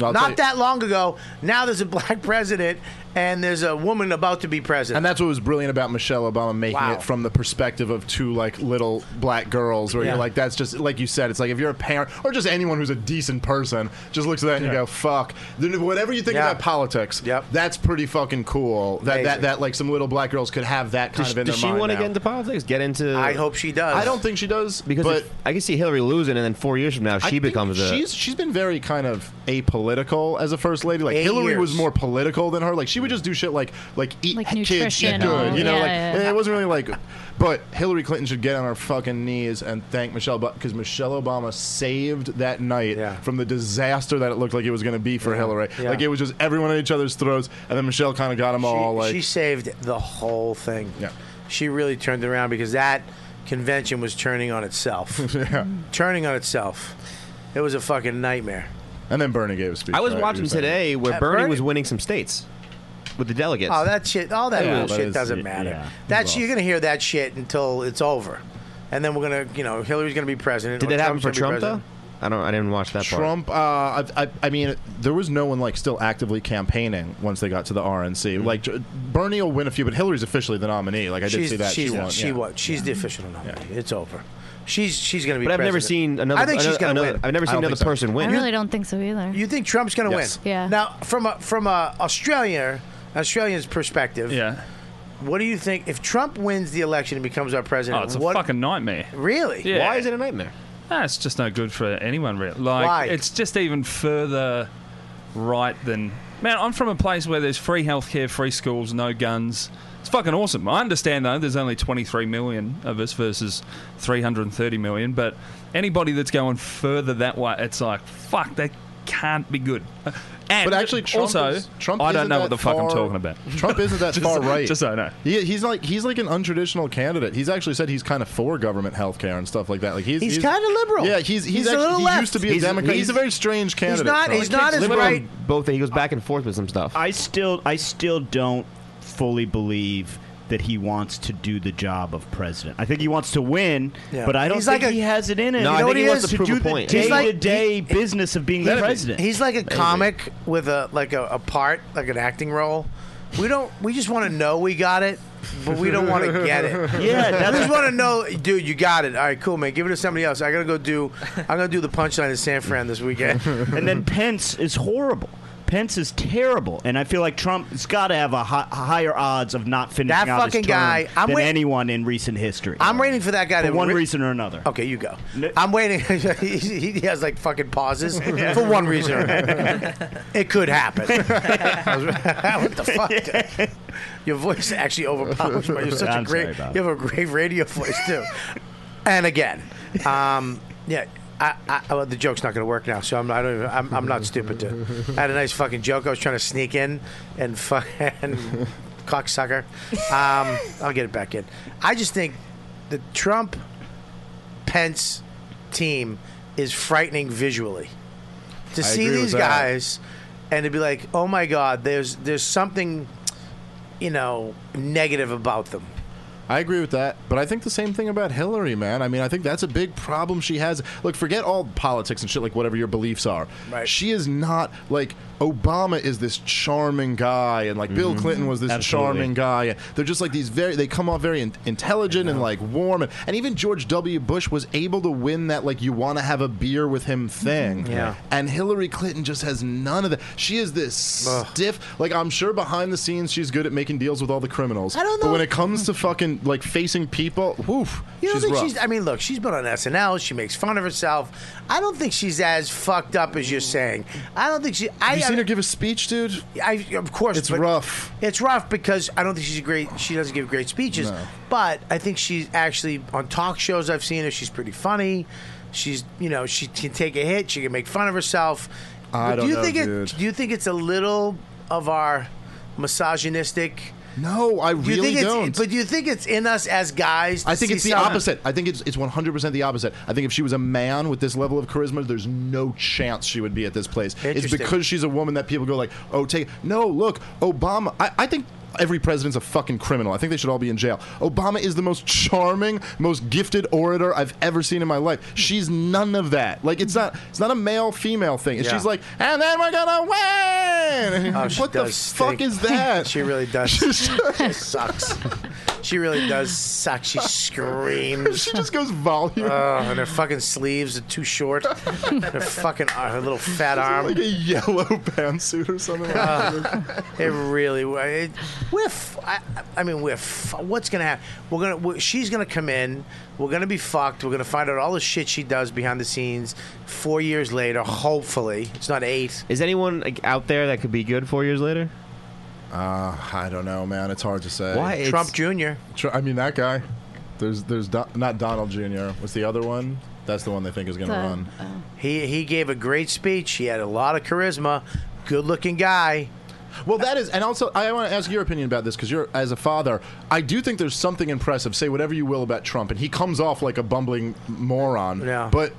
Speaker 8: I'll tell
Speaker 6: Not
Speaker 8: you.
Speaker 6: that long ago. Now there's a black president, and there's a woman about to be president.
Speaker 8: And that's what was brilliant about Michelle Obama making
Speaker 6: Wow.
Speaker 8: it from the perspective of two like little black girls, where
Speaker 6: Yeah.
Speaker 8: you're like, that's just like you said, it's like if you're a parent or just anyone who's a decent person just looks at that and you go, fuck. Then whatever you think
Speaker 6: Yeah.
Speaker 8: about politics, that's pretty fucking cool. That,
Speaker 6: Amazing.
Speaker 8: that that like some little black girls could have that kind
Speaker 7: Does,
Speaker 8: of in
Speaker 7: does
Speaker 8: their
Speaker 7: she
Speaker 8: mind
Speaker 7: want to
Speaker 8: now.
Speaker 7: get into politics? Get into?
Speaker 6: I hope she does.
Speaker 8: I don't think she does
Speaker 7: because
Speaker 8: but-
Speaker 7: if- I can see Hillary losing, and then four years from now
Speaker 8: I
Speaker 7: she
Speaker 8: think
Speaker 7: becomes a.
Speaker 8: She's she's been very kind of apolitical as a first lady. Like
Speaker 7: Eight
Speaker 8: Hillary was
Speaker 7: years.
Speaker 8: more political than her. Like she would just do shit like like eat
Speaker 10: Like
Speaker 8: kids eat
Speaker 10: nutrition
Speaker 8: good.
Speaker 10: and-
Speaker 8: You know,
Speaker 10: yeah,
Speaker 8: like
Speaker 10: yeah,
Speaker 8: it wasn't really like. But Hillary Clinton should get on her fucking knees and thank Michelle because Michelle Obama saved that night from the disaster that it looked like it was going to be for Hillary.
Speaker 6: Yeah.
Speaker 8: Like it was just everyone at each other's throats, and then Michelle kind of got them
Speaker 6: She,
Speaker 8: all. Like
Speaker 6: she saved the whole thing. Yeah. She really turned it around because that convention was turning on itself.
Speaker 8: yeah.
Speaker 6: Turning on itself. It was a fucking nightmare.
Speaker 8: And then Bernie gave a speech.
Speaker 7: I was
Speaker 8: right? You
Speaker 7: watching
Speaker 8: were saying.
Speaker 7: today where
Speaker 6: Uh,
Speaker 7: Bernie,
Speaker 6: Bernie-
Speaker 7: was winning some states with the delegates.
Speaker 6: Oh, that shit! All that
Speaker 7: Yeah,
Speaker 6: bullshit
Speaker 7: that is-
Speaker 6: doesn't
Speaker 7: yeah,
Speaker 6: matter.
Speaker 7: yeah.
Speaker 6: That's you're gonna hear that shit until it's over, and then we're gonna, you know, Hillary's gonna be president.
Speaker 7: Did
Speaker 6: or
Speaker 7: that happen for
Speaker 6: Trump's gonna be
Speaker 7: Trump though?
Speaker 6: president.
Speaker 7: I don't. I didn't watch that part.
Speaker 8: Trump. Uh, I, I, I mean, there was no one like still actively campaigning once they got to the RNC.
Speaker 11: Mm-hmm.
Speaker 8: Like J- Bernie will win a few, but Hillary's officially the nominee. Like I did
Speaker 6: she's,
Speaker 8: see that
Speaker 6: She's,
Speaker 8: she won.
Speaker 6: She
Speaker 8: yeah.
Speaker 6: won. She's the official nominee. It's over. She's she's gonna be.
Speaker 7: But I've never
Speaker 6: president.
Speaker 7: seen another-
Speaker 6: I think she's
Speaker 7: another-
Speaker 6: gonna
Speaker 7: another-
Speaker 6: win.
Speaker 7: I've never seen I don't another think so. person win.
Speaker 10: I really don't think so either.
Speaker 6: You think Trump's gonna
Speaker 10: Yes.
Speaker 6: win?
Speaker 10: Yeah.
Speaker 6: Now, from a from a Australian Australian's perspective,
Speaker 11: yeah.
Speaker 6: What do you think if Trump wins the election and becomes our president?
Speaker 11: Oh, it's a
Speaker 6: what?
Speaker 11: fucking nightmare.
Speaker 6: Really?
Speaker 11: Yeah.
Speaker 6: Why is it
Speaker 7: a nightmare?
Speaker 11: Ah, it's just no good for anyone, really. Like,
Speaker 6: Why?
Speaker 11: it's just even further right than. Man, I'm from a place where there's free healthcare, free schools, no guns. It's fucking awesome. I understand, though, there's only 23 million of us versus 330 million, but anybody that's going further that way, it's like, fuck, that can't be good. And
Speaker 8: But actually, Trump
Speaker 11: also,
Speaker 8: is- Trump
Speaker 11: I don't
Speaker 8: isn't
Speaker 11: know
Speaker 8: that
Speaker 11: what the fuck I'm
Speaker 8: far-
Speaker 11: talking about.
Speaker 8: Trump isn't that
Speaker 11: Just-
Speaker 8: far right.
Speaker 11: Just so I know.
Speaker 8: He, he's like he's like an untraditional candidate. He's actually said he's kind of for government health care and stuff like that. Like he's
Speaker 6: He's kinda liberal.
Speaker 8: Yeah, he's he's,
Speaker 6: He's a
Speaker 8: actually,
Speaker 6: little
Speaker 8: he
Speaker 6: left.
Speaker 8: used to be a
Speaker 7: He's-
Speaker 8: Democrat. He's,
Speaker 7: he's-
Speaker 8: a very strange candidate. so-
Speaker 7: Liberal on Both he goes back and forth with some stuff.
Speaker 9: I still, I still don't fully believe that he wants to do the job of president. I think he wants to win,
Speaker 6: Yeah.
Speaker 9: but I don't
Speaker 6: He's
Speaker 9: think
Speaker 6: like a-
Speaker 9: he has it in him.
Speaker 6: No, I You know think what he he wants is? to
Speaker 9: to
Speaker 6: prove
Speaker 9: do
Speaker 6: a point.
Speaker 9: the
Speaker 6: He's like-
Speaker 9: day-to-day
Speaker 6: he-
Speaker 9: business of being the president.
Speaker 6: He's like a comic with a like a, a part, like an acting role. We don't. We just want to know we got it, but we don't want to get it.
Speaker 9: Yeah,
Speaker 6: we
Speaker 9: that's-
Speaker 6: just want to know, dude. You got it. All right, cool, man. Give it to somebody else. I gotta go do. I'm gonna do the punchline in San Fran this weekend.
Speaker 9: and then Pence is horrible. Pence is terrible, and I feel like Trump has got to have a hi- higher odds of not finishing
Speaker 6: That
Speaker 9: out his
Speaker 6: fucking
Speaker 9: term
Speaker 6: guy- I'm
Speaker 9: than
Speaker 6: wait-
Speaker 9: anyone in recent history.
Speaker 6: I'm waiting for that guy
Speaker 9: for
Speaker 6: to
Speaker 9: one
Speaker 6: re-
Speaker 9: reason or another.
Speaker 6: Okay, you go. I'm waiting. he, he has like fucking pauses for one reason or another. It could happen. what the fuck? dude? Your voice actually overpowers, but you're such
Speaker 9: I'm
Speaker 6: a great.
Speaker 9: sorry, Bob.
Speaker 6: You have a great radio voice too. and again, um, yeah. I, I, well, the joke's not going to work now, so I'm not. I don't even, I'm, I'm not stupid. Dude. I had a nice fucking joke. I was trying to sneak in and fuck and cocksucker. Um, I'll get it back in. I just think the Trump Pence team is frightening visually. to
Speaker 13: I
Speaker 6: see
Speaker 13: agree with
Speaker 6: these
Speaker 13: that.
Speaker 6: guys and to be like, oh my god, there's there's something, you know, negative about them.
Speaker 8: I agree with that, but I think the same thing about Hillary, man. I mean, I think that's a big problem she has. Look, forget all politics and shit, like whatever your beliefs are. Right. She is not like Obama is this charming guy, and like Bill
Speaker 13: Mhm.
Speaker 8: Clinton was this
Speaker 13: Absolutely.
Speaker 8: charming guy. They're just like these very, they come off very in- intelligent and like warm, and, and even George W. Bush was able to win that like you want to have a beer with him thing.
Speaker 13: Mm-hmm. Yeah.
Speaker 8: And Hillary Clinton just has none of that. She is this stiff. Like I'm sure behind the scenes she's good at making deals with all the criminals.
Speaker 6: I don't
Speaker 8: But
Speaker 6: know.
Speaker 8: when it comes to fucking like facing people, woof.
Speaker 6: You don't
Speaker 8: she's
Speaker 6: think
Speaker 8: rough.
Speaker 6: she's? I mean, look, she's been on SNL. She makes fun of herself. I don't think she's as fucked up as you're saying. I don't think she. I,
Speaker 8: you seen her give a speech, dude?
Speaker 6: I of course.
Speaker 8: It's
Speaker 6: but
Speaker 8: rough.
Speaker 6: It's rough because I don't think she's a great. She doesn't give great speeches.
Speaker 8: No.
Speaker 6: But I think she's actually on talk shows. I've seen her. She's pretty funny. She's you know she can take a hit. She can make fun of herself.
Speaker 8: I
Speaker 6: But
Speaker 8: don't
Speaker 6: do you
Speaker 8: know,
Speaker 6: think
Speaker 8: dude.
Speaker 6: It, do you think it's a little of our misogynistic?
Speaker 8: No, I
Speaker 6: do you
Speaker 8: really
Speaker 6: think it's-
Speaker 8: don't.
Speaker 6: But do you think it's in us as guys? to
Speaker 8: I think
Speaker 6: see
Speaker 8: it's the
Speaker 6: some-
Speaker 8: opposite. I think it's it's 100% the opposite. I think if she was a man with this level of charisma, there's no chance she would be at this place. It's
Speaker 13: Interesting.
Speaker 8: because she's a woman that people go like, "Oh, take No, look, Obama. I, I think every president's a fucking criminal. I think they should all be in jail. Obama is the most charming, most gifted orator I've ever seen in my life. She's none of that. Like it's not it's not a male female thing. It's
Speaker 6: Yeah.
Speaker 8: She's like, "And then we're going to win."
Speaker 6: Oh, she
Speaker 8: what the
Speaker 6: does
Speaker 8: fuck
Speaker 6: stink.
Speaker 8: is that?
Speaker 6: she really does. she sucks. She really does suck. She screams.
Speaker 8: She just goes volume.
Speaker 6: Oh, and her fucking sleeves are too short. And her fucking uh, her little fat arm.
Speaker 8: like a yellow pantsuit or something. like that.
Speaker 6: Uh, it really wa- it, we're f- I, I mean we're f- what's gonna happen we're gonna we she's gonna come in we're gonna be fucked we're gonna find out all the shit she does behind the scenes four years later hopefully it's not eight
Speaker 7: Is anyone like, out there that could be good four years later?
Speaker 8: Uh, I don't know, man. It's hard to say.
Speaker 7: Why?
Speaker 6: Trump Jr.
Speaker 8: Tr- I mean, that guy. There's, there's Do- not Donald Jr. What's the other one? That's the one they think is going to
Speaker 6: The-
Speaker 8: run.
Speaker 10: oh,
Speaker 6: he he gave a great speech he had a lot of charisma good looking guy
Speaker 8: Well, that is, and also I want to ask your opinion about this because you're, as a father, I do think there's something impressive. Say whatever you will about Trump, and he comes off like a bumbling moron. Yeah. But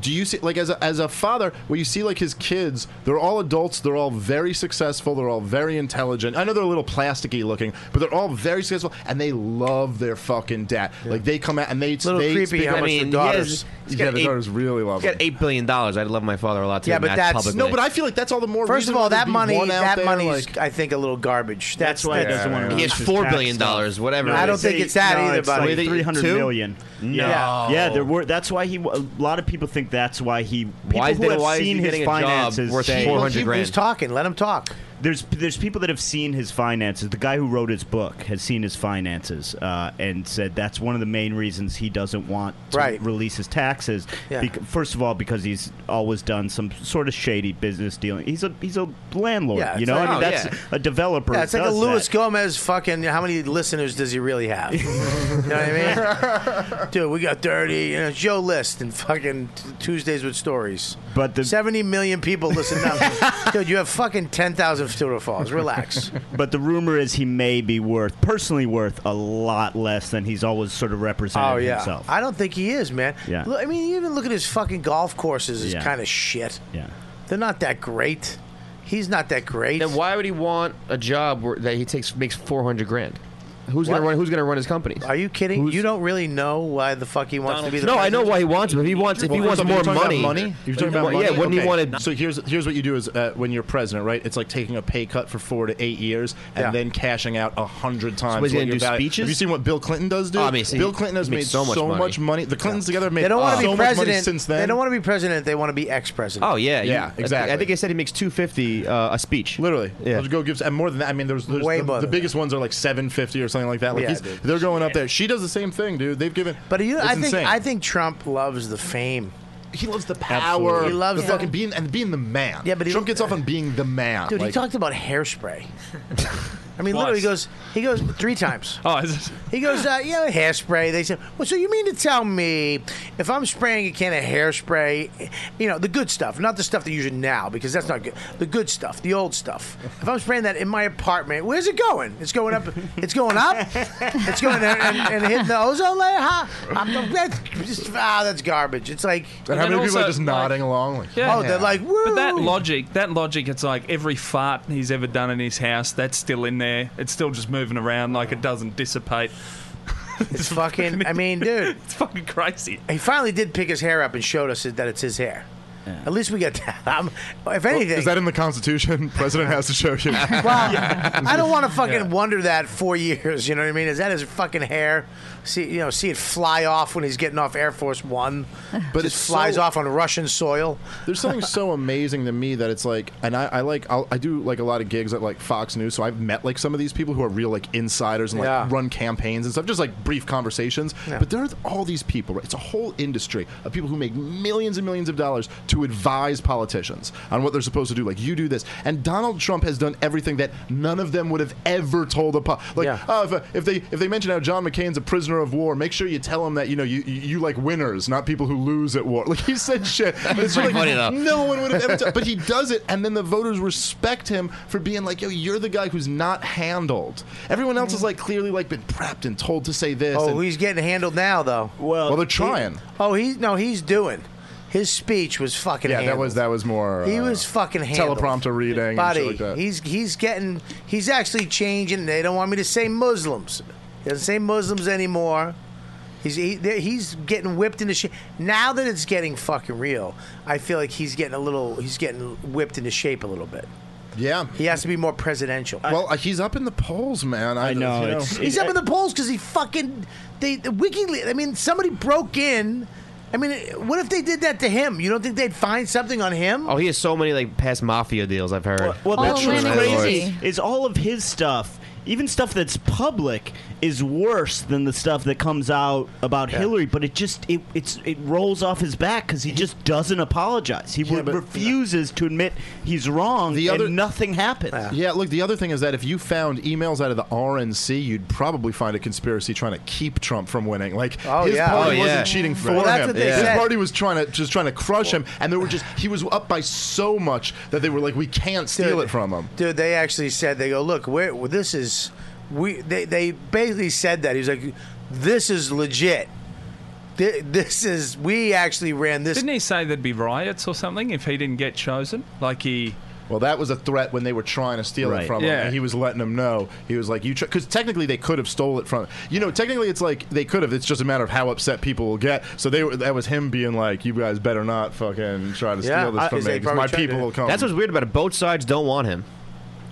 Speaker 8: do you see, like, as a, as a father, well, you see, like his kids, they're all adults, they're all very successful, they're all very intelligent. I know they're a little plasticky looking, but they're all very successful, and they love their fucking dad. Like they come out and they
Speaker 6: Little
Speaker 8: they
Speaker 6: creepy
Speaker 8: speak-
Speaker 6: how much the daughters-
Speaker 7: He's
Speaker 8: yeah,
Speaker 7: got
Speaker 8: the
Speaker 7: eight-
Speaker 8: daughters really love
Speaker 7: He's
Speaker 8: him.
Speaker 7: got eight billion dollars. I'd love my father a lot too.
Speaker 6: Yeah, but
Speaker 7: and
Speaker 6: that's-
Speaker 7: publicly.
Speaker 8: No, but I feel like that's all the more.
Speaker 6: First
Speaker 8: reason
Speaker 6: of all,
Speaker 8: why there'd
Speaker 6: that
Speaker 8: be
Speaker 6: money
Speaker 8: one out
Speaker 6: that
Speaker 8: there,
Speaker 6: money
Speaker 8: like-
Speaker 6: is I think a little garbage
Speaker 9: That's why he doesn't wanna
Speaker 6: to
Speaker 9: release
Speaker 7: It's four billion dollars, whatever.
Speaker 6: I don't think it's that
Speaker 9: No,
Speaker 6: either
Speaker 9: it's
Speaker 6: buddy
Speaker 9: Like Three hundred
Speaker 7: Two?
Speaker 9: million.
Speaker 7: No.
Speaker 9: Yeah, yeah. There were. That's why he. A lot of people think that's why he. People
Speaker 7: Why is
Speaker 9: who
Speaker 7: there-
Speaker 9: have
Speaker 7: why is
Speaker 9: seen
Speaker 7: he
Speaker 9: his
Speaker 7: getting a job
Speaker 9: finances
Speaker 7: worth
Speaker 9: say-
Speaker 7: 400 Well, he-
Speaker 6: he's grand? talking. Let him talk.
Speaker 9: There's there's people that have seen his finances. The guy who wrote his book has seen his finances uh, and said that's one of the main reasons he doesn't want to release his taxes.
Speaker 6: Yeah.
Speaker 9: Bec- first of all, because he's always done some sort of shady business dealing. He's a he's a landlord.
Speaker 6: Yeah,
Speaker 9: you
Speaker 6: it's
Speaker 9: know,
Speaker 6: like-
Speaker 9: I mean,
Speaker 6: Oh,
Speaker 9: that's
Speaker 6: yeah.
Speaker 9: a developer.
Speaker 6: Yeah, it's like a
Speaker 9: does
Speaker 6: Luis
Speaker 9: that.
Speaker 6: Gomez fucking. How many listeners does he really have? you know what I mean? Dude, we got 30. You know, Joe List and fucking t- Tuesdays with Stories.
Speaker 9: But
Speaker 6: 70 million people listen now. Dude, you have fucking 10,000 Futura Falls. Relax.
Speaker 9: But the rumor is he may be worth, personally worth, a lot less than he's always sort of represented
Speaker 6: Oh, yeah.
Speaker 9: himself.
Speaker 6: I don't think he is, man.
Speaker 9: Yeah.
Speaker 6: Look, I mean, you even look at his fucking golf courses, is
Speaker 9: Yeah.
Speaker 6: kind of shit.
Speaker 9: Yeah.
Speaker 6: They're not that great. He's not that great.
Speaker 7: Then why would he want a job where, that he takes makes four hundred grand? Who's
Speaker 6: What?
Speaker 7: gonna run? Who's gonna run his company?
Speaker 6: Are you kidding? you don't really know why the fuck he wants to be the
Speaker 7: no, I know
Speaker 6: president?
Speaker 7: why he wants. it, But if he wants, if he wants more money,
Speaker 8: You're talking about money.
Speaker 7: Yeah, wouldn't
Speaker 8: Okay.
Speaker 7: he want to?
Speaker 8: So here's here's what you do is uh, when you're president, right? It's like taking a pay cut for four to eight years and
Speaker 13: Yeah.
Speaker 8: then cashing out a hundred times.
Speaker 13: he's
Speaker 8: what
Speaker 13: gonna
Speaker 8: your
Speaker 13: do
Speaker 8: value-
Speaker 13: speeches?
Speaker 8: Have you seen what Bill Clinton does do?
Speaker 13: Obviously,
Speaker 8: Bill
Speaker 13: he
Speaker 8: Clinton has made
Speaker 13: makes so
Speaker 8: so much,
Speaker 13: much money.
Speaker 8: money. The Clintons together have made
Speaker 6: They don't
Speaker 8: uh, so
Speaker 6: want to be
Speaker 8: much money
Speaker 6: president.
Speaker 8: since then.
Speaker 6: They don't want to be president. They want to be ex-president.
Speaker 7: Oh yeah, you-
Speaker 8: Yeah,
Speaker 7: I thi-
Speaker 8: exactly.
Speaker 7: I think I said he makes two fifty uh, a speech.
Speaker 8: Literally,
Speaker 7: yeah.
Speaker 8: Let's go give and more than that. I mean, there's, there's
Speaker 7: Way
Speaker 8: the,
Speaker 7: more
Speaker 8: the
Speaker 7: than
Speaker 8: biggest ones are like 750 or something like that. Like
Speaker 6: Yeah,
Speaker 8: he's-
Speaker 6: dude.
Speaker 8: they're going up there. She does the same thing, dude. They've given.
Speaker 6: But you,
Speaker 8: it's
Speaker 6: I think
Speaker 8: insane.
Speaker 6: I think Trump loves the fame.
Speaker 8: He loves the
Speaker 6: Absolutely. He loves
Speaker 8: the
Speaker 6: the-
Speaker 8: fucking being and being the man.
Speaker 6: Yeah, but he-
Speaker 8: Trump gets off on being the man.
Speaker 6: Dude, he
Speaker 8: Like,
Speaker 6: talked about hairspray. I mean, literally, he goes, he goes three times.
Speaker 11: oh, is it?
Speaker 6: He goes, uh, you know, hairspray. They said, well, so you mean to tell me if I'm spraying a can of hairspray, you know, the good stuff, not the stuff they're using now, because that's not good. The good stuff, the old stuff. If I'm spraying that in my apartment, where's it going? It's going up. It's going up. It's going and, and, and hitting the ozone layer. Huh? I'm, that's just, ah, that's garbage. It's like.
Speaker 8: And how many people are just nodding along? Like,
Speaker 11: Yeah.
Speaker 6: Oh, they're like, woo.
Speaker 11: But that logic, that logic, it's like every fart he's ever done in his house, that's still in there. It's still just moving around like it doesn't dissipate.
Speaker 6: It's fucking. I mean, dude,
Speaker 11: it's fucking crazy.
Speaker 6: He finally did pick his hair up and showed us that it's his hair. At least we got that. Um, if anything,
Speaker 8: Is that in the Constitution? President has to show you.
Speaker 6: well, I don't want to fucking wonder that four years. You know what I mean? Is that his fucking hair? See, you know, see it fly off when he's getting off Air Force One. But it flies off on Russian soil.
Speaker 8: There's something so amazing to me that it's like, and I, I like, I'll, I do like a lot of gigs at like Fox News, so I've met like some of these people who are real like insiders and like
Speaker 6: Yeah.
Speaker 8: run campaigns and stuff, just like brief conversations. But there are all these people, right? It's a whole industry of people who make millions and millions of dollars to advise politicians on what they're supposed to do. Like, you do this. And Donald Trump has done everything that none of them would have ever told a po- like, oh, if, uh, if they if they mention how John McCain's a prisoner of war, make sure you tell him that you know you you, you like winners, not people who lose at war. Like he said shit. It's
Speaker 13: pretty
Speaker 8: like,
Speaker 13: funny, though.
Speaker 8: No one would have ever. T- but he does it, and then the voters respect him for being like, yo, you're the guy who's not handled. Everyone else is like clearly like been prepped and told to say this.
Speaker 6: Oh, uh,
Speaker 8: and-
Speaker 6: he's getting handled now, though. Well,
Speaker 8: Well, they're trying.
Speaker 6: oh, he's no, he's doing. His speech was fucking.
Speaker 8: yeah, that
Speaker 6: handled.
Speaker 8: was that was more.
Speaker 6: He
Speaker 8: uh,
Speaker 6: was fucking handled.
Speaker 8: teleprompter reading. and
Speaker 6: Buddy,
Speaker 8: shit like that.
Speaker 6: he's he's getting he's actually changing. They don't want me to say Muslims. He doesn't say Muslims anymore. He's he, there- he's getting whipped into shape. Now that it's getting fucking real, I feel like he's getting a little he's getting whipped into shape a little bit.
Speaker 8: Yeah,
Speaker 6: he has to be more presidential.
Speaker 8: Well, uh, he's up in the polls, man. I,
Speaker 9: know,
Speaker 8: you
Speaker 9: it's-
Speaker 6: He's up in the polls because he fucking they the WikiLeaks. I mean, somebody broke in. I mean, what if they did that to him? You don't think they'd find something on him?
Speaker 7: Oh, he has so many like past mafia deals I've heard.
Speaker 9: Well, that's what's
Speaker 7: My
Speaker 9: crazy
Speaker 7: lord.
Speaker 9: is all of his stuff, even stuff that's public, is worse than the stuff that comes out about Hillary. But it just it it's it rolls off his back because he just doesn't apologize. He re- refuses to admit he's wrong. The
Speaker 8: other-
Speaker 9: and nothing happens.
Speaker 8: Yeah, look, the other thing is that if you found emails out of the RNC, you'd probably find a conspiracy trying to keep Trump from winning. Like
Speaker 13: Oh,
Speaker 8: his
Speaker 13: yeah.
Speaker 8: party
Speaker 13: Oh, yeah.
Speaker 8: wasn't cheating for
Speaker 13: Well, that's
Speaker 8: him.
Speaker 13: what they
Speaker 8: his
Speaker 13: said.
Speaker 8: party was trying to just trying to crush him and they were just he was up by so much that they were like we can't steal
Speaker 6: Dude.
Speaker 8: it from him.
Speaker 6: Dude, they actually said they go, look, we're, well, this is we. They, they basically said that he's like, this is legit. Thi- This is we actually ran this.
Speaker 11: Didn't he say there'd be riots or something if he didn't get chosen? Like he.
Speaker 8: Well, that was a threat when they were trying to steal
Speaker 11: Right.
Speaker 8: it from him,
Speaker 11: Yeah.
Speaker 8: and he was letting them know. He was like, "You," because technically they could have stole it from. You know, technically it's like they could have. It's just a matter of how upset people will get. So they were. That was him being like, "You guys better not fucking try to steal this from me, 'cause my people will come."
Speaker 7: That's what's weird about it. Both sides don't want him.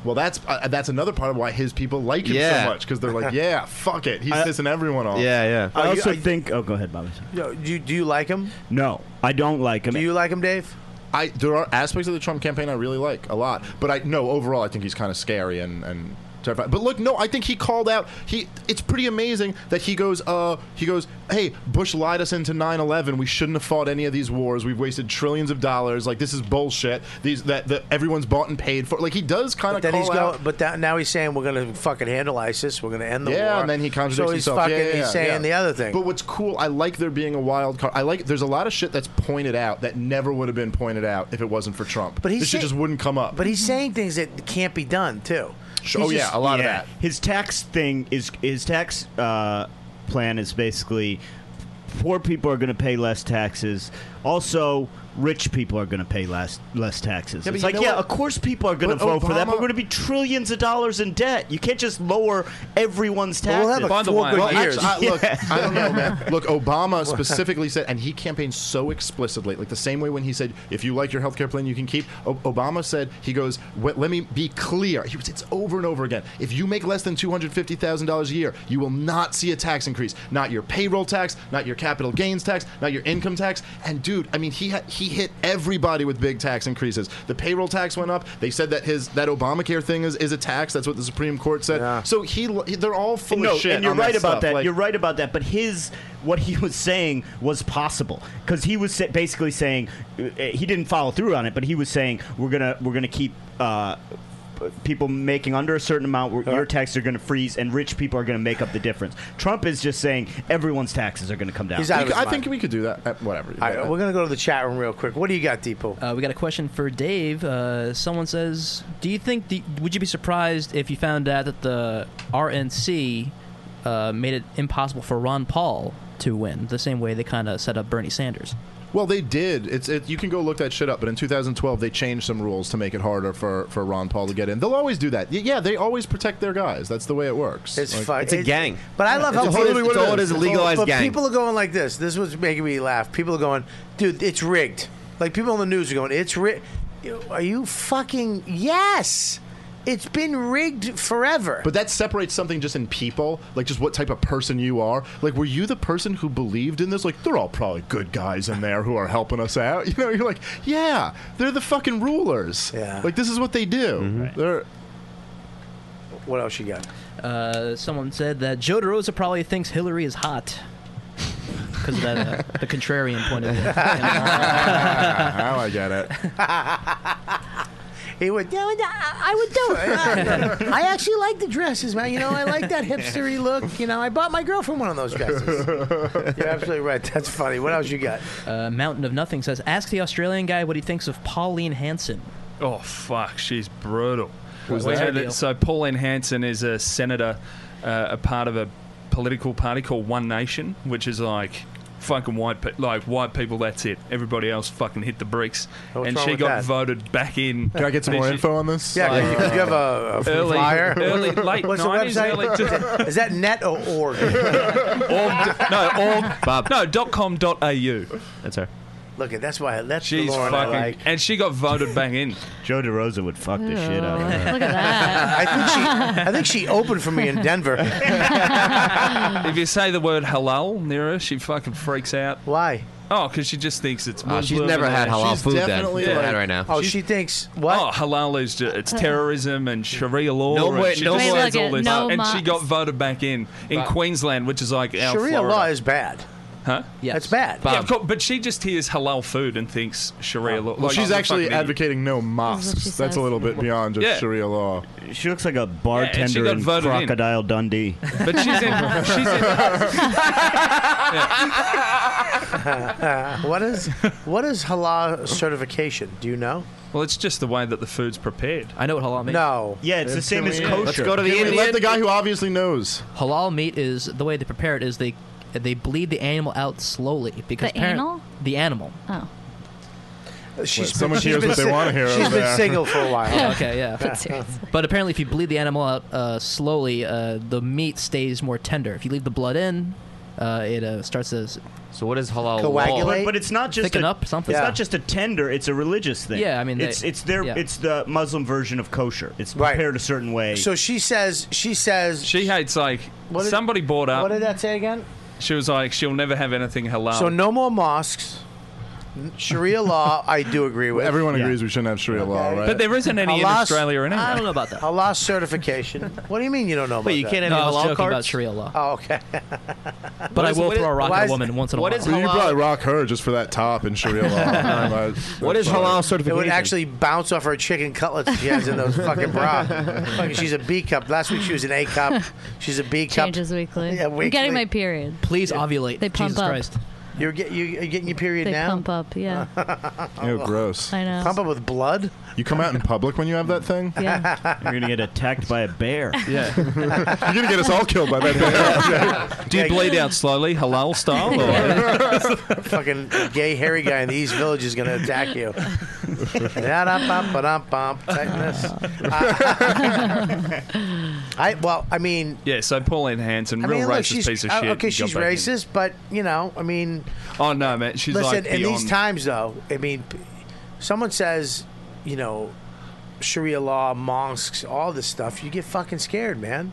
Speaker 8: Well, that's uh, that's another part of why his people like him
Speaker 7: Yeah.
Speaker 8: so much because they're like, "Yeah, fuck it, he's
Speaker 9: I-
Speaker 8: pissing everyone off."
Speaker 9: I also think. Oh, go ahead, Bobby.
Speaker 6: Yo, do, you- do you like him?
Speaker 9: No, I don't like him. Do
Speaker 6: you like him, Dave?
Speaker 8: I there are aspects of the Trump campaign I really like a lot, but I no overall I think he's kind of scary and and terrifying. But look, no, I think he called out. He it's pretty amazing that he goes uh he goes hey Bush lied us into 9/11. We shouldn't have fought any of these wars. We've wasted trillions of dollars. Like this is bullshit. These that, that everyone's bought and paid for. Like he does kind of
Speaker 6: Then
Speaker 8: call
Speaker 6: he's
Speaker 8: out.
Speaker 6: going, but that, now he's saying we're going to fucking handle ISIS. We're going to end the war.
Speaker 8: yeah, and then he contradicts
Speaker 6: so he's
Speaker 8: himself.
Speaker 6: Fucking,
Speaker 8: yeah, yeah,
Speaker 6: he's saying
Speaker 8: yeah.
Speaker 6: the other thing.
Speaker 8: But what's cool, I like there being a wild card. I like there's a lot of shit that's pointed out that never would have been pointed out if it wasn't for Trump.
Speaker 6: But he's
Speaker 8: this shit
Speaker 6: saying-
Speaker 8: just wouldn't come up.
Speaker 6: But he's saying things that can't be done too.
Speaker 16: Oh,
Speaker 6: He's just-
Speaker 9: oh, Yeah. His tax thing is his tax uh, plan is basically poor people are going to pay less taxes. Also, rich people are going to pay less less taxes.
Speaker 16: Yeah, but
Speaker 9: it's
Speaker 16: you
Speaker 9: like,
Speaker 16: know
Speaker 9: yeah,
Speaker 16: what?
Speaker 9: of course people are going to
Speaker 16: But
Speaker 9: vote for that.
Speaker 16: Obama-
Speaker 9: But we're going to be trillions of dollars in debt. You can't just lower everyone's taxes.
Speaker 8: Well, actually, I, look, I don't know, man. Look, Obama specifically said, and he campaigned so explicitly, like the same way when he said, "If you like your health care plan, you can keep." O- Obama said, "He goes, "Wait, let me be clear." He was, it's over and over again. If you make less than two hundred fifty thousand dollars a year, you will not see a tax increase. Not your payroll tax, not your capital gains tax, not your income tax. And dude, I mean, he had he hit everybody with big tax increases. The payroll tax went up. They said that his that Obamacare thing is, is a tax. That's what the Supreme Court said. So he, they're all full
Speaker 9: no,
Speaker 8: of shit.
Speaker 9: and you're
Speaker 8: on that
Speaker 9: right about
Speaker 8: stuff,
Speaker 9: that.
Speaker 8: like-
Speaker 9: you're right about that. But his what he was saying was possible because he was sa- basically saying uh, he didn't follow through on it, but he was saying we're gonna we're gonna keep. Uh, people making under a certain amount, where
Speaker 8: Uh-huh.
Speaker 9: your taxes are going to freeze, and rich people are going to make up the difference. Trump is just saying everyone's taxes are going to come down.
Speaker 6: He's out of his
Speaker 9: I
Speaker 6: mind.
Speaker 9: think
Speaker 8: we could do that. whatever.
Speaker 6: All right, we're going to go to the chat room real quick. What do you got, Depot?
Speaker 17: Uh, we got a question for Dave. Uh, someone says, "Do you think? The, would you be surprised if you found out that the RNC uh, made it impossible for Ron Paul to win, the same way they kind of set up Bernie Sanders?"
Speaker 8: Well, they did. It's it, you can go look that shit up. But in 2012, they changed some rules to make it harder for, for Ron Paul to get in. They'll always do that. Y- Yeah, they always protect their guys. That's the way it works.
Speaker 6: It's fun. But I love
Speaker 8: It's
Speaker 6: how
Speaker 8: totally what it is.
Speaker 6: but people are going like this. This was making me laugh. People are going, dude, it's rigged. Like people on the news are going, it's rigged. Are you fucking yes? It's been rigged forever.
Speaker 8: But that separates something just in people, like just what type of person you are. Like, were you the person who believed in this? Like, they're all probably good guys in there who are helping us out. You know, you're like, yeah, they're the fucking rulers. Yeah. Like, this is what they do.
Speaker 9: Mm-hmm.
Speaker 8: They're.
Speaker 6: What else you got?
Speaker 17: Uh, someone said that Joe DeRosa probably thinks Hillary is hot because of that, uh, the contrarian point of view.
Speaker 8: now I get it.
Speaker 6: He would. Yeah, I would do it. I actually like the dresses, man. You know, I like that hipstery look. You know, I bought my girlfriend one of those dresses. You're absolutely right. That's funny. What else you got?
Speaker 17: Uh, Mountain of Nothing says, "Ask the Australian guy what he thinks of Pauline Hanson."
Speaker 11: Oh fuck, she's brutal.
Speaker 17: Who's
Speaker 11: We
Speaker 17: that?
Speaker 11: had it-
Speaker 17: Deal.
Speaker 11: so Pauline Hanson is a senator, uh, a part of a political party called One Nation, which is like fucking white, pe- like white people. That's it. Everybody else fucking hit the bricks,
Speaker 8: what's
Speaker 11: and
Speaker 8: wrong
Speaker 11: she
Speaker 8: with
Speaker 11: got
Speaker 8: that?
Speaker 11: voted back in.
Speaker 8: Can I get some
Speaker 11: And
Speaker 8: more
Speaker 11: she-
Speaker 8: info on this?
Speaker 11: Yeah,
Speaker 8: Like,
Speaker 11: can you give
Speaker 6: a,
Speaker 11: a Early- flyer? early- late
Speaker 6: What's
Speaker 11: 90s,
Speaker 6: the website?
Speaker 11: early
Speaker 6: is, that- is that net or org?
Speaker 11: Org, no, org, no, dot com dot au.
Speaker 7: That's her.
Speaker 6: Look at that's why that's
Speaker 11: She's
Speaker 6: the Lauren
Speaker 11: fucking,
Speaker 6: I like.
Speaker 11: and she got voted back in.
Speaker 9: Joe DeRosa would fuck the shit out of her.
Speaker 6: Look at that. I think she, I think she opened for me in Denver.
Speaker 11: if you say the word halal near her, she fucking freaks out.
Speaker 6: Why?
Speaker 11: Oh, because she just thinks it's.
Speaker 7: Oh, she's
Speaker 11: Muslim
Speaker 7: never
Speaker 11: and-
Speaker 7: had halal She's food then. definitely Yeah, like- right now.
Speaker 6: Oh, she thinks what?
Speaker 11: Oh, halal is ju- it's terrorism and Sharia law.
Speaker 7: No
Speaker 11: and
Speaker 7: way-
Speaker 11: she
Speaker 7: no
Speaker 11: just
Speaker 7: way.
Speaker 11: says
Speaker 7: Look
Speaker 11: all
Speaker 7: at-
Speaker 11: this.
Speaker 7: no
Speaker 11: and
Speaker 7: ma-
Speaker 11: she got voted back in in
Speaker 7: But-
Speaker 11: Queensland, which is like our
Speaker 6: Sharia
Speaker 11: Florida.
Speaker 6: law is bad.
Speaker 11: Huh?
Speaker 17: Yeah,
Speaker 6: it's bad.
Speaker 11: Yeah, of course, but she just hears halal food and thinks
Speaker 7: Oh.
Speaker 11: Sharia law.
Speaker 8: Well,
Speaker 11: like,
Speaker 8: she's
Speaker 11: I'm a
Speaker 8: actually
Speaker 11: fucking idiot.
Speaker 8: advocating no mosques. That's a little bit beyond just
Speaker 11: Yeah.
Speaker 8: Sharia law.
Speaker 9: She looks like a
Speaker 11: and she
Speaker 9: bartender
Speaker 11: got
Speaker 9: in
Speaker 11: voted in.
Speaker 9: Crocodile Dundee.
Speaker 11: But she's in. She's
Speaker 6: what is what is halal certification? Do you know?
Speaker 11: Well, it's just the way that the food's prepared.
Speaker 17: I know what halal means.
Speaker 6: No.
Speaker 8: Can we Let the guy who obviously knows.
Speaker 17: Halal meat is the way they prepare it is they they bleed the animal out slowly because
Speaker 10: The
Speaker 17: apparen-
Speaker 10: animal?
Speaker 17: the animal.
Speaker 10: Oh.
Speaker 8: She's someone hears what they
Speaker 6: si-
Speaker 8: wanna hear
Speaker 6: She's
Speaker 8: over
Speaker 6: been
Speaker 8: there.
Speaker 6: single for a while.
Speaker 17: Oh, okay, yeah. but apparently, if you bleed the animal out uh, slowly, uh, the meat stays more tender. If you leave the blood in, uh, it uh, starts to.
Speaker 7: So what is halal?
Speaker 9: But, but it's not just
Speaker 17: thicken
Speaker 9: a,
Speaker 17: up something.
Speaker 9: It's not just a tender. It's a religious thing.
Speaker 17: Yeah, I mean, they-
Speaker 9: it's it's their
Speaker 17: yeah.
Speaker 9: it's the Muslim version of kosher. It's prepared a certain way.
Speaker 6: So she says she says
Speaker 11: she hates like
Speaker 6: What did-
Speaker 11: somebody brought up.
Speaker 8: uh,
Speaker 6: What did that say again?
Speaker 11: She was like, she'll never have anything halal.
Speaker 8: Oh.
Speaker 6: So no more mosques. Sharia law, I do agree with.
Speaker 8: Everyone agrees we shouldn't have Sharia law, right?
Speaker 11: But there isn't any in
Speaker 6: Allah's-
Speaker 11: Australia anyway.
Speaker 6: I don't
Speaker 17: know about that.
Speaker 6: Halal certification. What do you mean you don't know about
Speaker 7: Wait, you
Speaker 6: that?
Speaker 7: can't have No, I was halal joking about cards?
Speaker 17: Sharia law.
Speaker 6: Oh, okay.
Speaker 17: But I
Speaker 7: is-
Speaker 17: will
Speaker 7: what
Speaker 17: throw
Speaker 7: is-
Speaker 17: a rock
Speaker 7: why
Speaker 17: at a
Speaker 7: is-
Speaker 17: woman once in a
Speaker 7: what
Speaker 17: while.
Speaker 7: is
Speaker 8: Well, you
Speaker 7: halal?
Speaker 8: probably rock her just for that top in Sharia law.
Speaker 7: What is halal certification?
Speaker 6: It would actually bounce off her chicken cutlets she has in those fucking bra. Fucking, she's a B cup. Last week she was an A cup. She's a B cup.
Speaker 10: Changes weekly.
Speaker 6: Yeah,
Speaker 10: I'm getting
Speaker 6: weekly.
Speaker 10: my period.
Speaker 17: Please ovulate.
Speaker 10: They pump
Speaker 6: Jesus
Speaker 10: up.
Speaker 6: Christ. You're, get, you- you're getting your period
Speaker 10: They
Speaker 6: now. Uh,
Speaker 10: pump up. Yeah.
Speaker 8: Ew, gross.
Speaker 10: I know.
Speaker 6: Pump up with blood?
Speaker 8: You come out in public when you have that thing?
Speaker 10: Yeah.
Speaker 9: You're gonna get attacked by a bear.
Speaker 11: Yeah.
Speaker 8: You're gonna get us all killed by that bear.
Speaker 11: Do you bleed out slowly, halal style? Or?
Speaker 6: fucking gay hairy guy in the East Village is gonna attack you. Da-da-bum-ba-dum-bum. Tightness. Uh, I well, I mean,
Speaker 11: yeah, so Pauline Hanson,
Speaker 6: I
Speaker 11: real
Speaker 6: mean,
Speaker 11: racist
Speaker 6: look, she's
Speaker 11: piece of
Speaker 6: uh,
Speaker 11: shit.
Speaker 6: okay,
Speaker 11: got
Speaker 6: she's
Speaker 11: back in.
Speaker 6: racist, but you know, I mean,
Speaker 11: Oh no, man, she's
Speaker 6: listen.
Speaker 11: like
Speaker 6: in
Speaker 11: beyond.
Speaker 6: these times, though, I mean, p- someone says, you know, Sharia law, mosques, all this stuff, you get fucking scared, man.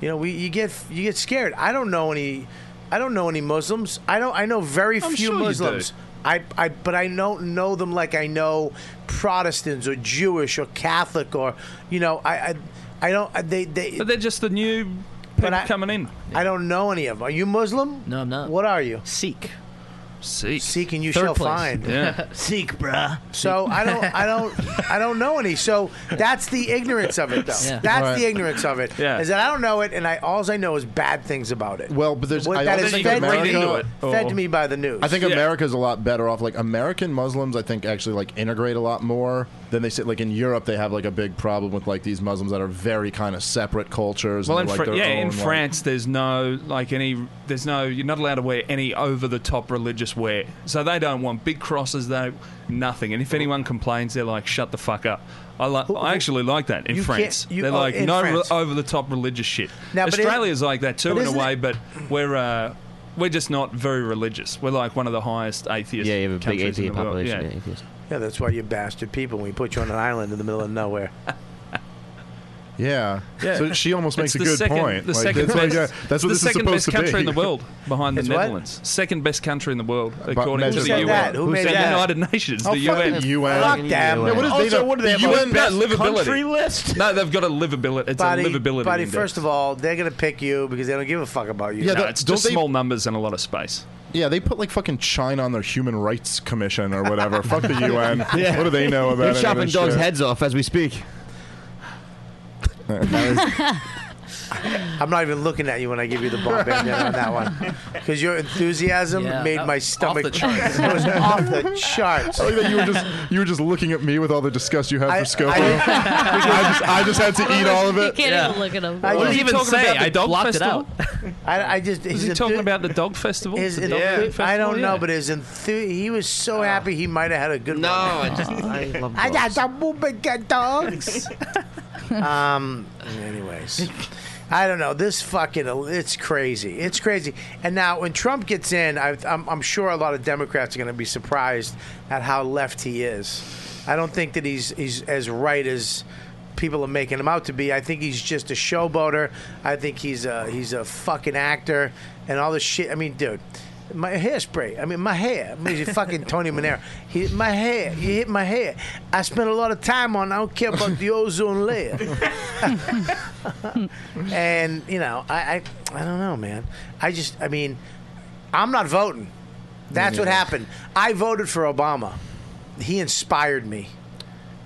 Speaker 6: You know, we you get you get scared. I don't know any, I don't know any Muslims. I don't. I know very
Speaker 11: I'm
Speaker 6: few
Speaker 11: sure you do.
Speaker 6: Muslims. I, I, but I don't know them like I know Protestants or Jewish or Catholic or, you know, I, I, I don't. I- They, they. But
Speaker 11: they're just the new people coming in.
Speaker 6: I don't know any of them. Are you Muslim?
Speaker 17: No, I'm not.
Speaker 6: What are you?
Speaker 17: Sikh.
Speaker 11: Seek.
Speaker 6: Seek and you
Speaker 11: Third
Speaker 6: shall
Speaker 11: place.
Speaker 6: find.
Speaker 11: Yeah.
Speaker 9: Seek, bruh.
Speaker 6: So I don't, I don't, I don't know any. So that's the ignorance of it, though.
Speaker 8: Yeah.
Speaker 6: That's
Speaker 8: Right.
Speaker 6: the ignorance of it.
Speaker 8: Yeah.
Speaker 6: Is that I don't know it, and I all I know is bad things about it.
Speaker 8: Well, but there's I
Speaker 6: that
Speaker 8: also
Speaker 6: is
Speaker 8: think
Speaker 6: fed,
Speaker 8: America-
Speaker 6: to me, fed to
Speaker 8: Oh.
Speaker 6: me by the news.
Speaker 8: I think America's a lot better off. Like American Muslims, I think actually like integrate a lot more than they sit. Like in Europe, they have like a big problem with like these Muslims that are very kind of separate cultures.
Speaker 11: Well, in
Speaker 8: and, like,
Speaker 11: Fran-
Speaker 8: their
Speaker 11: yeah,
Speaker 8: own,
Speaker 11: in
Speaker 8: like-
Speaker 11: France, there's no like any, there's no, you're not allowed to wear any over the top religious wear. So they don't want big crosses, they nothing. And if anyone complains, they're like, shut the fuck up. I like, I actually like that in
Speaker 6: You can't-
Speaker 11: France.
Speaker 6: you-
Speaker 11: they're
Speaker 6: oh,
Speaker 11: like
Speaker 6: in
Speaker 11: no
Speaker 6: France.
Speaker 11: over the top religious shit.
Speaker 6: Now, but it-
Speaker 11: Australia's like that too
Speaker 6: but
Speaker 11: in a
Speaker 6: isn't
Speaker 11: way,
Speaker 6: it-
Speaker 11: but we're. Uh, we're just not very religious. We're like one of the highest atheist.
Speaker 6: Yeah, you have a big
Speaker 11: countries in
Speaker 6: atheist
Speaker 11: the world.
Speaker 6: population, yeah, Yeah, that's why you bastard people. We put you on an island in the middle of nowhere.
Speaker 8: Yeah.
Speaker 11: Yeah.
Speaker 8: So she almost
Speaker 11: It's
Speaker 8: makes a
Speaker 11: the
Speaker 8: good
Speaker 11: second-
Speaker 8: point.
Speaker 11: The
Speaker 8: Like,
Speaker 11: second
Speaker 8: that's, like,
Speaker 11: best,
Speaker 8: uh, that's what
Speaker 11: the
Speaker 8: this is
Speaker 11: second
Speaker 8: supposed
Speaker 11: best
Speaker 8: to
Speaker 11: country
Speaker 8: be.
Speaker 11: in the world, behind the
Speaker 8: It's what?
Speaker 11: Netherlands. Second best country in the world, according
Speaker 8: measured
Speaker 11: to the
Speaker 8: by
Speaker 11: UN.
Speaker 8: what? Who made
Speaker 11: said
Speaker 8: that?
Speaker 11: The United Nations,
Speaker 8: Oh,
Speaker 11: the
Speaker 8: fuck
Speaker 11: UN.
Speaker 8: the UN. Fuck them. Yeah, what is they
Speaker 11: also,
Speaker 8: the-
Speaker 11: what do they have?
Speaker 8: the
Speaker 11: like,
Speaker 8: UN
Speaker 11: best
Speaker 8: best
Speaker 11: livability
Speaker 8: country
Speaker 11: list? No, they've got a livability. It's
Speaker 6: buddy,
Speaker 11: a livability.
Speaker 6: buddy
Speaker 11: index.
Speaker 6: first of all, they're gonna pick you because they don't give a fuck about you.
Speaker 8: Yeah,
Speaker 11: No,
Speaker 8: that-
Speaker 11: it's
Speaker 8: don't
Speaker 11: just
Speaker 8: they-
Speaker 11: small numbers and a lot of space.
Speaker 8: Yeah, they put like fucking China on their Human Rights Commission or whatever. Fuck the UN.
Speaker 7: Yeah.
Speaker 8: What do they know about
Speaker 7: They're
Speaker 8: any of
Speaker 7: chopping
Speaker 8: this
Speaker 7: dogs'
Speaker 8: shit?
Speaker 7: heads off as we speak.
Speaker 6: I'm not even looking at you when I give you the bomb bandana on that one because your enthusiasm
Speaker 8: Yeah,
Speaker 6: made
Speaker 8: that-
Speaker 6: my stomach. it was off the charts.
Speaker 8: I like that Oh, you were just you were just looking at me with all the disgust you have for Scopo. I, just, I just had to eat all of it.
Speaker 6: look at him.
Speaker 8: What did he even say? I blocked it
Speaker 6: I, I just.
Speaker 11: Was he talking about the dog festival?
Speaker 6: His
Speaker 11: The
Speaker 6: enthu-
Speaker 11: dog festival?
Speaker 6: I don't know,
Speaker 11: Yeah.
Speaker 6: but his enthu- he was so happy he might have had a good no, one. No, I just I love
Speaker 15: I got some movement get dogs.
Speaker 6: um. Anyways, I don't know. This fucking it's crazy. It's crazy. And now when Trump gets in, I, I'm, I'm sure a lot of Democrats are going to be surprised at how left he is. I don't think that he's he's as right as people are making him out to be. I think he's just a showboater. I think he's a he's a fucking actor and all this shit. I mean, dude. My hairspray. I mean, my hair. I mean, he's fucking Tony Manero. He hit my hair. He hit my hair. I spent a lot of time on. I don't care about the ozone layer. and you know, I, I I don't know, man. I just I mean, I'm not voting. That's what
Speaker 2: neither.
Speaker 6: happened. I voted for Obama. He inspired me.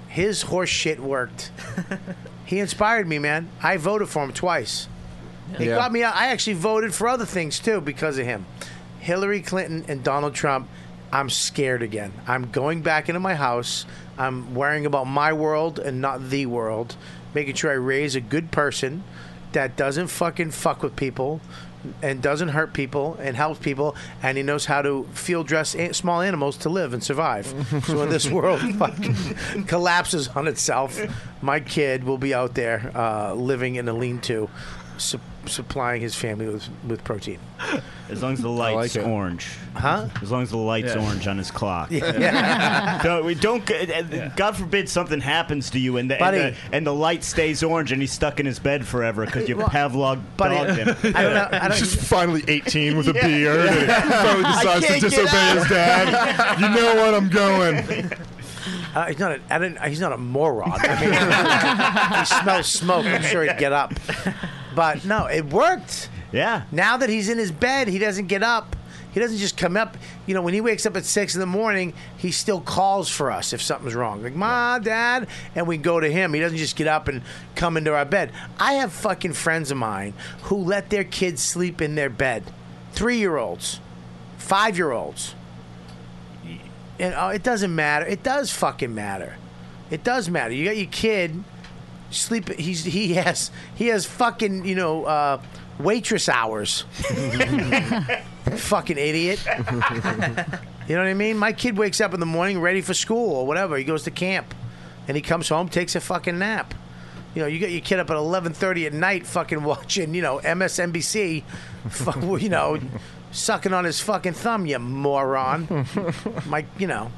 Speaker 6: His horse shit worked. he inspired me, man. I voted for him twice. He
Speaker 2: Yeah.
Speaker 6: got me out. I actually voted for other things too because of him. Hillary Clinton and Donald Trump. I'm scared again. I'm going back into my house. I'm worrying about my world and not the world, making sure I raise a good person that doesn't fucking fuck with people and doesn't hurt people and helps people and he knows how to field dress a- small animals to live and survive. so when this world fucking collapses on itself, my kid will be out there uh, living in a lean-to, su- supplying his family with, with protein.
Speaker 9: As long as the light's
Speaker 6: like it.
Speaker 9: orange.
Speaker 6: Huh?
Speaker 9: As long as the light's
Speaker 6: Yeah.
Speaker 9: orange on his clock.
Speaker 6: Yeah.
Speaker 9: Don't- we don't. g- uh, uh, God forbid something happens to you and the, and
Speaker 6: Buddy.
Speaker 9: the and the light stays orange and he's stuck in his bed forever because you
Speaker 6: Well,
Speaker 9: Pavlog
Speaker 6: buddy,
Speaker 9: dogged him.
Speaker 6: I don't know- I don't-
Speaker 8: He's finally 18 with a
Speaker 9: Yeah.
Speaker 8: beard. and he finally
Speaker 9: I
Speaker 8: decides to
Speaker 9: can't get
Speaker 8: disobey
Speaker 9: out.
Speaker 8: his dad. You know what? I'm going.
Speaker 6: Uh, he's not. A, I didn't, he's not a moron. I mean, he smells smoke. I'm sure he'd get up. But no, it worked.
Speaker 9: Yeah.
Speaker 6: Now that he's in his bed, he doesn't get up. He doesn't just come up. You know, when he wakes up at six in the morning, he still calls for us if something's wrong. Like, Ma, Dad, and we go to him. He doesn't just get up and come into our bed. I have fucking friends of mine who let their kids sleep in their bed. Three year olds, five year olds. And oh, it doesn't matter. It does fucking matter. It does matter. You got your kid sleep. He's he has he has fucking you know uh, waitress hours. fucking idiot. You know what I mean? My kid wakes up in the morning ready for school or whatever. He goes to camp, and he comes home, takes a fucking nap. You know, you get your kid up at eleven thirty at night, fucking watching, you know, MSNBC, fu- you know, sucking on his fucking thumb, you moron. My, you know,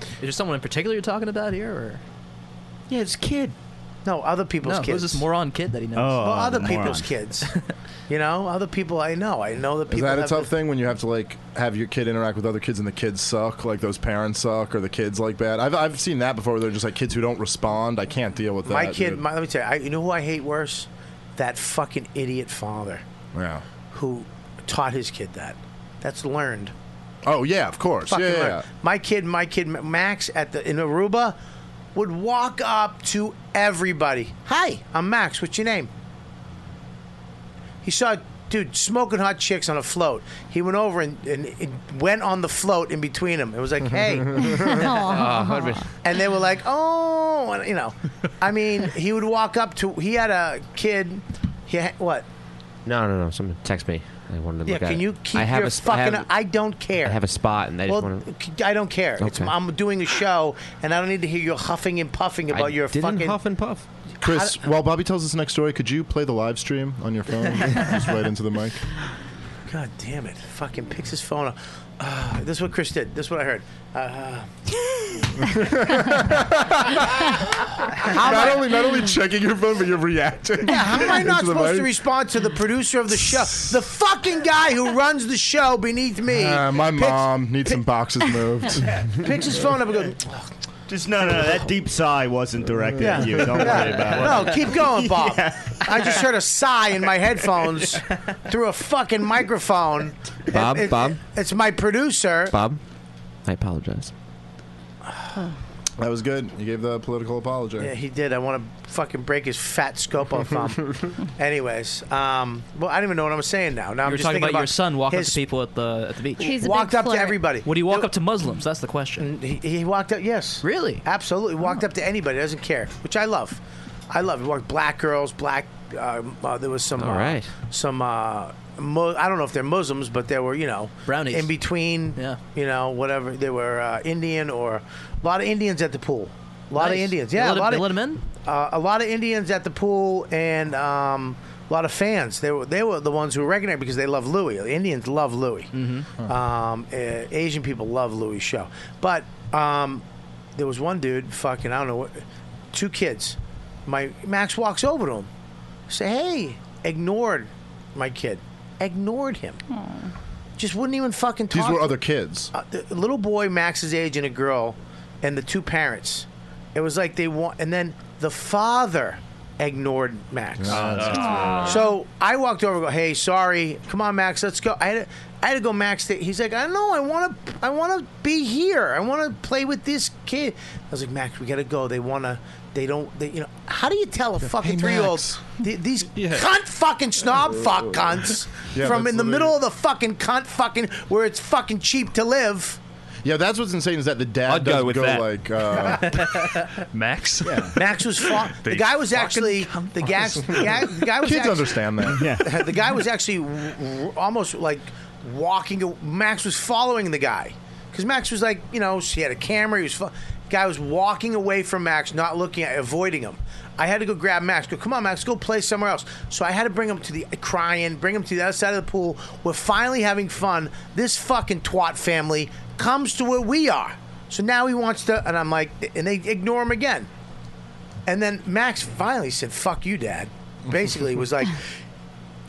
Speaker 17: Is there someone in particular you're talking about here, or
Speaker 9: yeah, it's kid.
Speaker 6: No, other people's
Speaker 17: no,
Speaker 6: kids.
Speaker 17: Who's this moron kid that he knows?
Speaker 6: well,
Speaker 8: Uh,
Speaker 6: other people's kids. You know, other people I know. I know that
Speaker 8: Is
Speaker 6: people.
Speaker 8: that a
Speaker 6: have
Speaker 8: tough thing when you have to like have your kid interact with other kids and the kids suck, like those parents suck or the kids like bad? I've, I've seen that before. Where they're just like kids who don't respond. I can't deal with that.
Speaker 6: my kid.
Speaker 8: dude.
Speaker 6: My, let me tell you. I, you know who I hate worse? That fucking idiot father
Speaker 8: yeah.
Speaker 6: who taught his kid that. That's learned.
Speaker 13: Oh yeah, of course.
Speaker 6: Fucking
Speaker 13: Yeah, yeah,
Speaker 6: right.
Speaker 13: yeah.
Speaker 6: My kid, my kid M- Max at the in Aruba would walk up to everybody. Hi, I'm Max. What's your name? He saw dude smoking hot chicks on a float. He went over and, and, and went on the float in between them. It was like, hey,
Speaker 15: Aw. Oh, would've been-
Speaker 6: and they were like, oh, and, you know, I mean, he would walk up to. He had a kid. He had, what?
Speaker 7: No, no, no. Someone text me. I wanted to
Speaker 6: Yeah,
Speaker 7: look at
Speaker 6: can
Speaker 7: it.
Speaker 6: you keep
Speaker 7: I have
Speaker 6: your
Speaker 7: a, sp- I
Speaker 6: fucking?
Speaker 7: have,
Speaker 6: I don't care.
Speaker 7: I have a spot, and I just
Speaker 6: well,
Speaker 7: want to.
Speaker 6: I don't care. It's,
Speaker 7: Okay.
Speaker 6: I'm doing a show, and I don't need to hear you huffing and puffing about your
Speaker 8: didn't
Speaker 6: fucking
Speaker 8: huff
Speaker 7: and puff.
Speaker 8: Chris, while Bobby tells this next story, could you play the live stream on your phone? Just right into the mic.
Speaker 6: God damn it! Fucking picks his phone up. Ah, this is what Chris did. This is what I heard. Uh, How
Speaker 8: not
Speaker 6: am I-
Speaker 8: only not only checking your phone, but you're reacting.
Speaker 6: yeah, how am I not
Speaker 8: into the
Speaker 6: supposed to
Speaker 8: mic.
Speaker 6: respond to the producer of the show? The fucking guy who runs the show beneath me
Speaker 8: Uh, my
Speaker 6: picks-
Speaker 8: mom needs some boxes moved.
Speaker 6: picks his phone up and goes, "Ugh,
Speaker 9: Just no, no, no, that deep sigh wasn't directed at you. Don't
Speaker 6: Yeah.
Speaker 9: worry about
Speaker 6: No,
Speaker 9: it.
Speaker 6: keep going, Bob. I just heard a sigh in my headphones through a fucking microphone.
Speaker 7: Bob,
Speaker 6: It- it-
Speaker 7: Bob.
Speaker 6: It's my producer.
Speaker 7: Bob, I apologize.
Speaker 8: That was good. You gave the political apology.
Speaker 6: Yeah, he did. I want to fucking break his fat scopo thumb. Anyways, um, well, I don't even know what I'm saying now. Now
Speaker 17: you
Speaker 6: I'm
Speaker 17: were
Speaker 6: just
Speaker 17: talking
Speaker 6: thinking
Speaker 17: about, your son walking up
Speaker 6: his
Speaker 17: to people at the at the beach.
Speaker 6: He's a Walked big up to flirt. everybody.
Speaker 17: Would he walk up to Muslims? That's the question.
Speaker 6: He, he walked up. Yes. Really? Absolutely. Walked
Speaker 17: Oh.
Speaker 6: up to anybody. Doesn't care, which I love. I love. He walked black girls, black. Uh, uh, there was some.
Speaker 7: All
Speaker 6: uh,
Speaker 7: right.
Speaker 6: Some. Uh, Mo- I don't know if they're Muslims, but they were you know brownies in between. Yeah. You know whatever they were uh, Indian or a lot of Indians at the pool. A lot of
Speaker 17: Nice.
Speaker 6: Indians.
Speaker 17: They
Speaker 6: Yeah.
Speaker 17: let
Speaker 6: a
Speaker 17: 'em-
Speaker 6: lot
Speaker 17: they
Speaker 6: of,
Speaker 17: let 'em in?
Speaker 6: Uh, a lot of Indians at the pool and. Um, a lot of fans. They were they were the ones who were recognized because they love Louis. The Indians love Louis. Um, eh, Asian people love Louis' show. But um, there was one dude, fucking, I don't know what, two kids. My Max walks over to him, say, "Hey," ignored my kid, ignored him, just wouldn't even fucking talk.
Speaker 8: These were other kids.
Speaker 6: Uh, the- a little boy Max's age and a girl, and the two parents. It was like they want, and then the father ignored Max.
Speaker 15: Oh, that's Aw.
Speaker 6: so so I walked over. and Go, hey, sorry. Come on, Max. Let's go. I had to, I had to go, Max. To, he's like, I know. I want to. I want to be here. I want to play with this kid. I was like, Max, we gotta go. They wanna. They don't. They, you know. How do you tell a fucking three year old these cunt fucking snob fuck cunts
Speaker 8: Yeah,
Speaker 6: from
Speaker 8: that's
Speaker 6: in the
Speaker 8: literally-
Speaker 6: middle of the fucking cunt fucking where it's fucking cheap to live?
Speaker 8: Yeah, that's what's insane is that the dad
Speaker 6: go
Speaker 8: doesn't
Speaker 6: with
Speaker 8: go
Speaker 6: that.
Speaker 8: like uh,
Speaker 11: Max.
Speaker 6: Max was fa- the
Speaker 8: They
Speaker 6: guy was actually the, gas, the guy. The guy was
Speaker 8: Kids
Speaker 6: actu-
Speaker 8: understand that.
Speaker 6: the guy was actually w- w- almost like walking. Max was following the guy because Max was like, you know, she had a camera. He was fo- guy was walking away from Max, not looking at, avoiding him. I had to go grab Max. Go, come on, Max, go play somewhere else. So I had to bring him to the uh, crying, bring him to the other side of the pool. We're finally having fun. This fucking twat family comes to where we are. So now he wants to, and I'm like, and they ignore him again. And then Max finally said, "Fuck you, Dad." Basically, was like,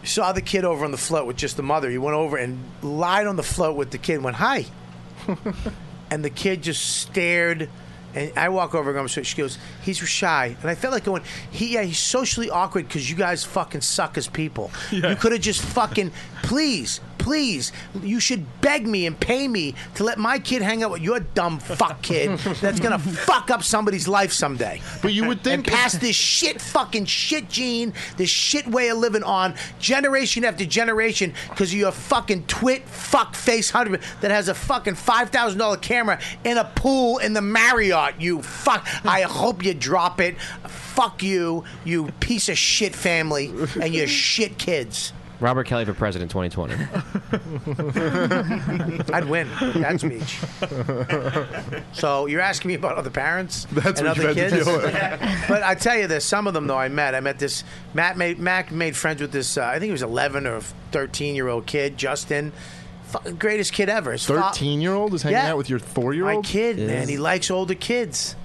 Speaker 6: saw the kid over on the float with just the mother. He went over and lied on the float with the kid. Went hi, and the kid just stared. And I walk over and go, so she goes, he's shy. And I felt like going, he, yeah, he's socially awkward because you guys fucking suck as people. You could have just fucking, please, please, you should beg me and pay me to let my kid hang out with your dumb fuck kid that's going to fuck up somebody's life someday.
Speaker 8: But you would
Speaker 6: think. And pass this shit fucking shit gene, this shit way of living on generation after generation because of your fucking twit fuck face hundred that has a fucking $5,000 camera in a pool in the Marriott. You fuck. I hope you drop it. Fuck you, you piece of shit family and your shit kids.
Speaker 7: Robert Kelly for president, 2020.
Speaker 6: I'd win with that speech. So you're asking me about other parents
Speaker 8: That's
Speaker 6: and
Speaker 8: what
Speaker 6: other
Speaker 8: you had
Speaker 6: kids,
Speaker 8: to deal with.
Speaker 6: but I tell you this: some of them though I met. I met this Matt made, Mac made friends with this. Uh, I think he was 11 or 13 year old kid, Justin. Fu- greatest kid ever. His fa-
Speaker 8: thirteen year old is hanging
Speaker 6: Yeah.
Speaker 8: out with your four year
Speaker 6: my
Speaker 8: old
Speaker 6: kid, man. He likes older kids.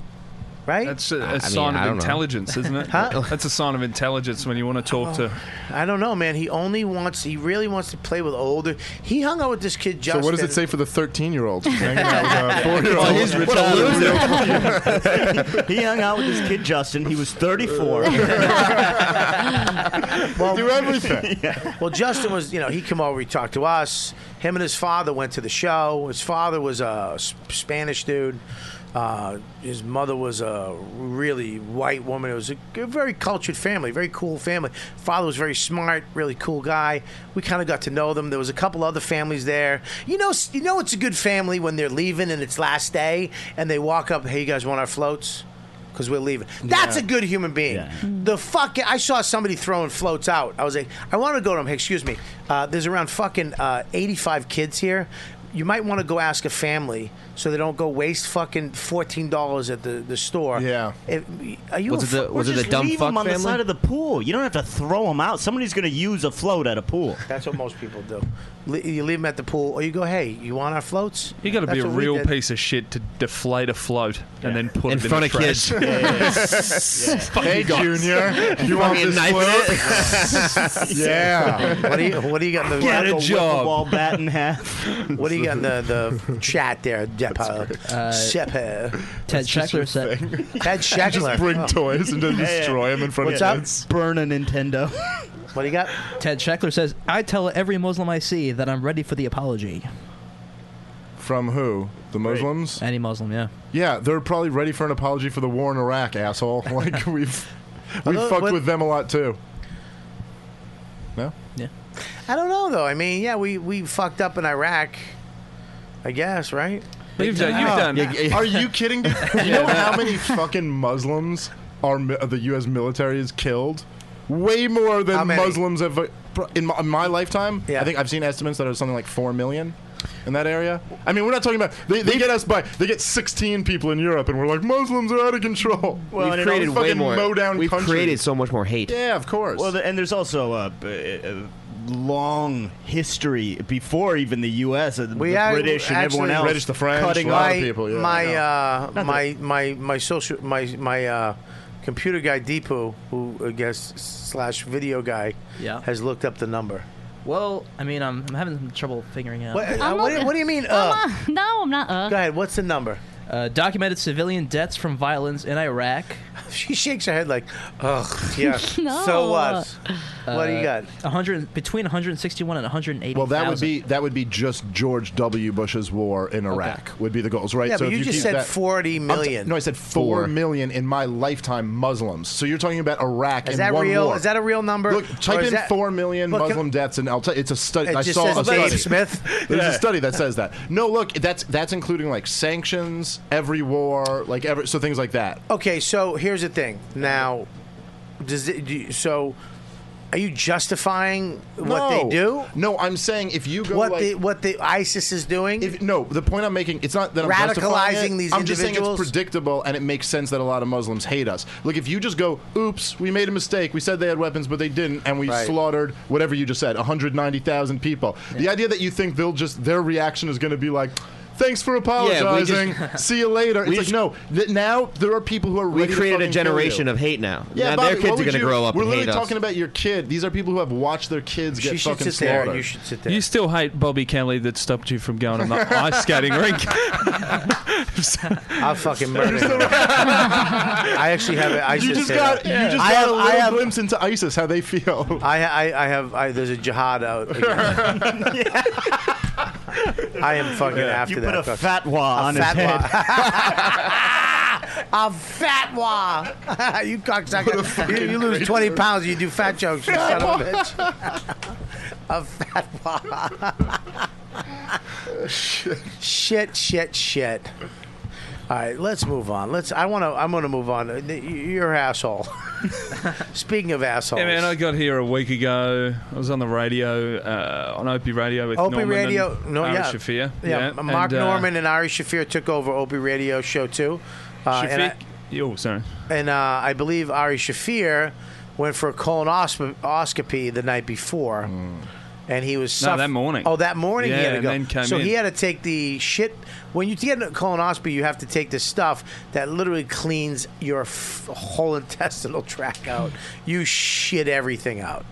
Speaker 6: right?
Speaker 11: That's a,
Speaker 6: I
Speaker 11: a
Speaker 6: mean,
Speaker 11: sign
Speaker 6: I
Speaker 11: of
Speaker 6: don't know.
Speaker 11: intelligence, isn't it?
Speaker 6: Huh?
Speaker 11: That's a sign of intelligence when you want to talk to.
Speaker 6: I don't know, man. He only wants. He really wants to play with older. He hung out with this kid
Speaker 8: So
Speaker 6: Justin.
Speaker 8: what does it say for the 13 year old? Hanging out with a four year
Speaker 9: Well, he's
Speaker 8: old.
Speaker 9: he hung out with his kid Justin. He was 34.
Speaker 6: Well, do everything. Well, Justin was. You know, he came over. He talked to us. Him and his father went to the show. His father was a S- Spanish dude. Uh, his mother was a really white woman. It was a g- very cultured family, very cool family. Father was very smart, really cool guy. We kind of got to know them. There was a couple other families there. You know, s- you know, it's a good family when they're leaving and it's last day, and they walk up. Hey, you guys want our floats? Because we're leaving. That's
Speaker 2: Yeah.
Speaker 6: a good human being. The fucking I saw somebody throwing floats out. I was like, I want to go to them. Hey, excuse me. Uh, there's around fucking uh, 85 kids here. You might want to go ask a family so they don't go waste fucking fourteen dollars at the, the store. Yeah. are you?
Speaker 9: Or
Speaker 6: a fu-
Speaker 9: just leave them on the side of the pool. You don't have to throw them out. Somebody's going to use a float at a pool.
Speaker 6: That's what most people do. Le- you leave them at the pool, or you go, hey, you want our floats?
Speaker 11: You got to be
Speaker 6: That's
Speaker 11: a
Speaker 6: what we
Speaker 11: real
Speaker 6: did.
Speaker 11: piece of shit to deflate a float and then put
Speaker 6: In
Speaker 11: it
Speaker 6: front
Speaker 11: in
Speaker 6: of
Speaker 11: the
Speaker 6: kids.
Speaker 11: trash.
Speaker 6: Yeah, yeah, yeah.
Speaker 11: Fuck
Speaker 6: Hey,
Speaker 11: you guys.
Speaker 6: Junior, you want Fucking this knife in float? it? Yeah. What do you- what do you got in the- Get a job.
Speaker 9: Ball bat in half.
Speaker 6: What do you got in the, the chat there, uh, Depo? Shepo.
Speaker 17: Ted Scheckler said.
Speaker 6: uh, Ted Oh, Scheckler.
Speaker 17: Just bring toys and then Yeah, yeah. destroy 'em in front of
Speaker 6: What's up?
Speaker 17: kids. Burn a Nintendo.
Speaker 6: What do you got?
Speaker 17: Ted Scheckler says, "I tell every Muslim I see that I'm ready for the apology."
Speaker 8: From who? The Muslims?
Speaker 17: Any Muslim, yeah.
Speaker 8: Yeah, they're probably ready for an apology for the war in Iraq, asshole. Like we've we
Speaker 6: Although,
Speaker 8: have fucked
Speaker 6: what-
Speaker 8: with them a lot too. No.
Speaker 17: Yeah.
Speaker 6: I don't know though. I mean, yeah, we we fucked up in Iraq. I guess, right?
Speaker 8: You've done-
Speaker 6: Oh.
Speaker 8: you've done- Yeah. Are you kidding? You know how many fucking Muslims our mi- the U.S. military has killed? Way more
Speaker 6: How
Speaker 8: than
Speaker 6: many?
Speaker 8: Muslims have pro- in my, in my lifetime. I think I've seen estimates that are something like four million in that area. I mean, we're not talking about they, they get us by they get 16 people in Europe, and we're like Muslims are out of control.
Speaker 7: we've created way more.
Speaker 8: Mow down
Speaker 7: we've
Speaker 8: country.
Speaker 7: created so much more hate.
Speaker 8: Yeah, of course.
Speaker 9: Well, the, and there's also a, a long history before even the U.S. uh, The,
Speaker 6: We
Speaker 9: the
Speaker 6: had-
Speaker 9: British and everyone
Speaker 6: actually-
Speaker 9: else. Cutting
Speaker 6: my,
Speaker 9: off people. Yeah.
Speaker 6: my uh, my my my social my my uh, computer guy Deepu, who I guess slash video guy,
Speaker 17: Yeah.
Speaker 6: has looked up the number.
Speaker 17: Well, I mean, I'm, I'm having some trouble figuring out.
Speaker 6: What, uh, what, do- what do you mean? Uh,
Speaker 10: no, I'm not. Uh.
Speaker 6: go ahead. What's the number?
Speaker 17: Uh, documented civilian deaths from violence in Iraq. uh,
Speaker 6: she shakes her head like, ugh, yeah. So what? What
Speaker 17: Uh,
Speaker 6: do you got?
Speaker 17: 100 between 161 and 180.
Speaker 8: Well, that would be that would be just George W. Bush's war in Iraq would be the goals, right?
Speaker 6: Yeah, but
Speaker 8: if
Speaker 6: you just
Speaker 8: keep
Speaker 6: said
Speaker 8: that-
Speaker 6: 40
Speaker 8: I'm t-
Speaker 6: million.
Speaker 8: no, I said
Speaker 6: Four.
Speaker 8: four million in my lifetime Muslims. So you're talking about Iraq
Speaker 6: Is
Speaker 8: in
Speaker 6: that
Speaker 8: one
Speaker 6: real?
Speaker 8: war.
Speaker 6: Is that a real number?
Speaker 8: Look,
Speaker 6: Or
Speaker 8: type
Speaker 6: is
Speaker 8: in
Speaker 6: that-
Speaker 8: four million
Speaker 6: Look, can-
Speaker 8: Muslim deaths, and I'll tell it's a study.
Speaker 6: It
Speaker 8: I
Speaker 6: just
Speaker 8: saw
Speaker 6: says
Speaker 8: a
Speaker 6: Dave
Speaker 8: study.
Speaker 6: Smith.
Speaker 8: There's
Speaker 6: Yeah.
Speaker 8: a study that says that. No, look, that's that's including like sanctions, every war, like every so things like that.
Speaker 6: Okay, so here's the thing. Now, does it, do you, so? Are you justifying what they
Speaker 8: No.
Speaker 6: do?
Speaker 8: No, I'm saying if you go
Speaker 6: what
Speaker 8: like-
Speaker 6: the what the ISIS is doing.
Speaker 8: If, no, the point I'm making it's not that I'm justifying
Speaker 6: radicalizing
Speaker 8: it.
Speaker 6: these
Speaker 8: I'm just saying
Speaker 6: individuals.
Speaker 8: it's predictable and it makes sense that a lot of Muslims hate us. Look, if you just go, "Oops, we made a mistake. We said they had weapons, but they didn't, and we
Speaker 6: Right.
Speaker 8: slaughtered whatever you just said, 190,000 people." The idea that you think they'll just their reaction is going to be like. Thanks for
Speaker 7: just-
Speaker 8: apologizing. See you later. It's
Speaker 7: We
Speaker 8: like
Speaker 7: just-
Speaker 8: no. Th- now there are people who are
Speaker 7: We
Speaker 8: ready to
Speaker 7: created a
Speaker 8: fucking kill you.
Speaker 7: generation of hate now.
Speaker 8: Yeah,
Speaker 7: Now
Speaker 8: Bobby,
Speaker 7: their kids
Speaker 8: what
Speaker 7: are
Speaker 8: would
Speaker 7: gonna
Speaker 8: you-
Speaker 7: grow up
Speaker 8: We're
Speaker 7: and
Speaker 8: literally
Speaker 7: hate us.
Speaker 8: talking about your kid. These are people who have watched their kids
Speaker 6: She
Speaker 8: get
Speaker 6: should
Speaker 8: fucking
Speaker 6: sit there and
Speaker 8: slaughtered.
Speaker 6: you should sit there.
Speaker 11: You still hate Bobby Kelly that stopped you from going on the ice skating rink.
Speaker 6: I'll fucking murder him. I actually have an ISIS.
Speaker 8: You just
Speaker 6: hit
Speaker 8: got
Speaker 6: up.
Speaker 8: you just
Speaker 6: I
Speaker 8: got
Speaker 6: have,
Speaker 8: a
Speaker 6: I
Speaker 8: little
Speaker 6: have,
Speaker 8: glimpse into ISIS how they feel.
Speaker 6: I, I, I have. I, there's a jihad out. I am fucking
Speaker 9: Yeah.
Speaker 6: after
Speaker 9: You
Speaker 6: that.
Speaker 9: put a
Speaker 6: fuck.
Speaker 9: fatwa on his
Speaker 6: a fatwa. you cocksucker. You, you lose 20 pounds, you do fat jokes, you son of a bitch. a fatwa. shit, shit, shit. All right, let's move on. Let's. I want to. I'm going to move on. Y- You're an asshole. Speaking of assholes,
Speaker 11: Yeah, man, I got here a week ago. I was on the radio, uh, on Opie Radio with
Speaker 6: Opie
Speaker 11: Norman
Speaker 6: Radio,
Speaker 11: and
Speaker 6: no,
Speaker 11: Ari
Speaker 6: yeah,
Speaker 11: Shafir.
Speaker 6: yeah.
Speaker 11: and,
Speaker 6: Mark
Speaker 11: uh,
Speaker 6: Norman and Ari Shafir took over Opie Radio show too. Uh, and
Speaker 11: Shafiq. oh, sorry.
Speaker 6: I, and, uh, I believe Ari Shafir went for a colonoscopy the night before, and he was
Speaker 11: Hmm. No,
Speaker 6: suff-
Speaker 11: that morning.
Speaker 6: Oh, that morning he
Speaker 11: Yeah,
Speaker 6: had to
Speaker 11: and
Speaker 6: go.
Speaker 11: then came
Speaker 6: so he
Speaker 11: in.
Speaker 6: had to take the shit. When you get a colonoscopy, you have to take this stuff that literally cleans your f- whole intestinal tract out. You shit everything out.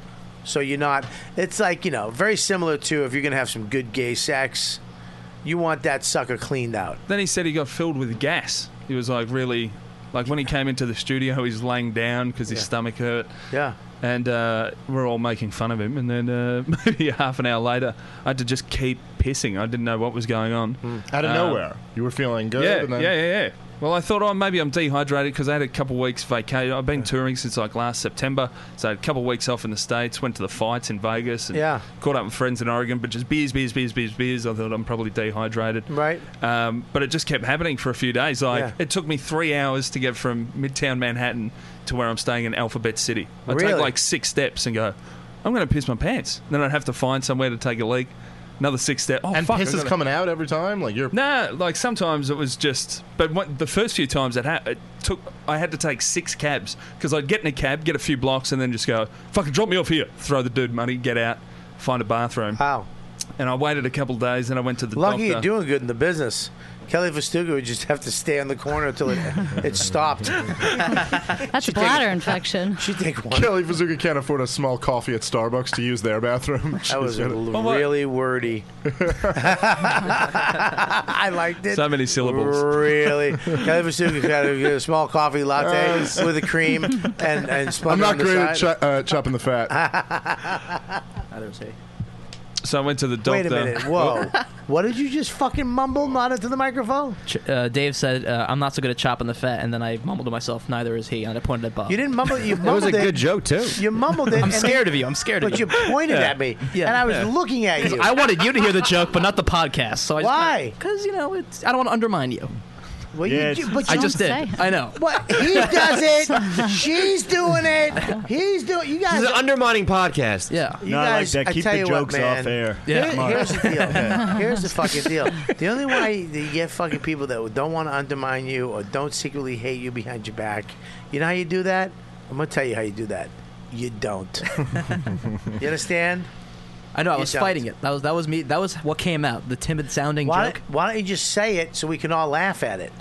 Speaker 6: So you're not. It's like you know, very similar to if you're gonna have some good gay sex, you want that sucker cleaned out.
Speaker 11: Then he said he got filled with gas. He was like really, like when he came into the studio, he was laying down because his
Speaker 6: Yeah.
Speaker 11: stomach hurt.
Speaker 6: Yeah.
Speaker 11: And uh, we're all making fun of him. And then uh, maybe half an hour later, I had to just keep pissing. I didn't know what was going on.
Speaker 6: Hmm.
Speaker 8: Out of
Speaker 11: Um,
Speaker 8: nowhere, you were feeling good.
Speaker 11: yeah,
Speaker 8: and then,
Speaker 11: yeah, yeah, yeah. Well, I thought, oh, maybe I'm dehydrated because I had a couple weeks vacation. I've been touring since like last September, so I had a couple weeks off in the states. Went to the fights in Vegas. And
Speaker 6: Yeah.
Speaker 11: Caught up with friends in Oregon, but just beers, beers, beers, beers, beers. I thought I'm probably dehydrated.
Speaker 6: Right.
Speaker 11: Um, but it just kept happening for a few days. Like
Speaker 6: Mm. Yeah.
Speaker 11: it took me three hours to get from Midtown Manhattan to where I'm staying in Alphabet City. I take
Speaker 6: Really?
Speaker 11: like six steps and go, I'm going to piss my pants. Then I'd have to find somewhere to take a leak. Another six step. Oh,
Speaker 8: and
Speaker 11: fuck,
Speaker 8: piss
Speaker 11: I
Speaker 8: is
Speaker 11: gotta-
Speaker 8: coming out every time. Like you're
Speaker 11: Nah, like sometimes it was just. But what, the first few times it, ha- it took, I had to take six cabs because I'd get in a cab, get a few blocks, and then just go, "Fucking drop me off here." Throw the dude money, get out, find a bathroom.
Speaker 6: Wow.
Speaker 11: And I waited a couple days, and I went to the
Speaker 6: Lucky you're
Speaker 11: doctor.
Speaker 6: doing good in the business. Kelly Vestuga would just have to stay on the corner until it, it stopped.
Speaker 10: That's a bladder infection.
Speaker 6: She take one.
Speaker 8: Kelly Bazooka can't afford a small coffee at Starbucks to use their bathroom.
Speaker 6: That was
Speaker 8: She's
Speaker 6: a
Speaker 8: got it.
Speaker 6: l- really wordy. I liked it.
Speaker 11: So many syllables.
Speaker 6: Really. Kelly Vestuga got a, a small coffee latte
Speaker 8: Yes.
Speaker 6: with a cream and, and sponge
Speaker 8: I'm not
Speaker 6: on the
Speaker 8: great at
Speaker 6: side. Ah.
Speaker 8: cho- uh, chopping the fat.
Speaker 6: I don't say.
Speaker 11: So I went to the doctor.
Speaker 6: Wait a minute. Whoa. what did you just fucking mumble? Not into the microphone?
Speaker 17: Ch- uh, Dave said, uh, "I'm not so good at chopping the fat," and then I mumbled to myself, "Neither is he," and I pointed at Bob.
Speaker 6: You didn't mumble. You mumbled it. You mumbled it.
Speaker 17: I'm
Speaker 6: and then-
Speaker 17: scared of you. I'm scared of
Speaker 6: but
Speaker 17: you.
Speaker 6: you pointed at me, and I was looking at
Speaker 17: 'Cause
Speaker 6: you.
Speaker 17: I wanted you to hear the joke, but not the podcast. So I
Speaker 6: Why?
Speaker 17: Because you know, it's, I don't want to undermine you.
Speaker 6: Well, you Yes. do- but
Speaker 17: I
Speaker 6: you
Speaker 17: just
Speaker 6: don't
Speaker 17: did.
Speaker 6: say.
Speaker 17: I know.
Speaker 6: What he does it, she's doing it. He's doing. You guys.
Speaker 16: This is an
Speaker 17: "Ah."
Speaker 16: undermining podcast.
Speaker 17: Yeah.
Speaker 6: You guys, I tell you what, man, here- here's the deal. here's the fucking deal. The only way that you get fucking people that don't want to undermine you or don't secretly hate you behind your back, you know how you do that? I'm gonna tell you how you do that. You don't. you understand?
Speaker 17: I know. I
Speaker 6: You
Speaker 17: was
Speaker 6: don't.
Speaker 17: fighting it. That was that was me. That was what came out. The timid sounding
Speaker 6: Why,
Speaker 17: joke.
Speaker 6: why don't you just say it so we can all laugh at it?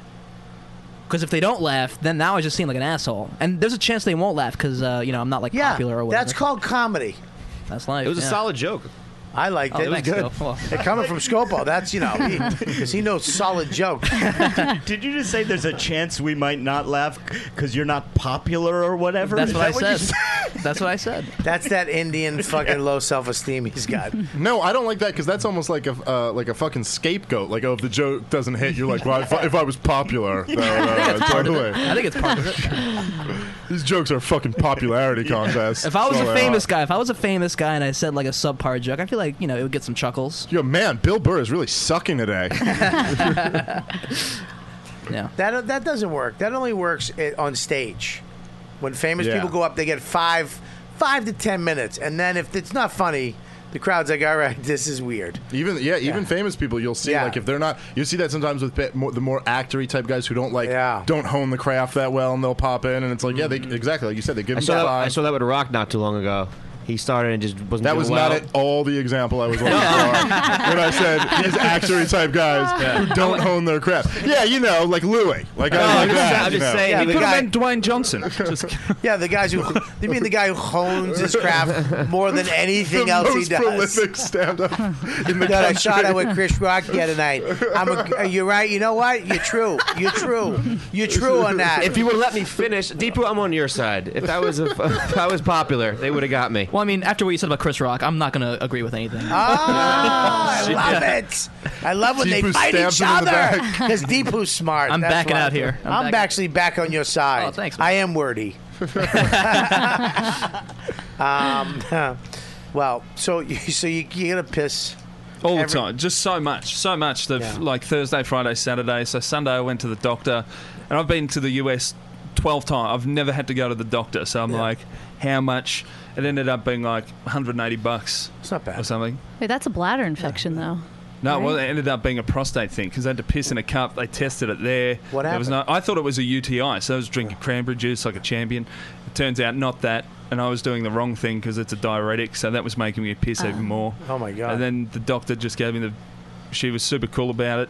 Speaker 17: Because if they don't laugh, then now I just seem like an asshole. And there's a chance they won't laugh because uh, you know I'm not like
Speaker 6: Yeah,
Speaker 17: popular or whatever.
Speaker 6: that's called comedy.
Speaker 17: That's life.
Speaker 6: It was a
Speaker 17: yeah.
Speaker 6: solid joke. I liked
Speaker 17: Oh,
Speaker 6: it.
Speaker 17: thanks, Scopo. Well-
Speaker 6: And coming from Scopo, that's you know because he, knows solid jokes.
Speaker 9: Did you just say there's a chance we might not laugh because you're not popular or whatever?
Speaker 17: That's
Speaker 9: Is
Speaker 17: what I
Speaker 9: that you
Speaker 17: said. That's what I said.
Speaker 6: That's that Indian fucking low self esteem he's got.
Speaker 8: No, I don't like that because that's almost like a uh, like a fucking scapegoat. Like, oh, if the joke doesn't hit, you're like, well, if I, if I was popular, no, no, no, totally.
Speaker 17: I think it's part of it.
Speaker 8: These jokes are a fucking popularity contests.
Speaker 17: If I was
Speaker 8: That's all
Speaker 17: a
Speaker 8: they
Speaker 17: famous
Speaker 8: are.
Speaker 17: guy, if I was a famous guy and I said like a subpar joke, I feel like you know it would get some chuckles.
Speaker 8: Yo, man, Bill Burr is really sucking today.
Speaker 17: Yeah.
Speaker 6: That that doesn't work. That only works i- on stage. When famous
Speaker 8: Yeah.
Speaker 6: people go up, they get five, five to ten minutes, and then if it's not funny, the crowd's like, "All right, this is weird."
Speaker 8: Even yeah, even famous people you'll see
Speaker 6: Yeah.
Speaker 8: like if they're not you see that sometimes with bit more, the more actory type guys who don't like don't hone the craft that well and they'll pop in and it's like yeah they
Speaker 6: Mm.
Speaker 8: exactly like you said they give
Speaker 7: I
Speaker 8: them
Speaker 7: saw, that, I
Speaker 8: five.
Speaker 7: saw that with Rock not too long ago. He started and just wasn't.
Speaker 8: That
Speaker 7: doing
Speaker 8: was
Speaker 7: well.
Speaker 8: not at all the example I was looking for when I said these actory type guys
Speaker 7: Yeah.
Speaker 8: who don't hone their craft. Yeah, you know, like Louis. Like
Speaker 6: No,
Speaker 8: I
Speaker 6: I'm
Speaker 8: like
Speaker 6: just-
Speaker 8: that.
Speaker 6: I'm
Speaker 8: you
Speaker 6: just
Speaker 8: know.
Speaker 6: saying, Yeah, the the guy- guy-
Speaker 11: Dwayne Johnson.
Speaker 6: yeah, the guys who you mean the guy who hones his craft more than anything
Speaker 8: The
Speaker 6: else he
Speaker 8: most
Speaker 6: does.
Speaker 8: prolific stand-up in the
Speaker 6: that I
Speaker 8: country.
Speaker 6: shot at with Chris Rock the other night. I'm a, uh, you're right. You know what? You're true. You're true. You're true on that.
Speaker 7: If you would have let me finish, Deepu, I'm on your side. If I was a, if I was popular, they would have got me.
Speaker 17: Well, I mean, after what you said about Chris Rock, I'm not gonna agree with anything.
Speaker 6: Uh, Ah, Oh, I love
Speaker 17: Yeah.
Speaker 6: it. I love when they
Speaker 17: Deepu
Speaker 6: fight
Speaker 17: stabs
Speaker 6: each
Speaker 17: him in
Speaker 6: other
Speaker 17: the back.
Speaker 6: because Deepu's smart.
Speaker 17: I'm
Speaker 6: That's
Speaker 17: backing
Speaker 6: why.
Speaker 17: out here. I'm
Speaker 6: I'm,
Speaker 17: backing-
Speaker 6: actually back on your side. Oh, thanks. I am wordy. um, well, so you, so you, you gonna piss
Speaker 11: All the
Speaker 6: every-
Speaker 11: time, just so much, so much. The
Speaker 6: Yeah.
Speaker 11: like Thursday, Friday, Saturday. So Sunday, I went to the doctor, and I've been to the US twelve times. I've never had to go to the doctor, so I'm like, how much? It ended up being like 180 bucks. It's
Speaker 6: not bad
Speaker 11: or something.
Speaker 10: Wait, that's a bladder infection, though.
Speaker 11: No, well, it ended up being a prostate thing because I had to piss in a cup. They tested it there.
Speaker 6: What
Speaker 11: There was no, I thought it was a UTI, so I was drinking cranberry juice like a champion. It turns out not that, and I was doing the wrong thing because it's a diuretic, so that was making me piss even more.
Speaker 6: Oh my god!
Speaker 11: And then the doctor just gave me the. She was super cool about it.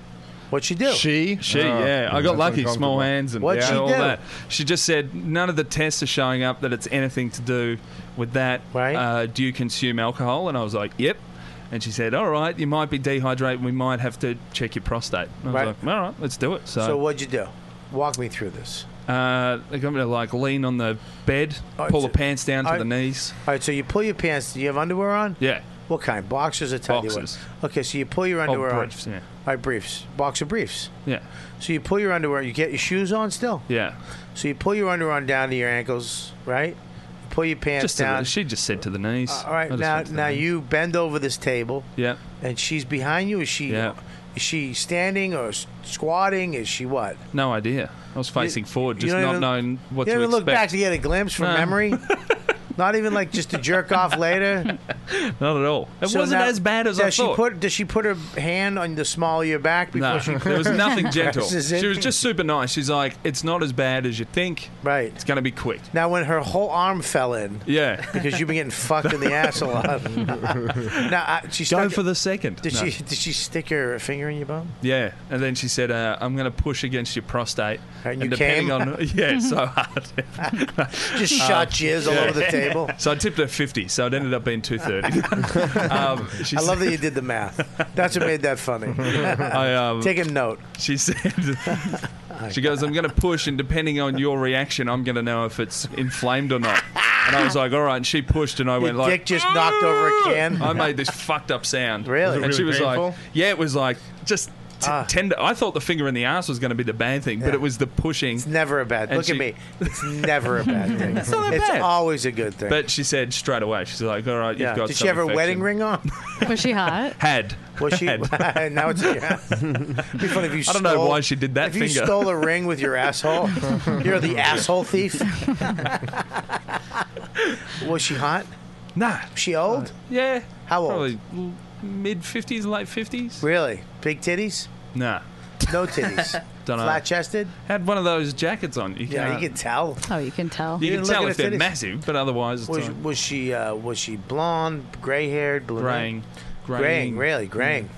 Speaker 6: What'd she do?
Speaker 11: She, she,
Speaker 8: Uh,
Speaker 6: Oh,
Speaker 11: yeah. I got
Speaker 6: that's
Speaker 11: lucky.
Speaker 6: uncomfortable.
Speaker 11: Small hands and
Speaker 6: What'd
Speaker 11: yeah,
Speaker 6: she
Speaker 11: all
Speaker 6: do?
Speaker 11: that. She just said none of the tests are showing up that it's anything to do with that. Right? Uh, do you consume alcohol? And I was like, yep. And she said, all right, you might be dehydrated. We might have to check your prostate. And I was
Speaker 6: Right.
Speaker 11: like, all right, let's do it. So,
Speaker 17: uh,
Speaker 6: So what'd you do? Walk me through this.
Speaker 11: uh, they got me to like lean on the bed,
Speaker 6: Oh,
Speaker 11: pull the pants down to
Speaker 6: all right.
Speaker 11: the knees.
Speaker 6: All right, so you pull your pants. Do you have underwear on?
Speaker 11: Yeah.
Speaker 6: What kind? Boxers or tidy
Speaker 11: Boxers.
Speaker 6: ones? Okay, so you pull your
Speaker 11: Oh,
Speaker 6: underwear
Speaker 11: briefs,
Speaker 6: on.
Speaker 11: yeah.
Speaker 6: All right, briefs. Boxer briefs.
Speaker 11: Yeah.
Speaker 6: So you pull your underwear. You get your shoes on still.
Speaker 11: Yeah.
Speaker 6: So you pull your underwear on down to your ankles, right? You pull your pants
Speaker 11: Just to the-
Speaker 6: down. Uh,
Speaker 11: she just said to the knees.
Speaker 6: all right,
Speaker 11: I just
Speaker 6: now
Speaker 11: went to the
Speaker 6: now
Speaker 11: knees.
Speaker 6: you bend over this table.
Speaker 11: Yeah.
Speaker 6: And she's behind you. Is she?
Speaker 11: Yeah.
Speaker 6: Is she standing or s- squatting? Is she what?
Speaker 11: No idea. I was facing forward,
Speaker 6: you
Speaker 11: just
Speaker 6: don't
Speaker 11: not
Speaker 6: even-
Speaker 11: knowing what
Speaker 6: you
Speaker 11: to
Speaker 6: don't even
Speaker 11: expect.
Speaker 6: look back to get a glimpse from
Speaker 11: No.
Speaker 6: memory. Not even like just to jerk off later.
Speaker 11: Not at all. It
Speaker 6: So
Speaker 11: wasn't
Speaker 6: now-
Speaker 11: as bad as
Speaker 6: does
Speaker 11: I
Speaker 6: she
Speaker 11: thought.
Speaker 6: Put, does she put her hand on the small of your back before
Speaker 11: no,
Speaker 6: she?
Speaker 11: there was nothing gentle.
Speaker 6: presses it?
Speaker 11: She was just super nice. She's like, "It's not as bad as you think.
Speaker 6: Right.
Speaker 11: It's gonna be quick."
Speaker 6: Now, when her whole arm fell in,
Speaker 11: Yeah.
Speaker 6: because you've been getting fucked in the ass a lot. now, I, she
Speaker 11: Go
Speaker 6: stuck,
Speaker 11: for the second.
Speaker 6: Did
Speaker 11: No.
Speaker 6: she? Did she stick her finger in your bum?
Speaker 11: Yeah, and then she said, uh, "I'm going to push against your prostate."
Speaker 6: And you
Speaker 11: depending
Speaker 6: came?
Speaker 11: on yeah, so hard.
Speaker 6: Just
Speaker 11: Uh,
Speaker 6: shot jizz all over the table.
Speaker 11: So I tipped her fifty, so it ended up being two thirty. um, she
Speaker 6: I love that
Speaker 11: said-
Speaker 6: you did the math. That's what made that funny.
Speaker 11: I, um,
Speaker 6: Take a note.
Speaker 11: She said, "She goes, I'm going to push, and depending on your reaction, I'm going to know if it's inflamed or not." And I was like, "All right." And she pushed, and I
Speaker 6: Your
Speaker 11: went like,
Speaker 6: dick just knocked over a can.
Speaker 11: I made this fucked up sound.
Speaker 6: Really? Was it
Speaker 11: And she
Speaker 6: really
Speaker 11: was
Speaker 6: painful? Ah.
Speaker 11: like, yeah, it was like just t- tender. I thought the finger in the ass was going to be the bad thing, but
Speaker 6: Yeah.
Speaker 11: it was the pushing. It's
Speaker 6: never a bad.
Speaker 11: And
Speaker 6: Look
Speaker 11: she-
Speaker 6: at me. It's never a bad thing.
Speaker 11: It's not that bad.
Speaker 6: always a good thing.
Speaker 11: But she said straight away, she's like, all right, you've
Speaker 6: Yeah.
Speaker 11: got.
Speaker 6: Did
Speaker 11: some
Speaker 6: she have her wedding
Speaker 11: infection."
Speaker 6: ring on?
Speaker 10: Was she hot?
Speaker 11: Had.
Speaker 6: Was she?
Speaker 11: Had.
Speaker 6: now it's. Yeah. It'd be funny if you.
Speaker 11: I don't know
Speaker 6: stole-
Speaker 11: why she did that
Speaker 6: If you
Speaker 11: finger.
Speaker 6: stole a ring with your asshole, you're the asshole thief. Was she hot?
Speaker 11: Nah.
Speaker 6: She
Speaker 11: Uh,
Speaker 6: old?
Speaker 11: yeah.
Speaker 6: How old?
Speaker 11: Probably mid fifties, late fifties.
Speaker 6: Really? Big titties?
Speaker 11: Nah.
Speaker 6: No titties.
Speaker 11: Don't know.
Speaker 6: Flat chested?
Speaker 11: Had one of those jackets on. You
Speaker 6: Yeah,
Speaker 11: can't-
Speaker 6: you can tell.
Speaker 10: Oh, you can tell.
Speaker 11: You
Speaker 6: You
Speaker 11: can
Speaker 6: didn't look
Speaker 11: tell
Speaker 6: at
Speaker 11: if
Speaker 6: her
Speaker 11: they're
Speaker 6: titties.
Speaker 11: massive, but otherwise, it's
Speaker 6: Was,
Speaker 11: all-
Speaker 6: was she uh, was she blonde, gray haired, blue?
Speaker 11: Graying.
Speaker 6: graying,
Speaker 11: Graying. Mm.
Speaker 6: really, graying.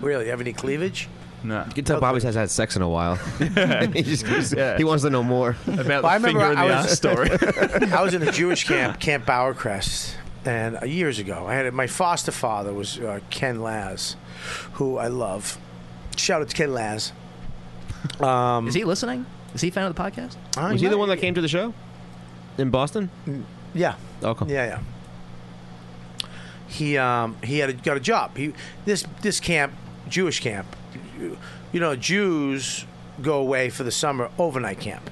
Speaker 6: Really, have any cleavage?
Speaker 11: No.
Speaker 7: You can tell Bobby's has had sex in a while. he just goes,
Speaker 6: Yeah.
Speaker 7: he wants to know more
Speaker 11: about
Speaker 6: Well, I remember I was- I was in a Jewish camp, Camp Bowercrest, and uh, years ago, I had my foster father was uh, Ken Laz, who I love. Shout out to Ken Laz. Um,
Speaker 17: Is he listening? Is he a fan of the podcast?
Speaker 7: Was he the one that came to the show in Boston? Oh,
Speaker 6: Yeah.
Speaker 7: Okay.
Speaker 6: Yeah, yeah. He um, he had a, got a job. He this this camp, Jewish camp, you, you know, Jews go away for the summer overnight camp.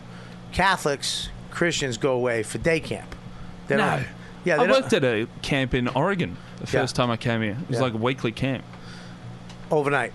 Speaker 6: Catholics, Christians go away for day camp. They
Speaker 11: no.
Speaker 6: don't- Yeah, they
Speaker 11: I
Speaker 6: don't-
Speaker 11: worked at a camp in Oregon the first time I came here. It was
Speaker 6: Yeah.
Speaker 11: like a weekly camp.
Speaker 6: overnight.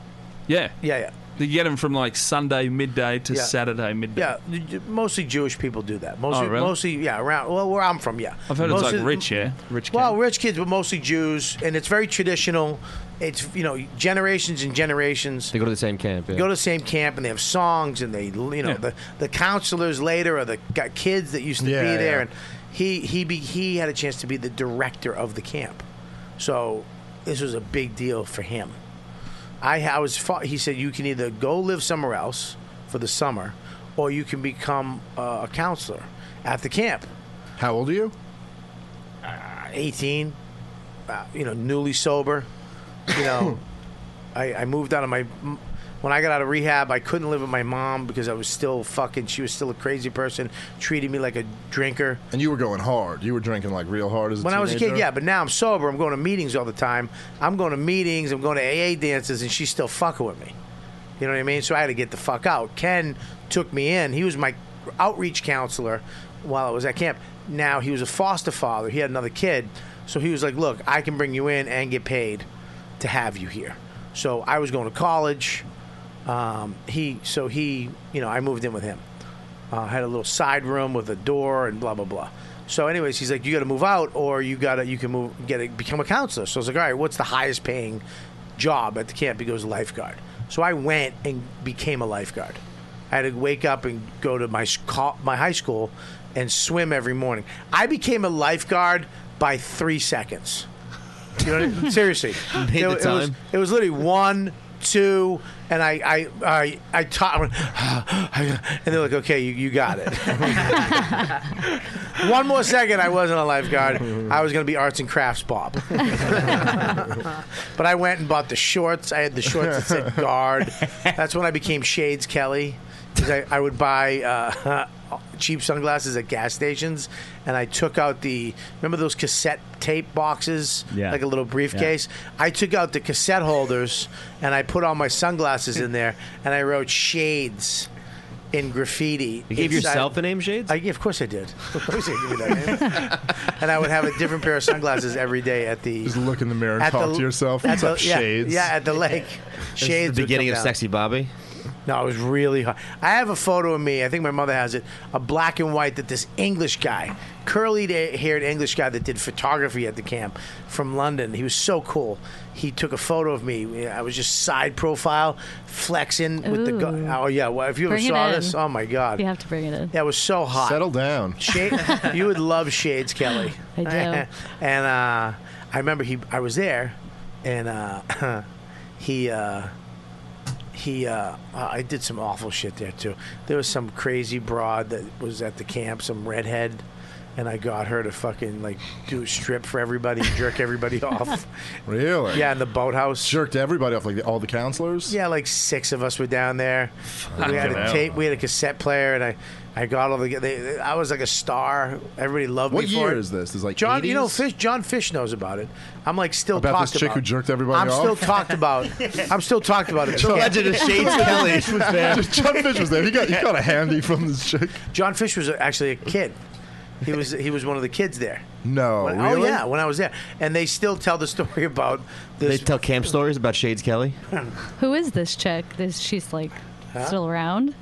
Speaker 11: Yeah.
Speaker 6: Yeah, yeah.
Speaker 11: You get them from like Sunday midday to
Speaker 6: Yeah.
Speaker 11: Saturday midday.
Speaker 6: Yeah, the- the- mostly Jewish people do that. Mostly,
Speaker 11: Oh, really?
Speaker 6: mostly, yeah, around. Well, where I'm from, yeah.
Speaker 11: I've heard it's
Speaker 6: Mostly-
Speaker 11: like rich, yeah? Rich
Speaker 6: Well, rich kids, but mostly Jews, and it's very traditional. It's you know generations and generations.
Speaker 7: They go to the same camp. Yeah.
Speaker 6: go to the same camp and they have songs and they you know
Speaker 7: Yeah.
Speaker 6: the the counselors later are the got kids that used to
Speaker 7: Yeah,
Speaker 6: be there
Speaker 7: yeah.
Speaker 6: and he he be, he had a chance to be the director of the camp so this was a big deal for him i, I was fought, he said you can either go live somewhere else for the summer or you can become uh, a counselor at the camp
Speaker 13: how old are you
Speaker 6: uh, 18 uh, you know newly sober you know I, I moved out of my when i got out of rehab i couldn't live with my mom because i was still fucking she was still a crazy person treating me like a drinker
Speaker 8: And you were going hard. You were drinking like real hard as a
Speaker 6: when I was a kid,
Speaker 8: teenager?
Speaker 6: yeah, but now I'm sober. I'm going to meetings all the time. I'm going to meetings. I'm going to AA dances, and she's still fucking with me. You know what I mean? So I had to get the fuck out. Ken took me in. He was my outreach counselor while I was at camp. Now he was a foster father. He had another kid, so he was like, "Look, I can bring you in and get paid to have you here." So I was going to college. Um, he, so he, you know, I moved in with him. Uh, had a little side room with a door and blah blah blah. So, anyways, he's like, "You got to move out, or you got to you can move get a, become a counselor." So I was like, "All right, what's the highest paying job at the camp. He goes lifeguard. So I went and became a lifeguard. I had to wake up and go to my sc- co- my high school and swim every morning. I became a lifeguard by three seconds. You know, what I mean? seriously,
Speaker 7: Made
Speaker 6: it,
Speaker 7: the
Speaker 6: it was
Speaker 7: time.
Speaker 6: it was literally one, two, and I I I, I taught, I went, and they're like, okay, you, you got it. one more second, I wasn't a lifeguard. I was going to be arts and crafts Bob. but I went and bought the shorts. I had the shorts that said guard. That's when I became Shades Kelly. 'Cause I, I would buy uh, cheap sunglasses at gas stations, and I took out the remember those cassette tape boxes,
Speaker 19: Yeah.
Speaker 6: like a little briefcase. I took out the cassette holders, and I put all my sunglasses in there, and I wrote Shades in graffiti.
Speaker 7: You gave
Speaker 6: inside-
Speaker 7: yourself the name Shades?
Speaker 6: I, of course I did. Of course I gave you that name. and I would have a different pair of sunglasses every day at the. Just
Speaker 8: look in the mirror and
Speaker 6: at
Speaker 8: talk
Speaker 6: the-
Speaker 8: to yourself.
Speaker 6: at
Speaker 8: What's
Speaker 6: the-
Speaker 8: up,
Speaker 6: yeah,
Speaker 8: shades?
Speaker 6: Yeah, at the lake. Shades.
Speaker 7: the
Speaker 6: would
Speaker 7: beginning
Speaker 6: come
Speaker 7: of
Speaker 6: down.
Speaker 7: Sexy Bobby.
Speaker 6: No, it was really hot. I have a photo of me. I think my mother has it. A black and white that this English guy, curly da- haired English guy that did photography at the camp from London. He was so cool. He took a photo of me. I was just side profile, flexing with the.
Speaker 10: Ooh.
Speaker 6: Gu- oh yeah, well, if you ever
Speaker 10: Bring it
Speaker 6: saw
Speaker 10: in.
Speaker 6: this, oh my god,
Speaker 10: You have to bring it in.
Speaker 6: that was so hot.
Speaker 8: Settle down.
Speaker 6: Shade, you would love Shades Kelly.
Speaker 10: I do.
Speaker 6: and uh, I remember he, I was there, and uh, he, uh, he, uh, I did some awful shit there too. There was some crazy broad that was at the camp, some redhead. And I got her to fucking like do a strip for everybody, and jerk everybody off.
Speaker 8: Really?
Speaker 6: Yeah, in the boathouse.
Speaker 8: Jerked everybody off, like the, all the counselors.
Speaker 6: Yeah, like six of us were down there.
Speaker 8: Fucking
Speaker 6: we had a
Speaker 8: hell.
Speaker 6: tape, we had a cassette player, and I, I got all the. They, I was like a star. Everybody loved
Speaker 8: What
Speaker 6: me for
Speaker 8: year
Speaker 6: it.
Speaker 8: is this? Is like
Speaker 6: John, you know,
Speaker 8: 80s?
Speaker 6: Fish. John Fish knows about it. I'm like still
Speaker 8: About
Speaker 6: talked
Speaker 8: this chick who jerked everybody
Speaker 6: I'm
Speaker 8: off?
Speaker 6: still talked about. I'm still talked about. It.
Speaker 8: The legend of Shades Kelly. John Fish was there. He got- he got a handy from this chick.
Speaker 6: John Fish was actually a kid. He was he was one of the kids there.
Speaker 8: No,
Speaker 6: When-
Speaker 7: really?
Speaker 6: Oh yeah, when I was there, and they still tell the story about
Speaker 7: They tell camp stories about Shades Kelly.
Speaker 10: Who is this chick? This she's like
Speaker 6: Huh?
Speaker 10: still around.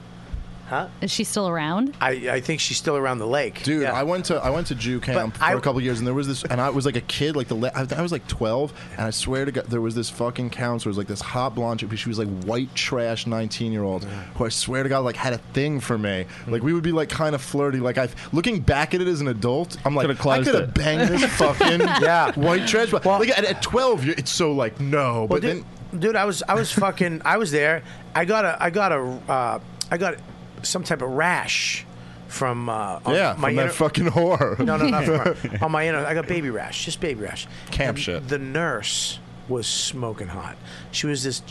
Speaker 6: Huh?
Speaker 10: Is she still around?
Speaker 6: I, I think she's still around the lake.
Speaker 8: Dude, I went to I went to Jew camp for
Speaker 6: I-
Speaker 8: a couple years, and there was this, and I was like a kid, like the la- I, I was like twelve, and I swear to God, there was this fucking counselor, was like this hot blonde chick, but she was like white trash nineteen year old, who I swear to God, like had a thing for me. Like we would be like kind of flirty. Like I, looking back at it as an adult, I'm like,
Speaker 13: Could've
Speaker 8: I
Speaker 13: closed
Speaker 8: could
Speaker 13: it.
Speaker 8: have banged this fucking
Speaker 6: Yeah.
Speaker 8: white trash. But like at, at twelve, you're, it's so like no, but
Speaker 6: dude,
Speaker 8: then.
Speaker 6: dude, I was I was fucking I was there. I got a I got a uh, I got some type of rash from uh, on
Speaker 8: Yeah,
Speaker 6: my
Speaker 8: from
Speaker 6: inner-
Speaker 8: that fucking whore.
Speaker 6: No, no, not from her. on my inner. I got baby rash, just baby rash.
Speaker 8: Camp
Speaker 6: the,
Speaker 8: shit.
Speaker 6: The nurse was smoking hot. She was this.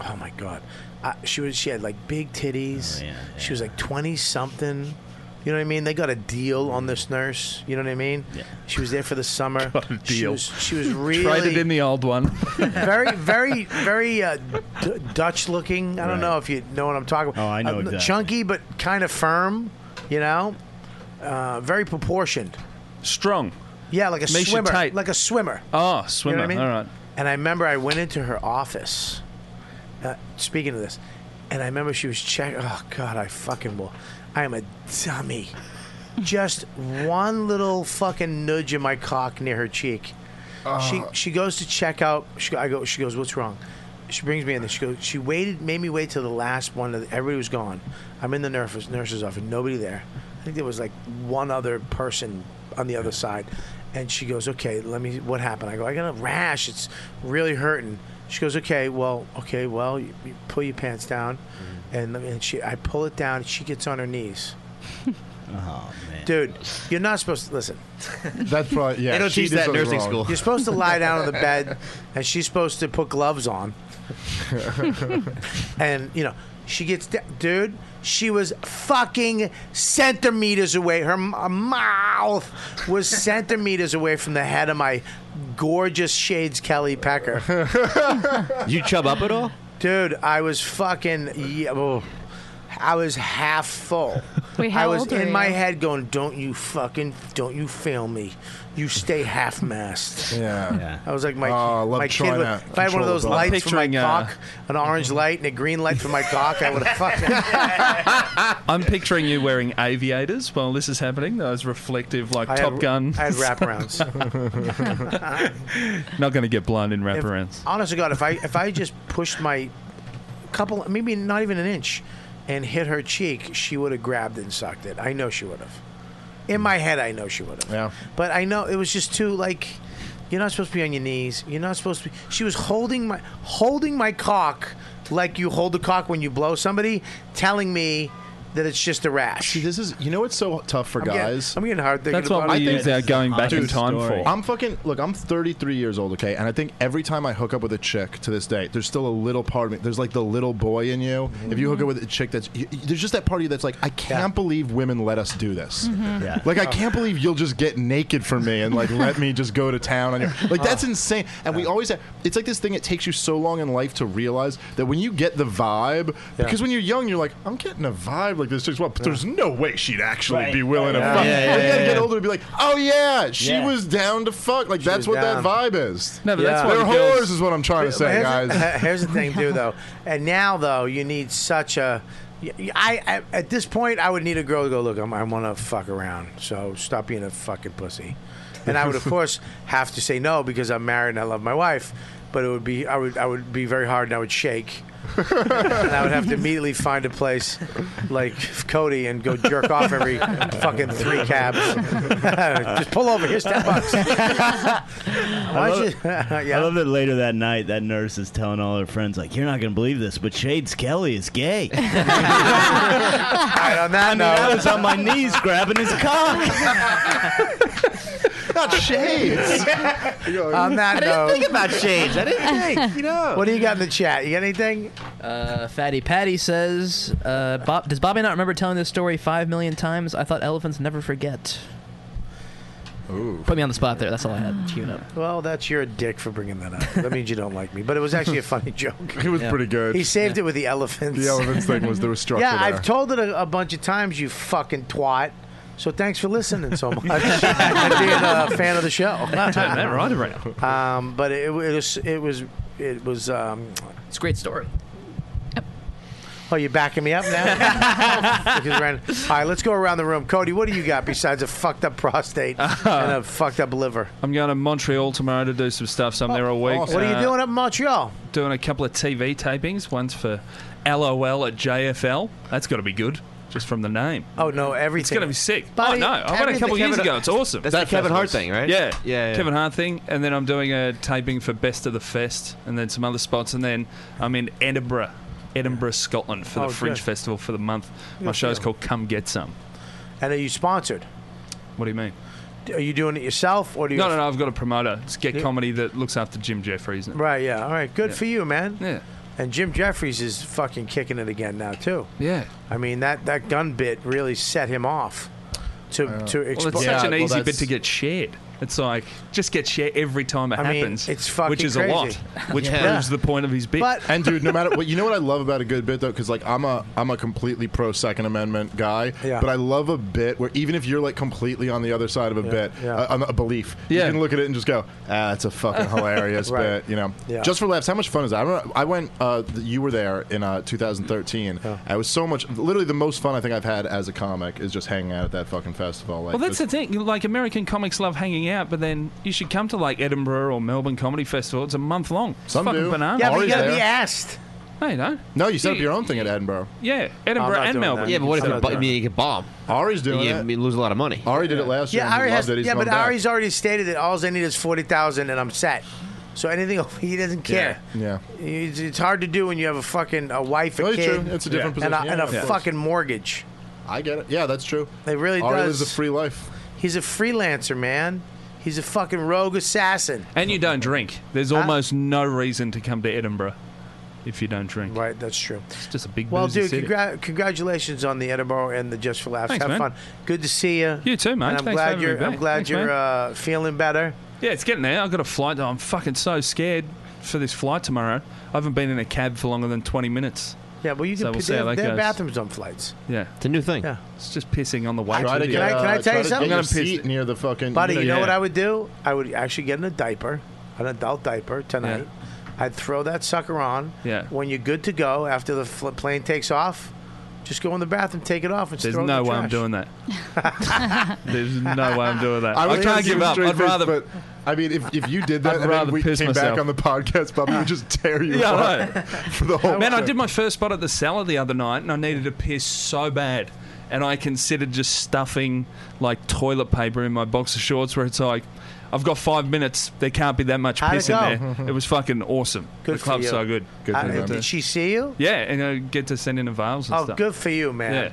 Speaker 6: Oh my god, I, she was. She had like big
Speaker 8: Oh,
Speaker 6: titties. She was like twenty something. You know what I mean? They got a deal on this nurse. You know what I mean? Yeah. She was there for the summer. Got a deal. She was, she was really
Speaker 11: Tried it in the old one.
Speaker 6: very, very, very uh, d- Dutch looking. I don't know if you know what I'm talking about.
Speaker 11: Oh, I know
Speaker 6: n-
Speaker 11: exactly.
Speaker 6: Chunky, but kind of firm. You know, uh, very proportioned.
Speaker 11: Strong.
Speaker 6: Yeah, like a
Speaker 11: Makes you
Speaker 6: swimmer.
Speaker 11: tight.
Speaker 6: Like a swimmer.
Speaker 11: Oh,
Speaker 6: You know
Speaker 11: swimmer.
Speaker 6: what I mean?
Speaker 11: All right.
Speaker 6: And I remember I went into her office. Uh, speaking of this, and I remember she was checking. Oh God, I fucking will. I am a dummy. Just one little fucking nudge of my cock near her cheek. she
Speaker 9: Uh.
Speaker 8: Ah.
Speaker 6: she goes to check out. She, go- I go. She goes, "What's wrong?" She brings me in. There. She goes. She waited, made me wait till the last one. of the- Everybody was gone. I'm in the nurse's nurse's office. Nobody there. I think there was like one other person on the other side. And she goes, "Okay, let me. What happened?" I go, "I got a rash. It's really hurting." She goes, "Okay, well, okay, well, you, you pull your pants down."
Speaker 9: Mm-hmm.
Speaker 6: And, let me- and she, I pull it down. She gets on her knees.
Speaker 9: Oh, man.
Speaker 6: Dude, you're not supposed to listen.
Speaker 8: That's probably yeah. she did something wrong.
Speaker 6: You're supposed to lie down on the bed, and she's supposed to put gloves on. and you know, she gets da- dude. She was fucking centimeters away. Her m- uh, mouth was centimeters away from the head of my gorgeous shades Kelly Pecker.
Speaker 7: Did you chub up at all?
Speaker 6: Dude, I was fucking. Yeah, oh, I was half full.
Speaker 10: Wait,
Speaker 6: I
Speaker 10: how
Speaker 6: was
Speaker 10: old were
Speaker 6: in my
Speaker 10: you?
Speaker 6: head going, "Don't you fucking, don't you fail me? You stay half mast."
Speaker 8: Yeah.
Speaker 6: I was like my,
Speaker 8: Oh, I love
Speaker 6: my kid.
Speaker 8: trying
Speaker 6: Would,
Speaker 8: to
Speaker 6: if I had one
Speaker 8: control
Speaker 6: of those
Speaker 8: the
Speaker 6: lights
Speaker 8: button.
Speaker 6: for my
Speaker 8: I'm picturing, uh,
Speaker 6: cock, an orange light and a green light for my cock, I would have fucking.
Speaker 11: I'm picturing you wearing aviators while this is happening. Those reflective, like
Speaker 6: I had-
Speaker 11: Top Gun.
Speaker 6: I had wraparounds.
Speaker 11: Not going to get blind in wraparounds.
Speaker 6: Honest to God, if I if I just pushed my couple, maybe not even an inch, and hit her cheek, she would have grabbed it and sucked it. I know she would have. In my head, I know she would have. Yeah. But I know it was just too like. You're not supposed to be on your knees. You're not supposed to be. She was holding my holding my cock like you hold the cock when you blow somebody, telling me that it's just a rash. See,
Speaker 8: this is you know it's so tough for
Speaker 6: I'm getting-
Speaker 8: guys.
Speaker 6: I'm getting hard thinking
Speaker 11: That's what
Speaker 6: about
Speaker 11: we
Speaker 6: it.
Speaker 11: use our going back in time for.
Speaker 8: I'm fucking look. I'm 33 years old, okay, and I think every time I hook up with a chick to this day, there's still a little part of me. There's like the little boy in you. If you hook up with a chick, that's y y- there's just that part of you that's like, I can't believe women let us do this.
Speaker 13: Mhm. Yeah.
Speaker 8: Like I
Speaker 13: Oh.
Speaker 8: can't believe you'll just get naked for me and like let me just go to town on you. Like that's insane. And we always have, it's like this thing. It takes you so long in life to realize that when you get the vibe, because when you're young, you're like, I'm getting a vibe like this chick's well, but there's no way she'd actually
Speaker 13: Right.
Speaker 8: be willing to
Speaker 13: Yeah.
Speaker 8: fuck.
Speaker 13: Yeah, yeah,
Speaker 8: Like, I'd
Speaker 13: yeah,
Speaker 8: get
Speaker 13: yeah.
Speaker 8: older and be like, oh yeah, she
Speaker 13: Yeah.
Speaker 8: was down to fuck. Like that's
Speaker 13: was
Speaker 8: what
Speaker 13: down.
Speaker 8: that vibe is.
Speaker 13: No, but that's Yeah. why
Speaker 8: they're
Speaker 13: the girls-
Speaker 8: whores, is what I'm trying to
Speaker 6: But
Speaker 8: say,
Speaker 6: here's
Speaker 8: guys.
Speaker 6: the- here's the thing, too, though. And now, though, you need such a. y- y- I, I- at this point, I would need a girl to go look. I'm, I want to fuck around, so stop being a fucking pussy. And I would, of course, have to say no because I'm married and I love my wife. But it would be I would I would be very hard and I would shake. and I would have to immediately find a place like Cody and go jerk off every fucking three cabs. Just pull over. Here's ten bucks.
Speaker 9: I
Speaker 6: Why
Speaker 9: love,
Speaker 6: don't you?
Speaker 9: I love that later that night, that nurse is telling all her friends, like, you're not going to believe this, but Shades Kelly is gay.
Speaker 6: on that
Speaker 9: I mean, I was on my knees grabbing his cock.
Speaker 8: Not
Speaker 9: shades.
Speaker 6: On that
Speaker 9: I didn't
Speaker 6: note-
Speaker 9: think about
Speaker 17: shades. I didn't think, you know.
Speaker 6: What do you got in the chat? You got anything?
Speaker 17: Uh, Fatty Patty says, uh, Bob, "Does Bobby not remember telling this story five million times? I thought elephants never forget."
Speaker 8: Ooh.
Speaker 17: Put me on the spot there. That's all I had. Tune up.
Speaker 6: Well, that's your dick for bringing that up. That means you don't like me. But it was actually a funny joke.
Speaker 8: It was Yeah. pretty good.
Speaker 6: He saved it with the elephants.
Speaker 8: The elephants thing was- there was structure
Speaker 6: Yeah,
Speaker 8: there.
Speaker 6: I've told it a, a bunch of times, you fucking twat. So thanks for listening so much and being a fan of the show.
Speaker 11: Turn that right around.
Speaker 6: Um, but it, was it was it was. Um,
Speaker 17: it's a great story.
Speaker 6: Oh, you backing me up now? Because we're in- all right, let's go around the room. Cody, what do you got besides a fucked up prostate
Speaker 8: Uh-huh.
Speaker 6: and a fucked up liver?
Speaker 11: I'm going to Montreal tomorrow to do some stuff, so I'm there all week.
Speaker 6: Oh, What are you
Speaker 11: Uh,
Speaker 6: doing up in Montreal?
Speaker 11: Doing a couple of TV tapings. One's for LOL at JFL. That's got to be good, just from the name.
Speaker 6: Oh no, everything.
Speaker 11: It's going to be sick.
Speaker 6: Buddy,
Speaker 11: oh no, I went a couple
Speaker 6: everything-
Speaker 11: years
Speaker 6: Kevin-
Speaker 11: ago. It's awesome.
Speaker 6: That's the That Kevin Hart festival's-
Speaker 7: thing, right?
Speaker 11: Yeah.
Speaker 7: Yeah, yeah.
Speaker 11: Kevin Hart thing, and then I'm doing a taping for Best of the Fest, and then some other spots, and then I'm in Edinburgh, Edinburgh, Scotland for
Speaker 6: Oh,
Speaker 11: the Fringe
Speaker 6: good.
Speaker 11: Festival for the month. My
Speaker 6: Good
Speaker 11: show's
Speaker 6: for
Speaker 11: called Come Get Some.
Speaker 6: And are you sponsored?
Speaker 11: What do you mean?
Speaker 6: Are you doing it yourself, or do you?
Speaker 11: No, no, no. I've got a promoter. It's Get
Speaker 6: Yeah.
Speaker 11: Comedy that looks after Jim Jeffries. Right.
Speaker 6: Right. Yeah. All right. Good
Speaker 11: Yeah.
Speaker 6: for you, man.
Speaker 11: Yeah.
Speaker 6: And Jim Jeffries is fucking kicking it again now too.
Speaker 11: Yeah.
Speaker 6: I mean that that gun bit really set him off. To to
Speaker 11: Well, it's
Speaker 6: expo-
Speaker 11: such an easy bit to get shared. It's like just get shared every time it
Speaker 6: I mean,
Speaker 11: happens,
Speaker 6: it's fucking
Speaker 11: which is
Speaker 6: crazy.
Speaker 11: a lot, which
Speaker 8: Yeah.
Speaker 11: proves the point of his bit.
Speaker 8: and dude, no matter what, you know what I love about a good bit though, because like I'm a I'm a completely pro Second Amendment guy,
Speaker 13: Yeah.
Speaker 8: but I love a bit where even if you're like completely on the other side of a bit, uh, on a belief, you can look at it and just go, ah, it's a fucking hilarious
Speaker 13: Right.
Speaker 8: bit, you know.
Speaker 13: Yeah.
Speaker 8: Just for laughs, how much fun is that? I, remember, I went, uh, th- you were there in uh, 2013. I was so much, literally the most fun I think I've had as a comic is just hanging out at that fucking festival. Like,
Speaker 11: well, that's
Speaker 8: just-
Speaker 11: the thing. Like American comics love hanging out, but then you should come to like Edinburgh or Melbourne Comedy Festival. It's a month long. It's
Speaker 8: Some
Speaker 11: fucking
Speaker 8: do.
Speaker 11: bananas.
Speaker 8: Yeah, but you Ari's gotta there. be
Speaker 6: asked.
Speaker 11: No, you don't.
Speaker 8: no, you set up your own thing at Edinburgh.
Speaker 11: Yeah, Edinburgh and Melbourne.
Speaker 7: Yeah, but what if
Speaker 8: I'm
Speaker 7: it,
Speaker 8: not
Speaker 7: bo-
Speaker 8: doing
Speaker 7: I mean, you could bomb?
Speaker 8: Ari's
Speaker 7: doing you,
Speaker 8: it.
Speaker 7: You lose a lot of money.
Speaker 8: Ari did it last
Speaker 6: yeah, Ari has, yeah, but Ari's already stated that all they need is forty thousand, and I'm set. So anything over- he doesn't care.
Speaker 8: Yeah.
Speaker 6: It's, it's hard to do when you have a fucking a wife, a
Speaker 8: No, it's
Speaker 6: kid,
Speaker 8: true. It's a different
Speaker 6: and a, and
Speaker 8: position. Yeah,
Speaker 6: a
Speaker 8: of course.
Speaker 6: fucking mortgage.
Speaker 8: I get it. Yeah, that's true.
Speaker 6: It really
Speaker 8: Ari
Speaker 6: does.
Speaker 8: lives a free life.
Speaker 6: He's a freelancer, man. He's a fucking rogue assassin.
Speaker 11: And you don't drink. There's almost no reason to come to Edinburgh if you don't drink.
Speaker 6: Right, that's true.
Speaker 11: It's just a big
Speaker 6: Well,
Speaker 11: boozy
Speaker 6: dude,
Speaker 11: city.
Speaker 6: congra- congratulations on the Edinburgh and the Just for Laughs.
Speaker 11: Thanks,
Speaker 6: Have
Speaker 11: man.
Speaker 6: fun. Good to see you.
Speaker 11: You too, mate.
Speaker 6: And I'm
Speaker 11: Thanks for
Speaker 6: glad
Speaker 11: having me
Speaker 6: you're. I'm
Speaker 11: back.
Speaker 6: glad
Speaker 11: Thanks,
Speaker 6: you're
Speaker 11: man.
Speaker 6: uh, feeling better.
Speaker 11: Yeah, it's getting there. I've got a flight. I'm fucking so scared for this flight tomorrow. I haven't been in a cab for longer than 20 minutes.
Speaker 6: Yeah, well, you can.
Speaker 11: So we'll see
Speaker 6: they
Speaker 11: how
Speaker 6: have,
Speaker 11: that
Speaker 6: they have
Speaker 11: goes.
Speaker 6: bathrooms on flights.
Speaker 11: Yeah,
Speaker 7: it's a new thing.
Speaker 6: Yeah,
Speaker 11: it's just pissing on the way.
Speaker 6: Try
Speaker 11: to
Speaker 6: to
Speaker 11: the-
Speaker 6: get, can I, can I tell you something?
Speaker 11: I'm gonna piss
Speaker 8: near the fucking.
Speaker 6: Buddy, you know what I would do? I would actually get in a diaper, an adult diaper tonight. I'd throw that sucker on.
Speaker 11: Yeah.
Speaker 6: When you're good to go after the fl- plane takes off, just go in the bathroom, take it off, and just
Speaker 11: There's
Speaker 6: throw it in
Speaker 11: no
Speaker 6: the
Speaker 11: way I'm
Speaker 6: trash.
Speaker 11: doing that. There's no way I'm doing that.
Speaker 8: I
Speaker 11: I,
Speaker 8: was
Speaker 11: can't
Speaker 8: thinking
Speaker 11: give up.
Speaker 8: straight
Speaker 11: I'd
Speaker 8: face,
Speaker 11: rather.
Speaker 8: but, I mean, if, if you did
Speaker 11: I'd
Speaker 8: that, and
Speaker 11: rather
Speaker 8: then we
Speaker 11: piss
Speaker 8: came
Speaker 11: myself.
Speaker 8: back on the podcast, Bobby would just tear you
Speaker 11: Yeah, I
Speaker 8: apart
Speaker 11: know.
Speaker 8: for the whole.
Speaker 11: Oh, Man, I
Speaker 8: show.
Speaker 11: did my first spot at the cellar the other night, and I needed to piss so bad, and I considered just stuffing like toilet paper in my boxer shorts, where it's like, I've got five minutes. There can't be that much
Speaker 6: How'd it
Speaker 11: piss in
Speaker 6: go?
Speaker 11: there. It was fucking awesome.
Speaker 6: Good
Speaker 11: the
Speaker 6: for
Speaker 11: club's
Speaker 6: you.
Speaker 11: so good.
Speaker 6: Uh, did she see you?
Speaker 11: Yeah, and I get to send in the vials and
Speaker 6: Oh,
Speaker 11: stuff.
Speaker 6: good for you, man.
Speaker 11: Yeah.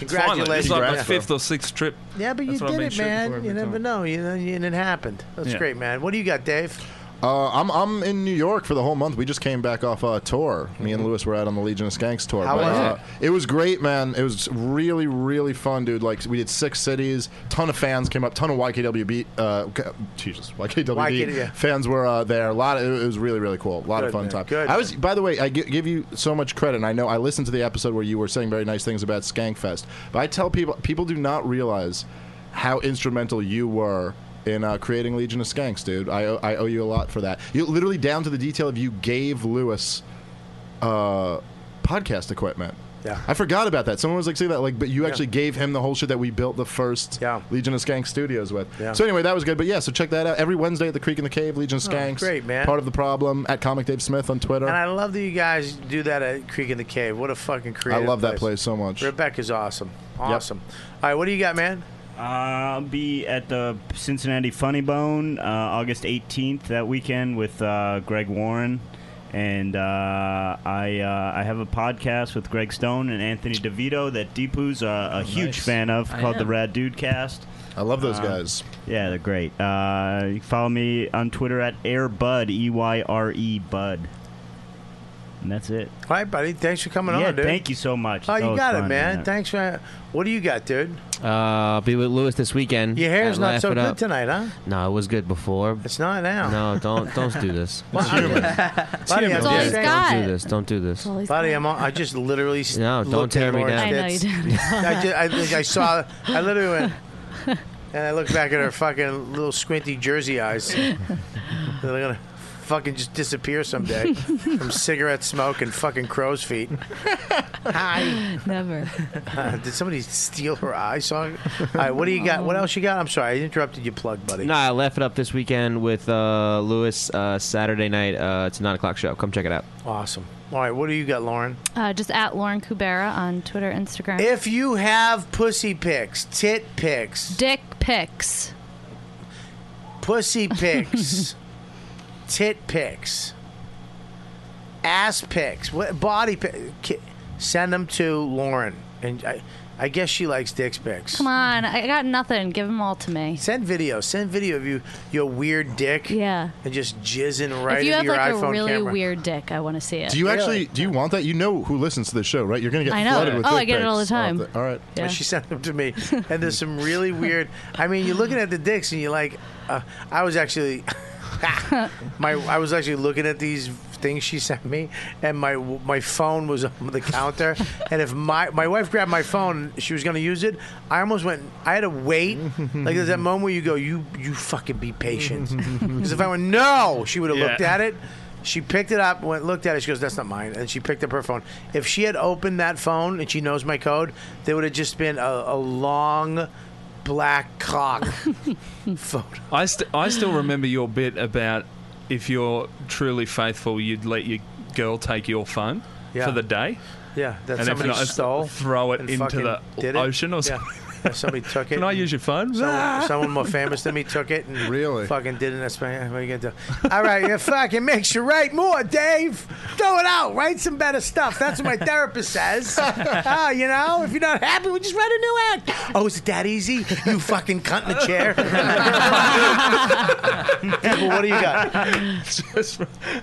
Speaker 6: Congratulations.
Speaker 11: Finally, it's like my
Speaker 6: Congrats, bro.
Speaker 11: fifth or sixth trip.
Speaker 6: Yeah, but you
Speaker 11: That's what
Speaker 6: did
Speaker 11: I've been
Speaker 6: it,
Speaker 11: shooting for
Speaker 6: man.
Speaker 11: every
Speaker 6: You never
Speaker 11: time.
Speaker 6: know. You know, you- and it happened. That's
Speaker 8: Yeah.
Speaker 6: great, man. What do you got, Dave?
Speaker 8: Uh, I'm I'm in New York for the whole month. We just came back off a tour. Me and Lewis were out on the Legion of Skanks tour.
Speaker 6: Mm-hmm. How was
Speaker 8: uh, it? was great, man. It was really really fun, dude. Like we did six cities. Ton of fans came up. Ton of YKWB. Uh, K- Jesus, YKWB
Speaker 6: YKWB.
Speaker 8: fans were uh, there. A lot. Of, it was really really cool. A lot of
Speaker 6: Good,
Speaker 8: fun
Speaker 6: man.
Speaker 8: time.
Speaker 6: Good.
Speaker 8: I was. By the way, I gi- give you so much credit. And I know I listened to the episode where you were saying very nice things about Skankfest, but I tell people people do not realize how instrumental you were in uh, creating Legion of Skanks, dude. I owe, I owe you a lot for that. You literally down to the detail of you gave Lewis uh, podcast equipment.
Speaker 6: Yeah.
Speaker 8: I forgot about that. Someone was like, "See that?" Like, but you
Speaker 6: Yeah.
Speaker 8: actually gave him the whole shit that we built the first Legion of Skanks studios with.
Speaker 6: Yeah.
Speaker 8: So anyway, that was good. But yeah, so check that out every Wednesday at the Creek in the Cave, Legion of
Speaker 6: Oh,
Speaker 8: Skanks.
Speaker 6: great, man.
Speaker 8: Part of the problem at Comic Dave Smith on Twitter.
Speaker 6: And I love that you guys do that at Creek in the Cave. What a fucking
Speaker 8: I
Speaker 6: creative
Speaker 8: love that place so much.
Speaker 6: Rebecca's awesome. Awesome. All right, what do you got, man?
Speaker 9: Uh, I'll be at the Cincinnati Funny Bone uh, August 18th that weekend with uh, Greg Warren. And uh, I uh, I have a podcast with Greg Stone and Anthony DeVito that Deepu's a, a huge fan of
Speaker 8: Oh, I
Speaker 9: called the
Speaker 8: am.
Speaker 9: Rad Dude Cast.
Speaker 8: I love those
Speaker 9: Uh,
Speaker 6: Uh-huh.
Speaker 8: guys.
Speaker 9: Yeah, they're great. Uh, you can follow me on Twitter at AirBud, E Y R E Bud. And that's it.
Speaker 6: All right, buddy. Thanks for coming
Speaker 9: yeah,
Speaker 6: on, dude.
Speaker 9: Thank you so much.
Speaker 6: Oh,
Speaker 9: That
Speaker 6: you
Speaker 9: was
Speaker 6: got it,
Speaker 9: fun,
Speaker 6: man.
Speaker 9: yeah.
Speaker 6: Thanks for. What do you got, dude?
Speaker 7: Uh, I'll be with Lewis this weekend.
Speaker 6: Your hair's
Speaker 7: at
Speaker 6: not
Speaker 7: Laugh
Speaker 6: so
Speaker 7: It
Speaker 6: good
Speaker 7: Up.
Speaker 6: tonight, huh?
Speaker 7: No, it was good before.
Speaker 6: It's not now.
Speaker 7: No, don't don't do this.
Speaker 6: Well,
Speaker 7: Don't do
Speaker 6: I'm-
Speaker 7: this.
Speaker 6: Buddy, I'm
Speaker 7: Don't do
Speaker 6: just
Speaker 7: this.
Speaker 6: saying-
Speaker 7: Don't do this. Don't do this.
Speaker 6: Buddy, I'm on, I just literally s-
Speaker 7: No, don't
Speaker 6: looked at
Speaker 7: tear me
Speaker 6: Lauren's
Speaker 7: down. I know
Speaker 6: tits.
Speaker 7: you
Speaker 6: I, ju- I think I saw. I literally went, and I looked back at her fucking little squinty Jersey eyes. They're gonna fucking just disappear someday from cigarette smoke and fucking crow's feet. Hi.
Speaker 10: Never.
Speaker 6: Did somebody steal her eye song? All right, what do you got? What else you got? I'm sorry, I interrupted your plug, buddy.
Speaker 7: No, I left it up this weekend with uh, Lewis uh, Saturday night. Uh, it's a nine o'clock show. Come check it out.
Speaker 6: Awesome. All right, what do you got, Lauren?
Speaker 10: Uh, just at Lauren Kubera on Twitter, Instagram.
Speaker 6: If you have pussy pics, tit pics,
Speaker 10: Dick pics.
Speaker 6: pussy pics, tit pics, ass pics, what body pics, send them to Lauren, and I, I guess she likes dick pics.
Speaker 10: Come on, I got nothing. Give them all to me.
Speaker 6: Send video. Send video of you, your weird dick.
Speaker 10: Yeah.
Speaker 6: And just jizzing right
Speaker 10: if you
Speaker 6: into
Speaker 10: have
Speaker 6: your
Speaker 10: like
Speaker 6: iPhone
Speaker 10: a really
Speaker 6: camera.
Speaker 10: weird dick, I want to see it.
Speaker 8: Do you actually do you want that? You know who listens to this show, right? You're gonna get
Speaker 10: I know.
Speaker 8: flooded with
Speaker 10: Oh,
Speaker 8: dick
Speaker 10: I get it all the
Speaker 8: pics off
Speaker 10: time.
Speaker 8: the- all right.
Speaker 10: Yeah.
Speaker 6: And she sent them to me. And there's some really weird. I mean, you're looking at the dicks and you're like, uh, I was actually, my I was actually looking at these things she sent me, and my my phone was on the counter. And if my my wife grabbed my phone, she was going to use it. I almost went. I had to wait. Like there's that moment where you go, you you fucking be patient. Because if I went no, she would have
Speaker 2: Yeah.
Speaker 6: looked at it. She picked it up, went looked at it. She goes, "That's not mine." And she picked up her phone. If she had opened that phone and she knows my code, there would have just been a, a long black cock photo.
Speaker 11: I, st- I still remember your bit about if you're truly faithful, you'd let your girl take your phone
Speaker 6: Yeah.
Speaker 11: for the day.
Speaker 6: Yeah, that
Speaker 11: And if
Speaker 6: somebody
Speaker 11: not, if-
Speaker 6: stole.
Speaker 11: throw it
Speaker 6: and
Speaker 11: into
Speaker 6: fucking
Speaker 11: the
Speaker 6: did it.
Speaker 11: ocean or
Speaker 6: Yeah.
Speaker 11: something.
Speaker 6: Yeah, somebody took it.
Speaker 11: Can I use your phone? Ah!
Speaker 6: Someone, someone more famous than me took it and
Speaker 8: really
Speaker 6: fucking did it. That's what what are you gonna do? All right, you fucking make sure write more, Dave. Throw it out. Write some better stuff. That's what my therapist says. Ah, you know, if you're not happy, we just write a new act. Oh, is it that easy? You fucking cunt in the chair. People, what do you got?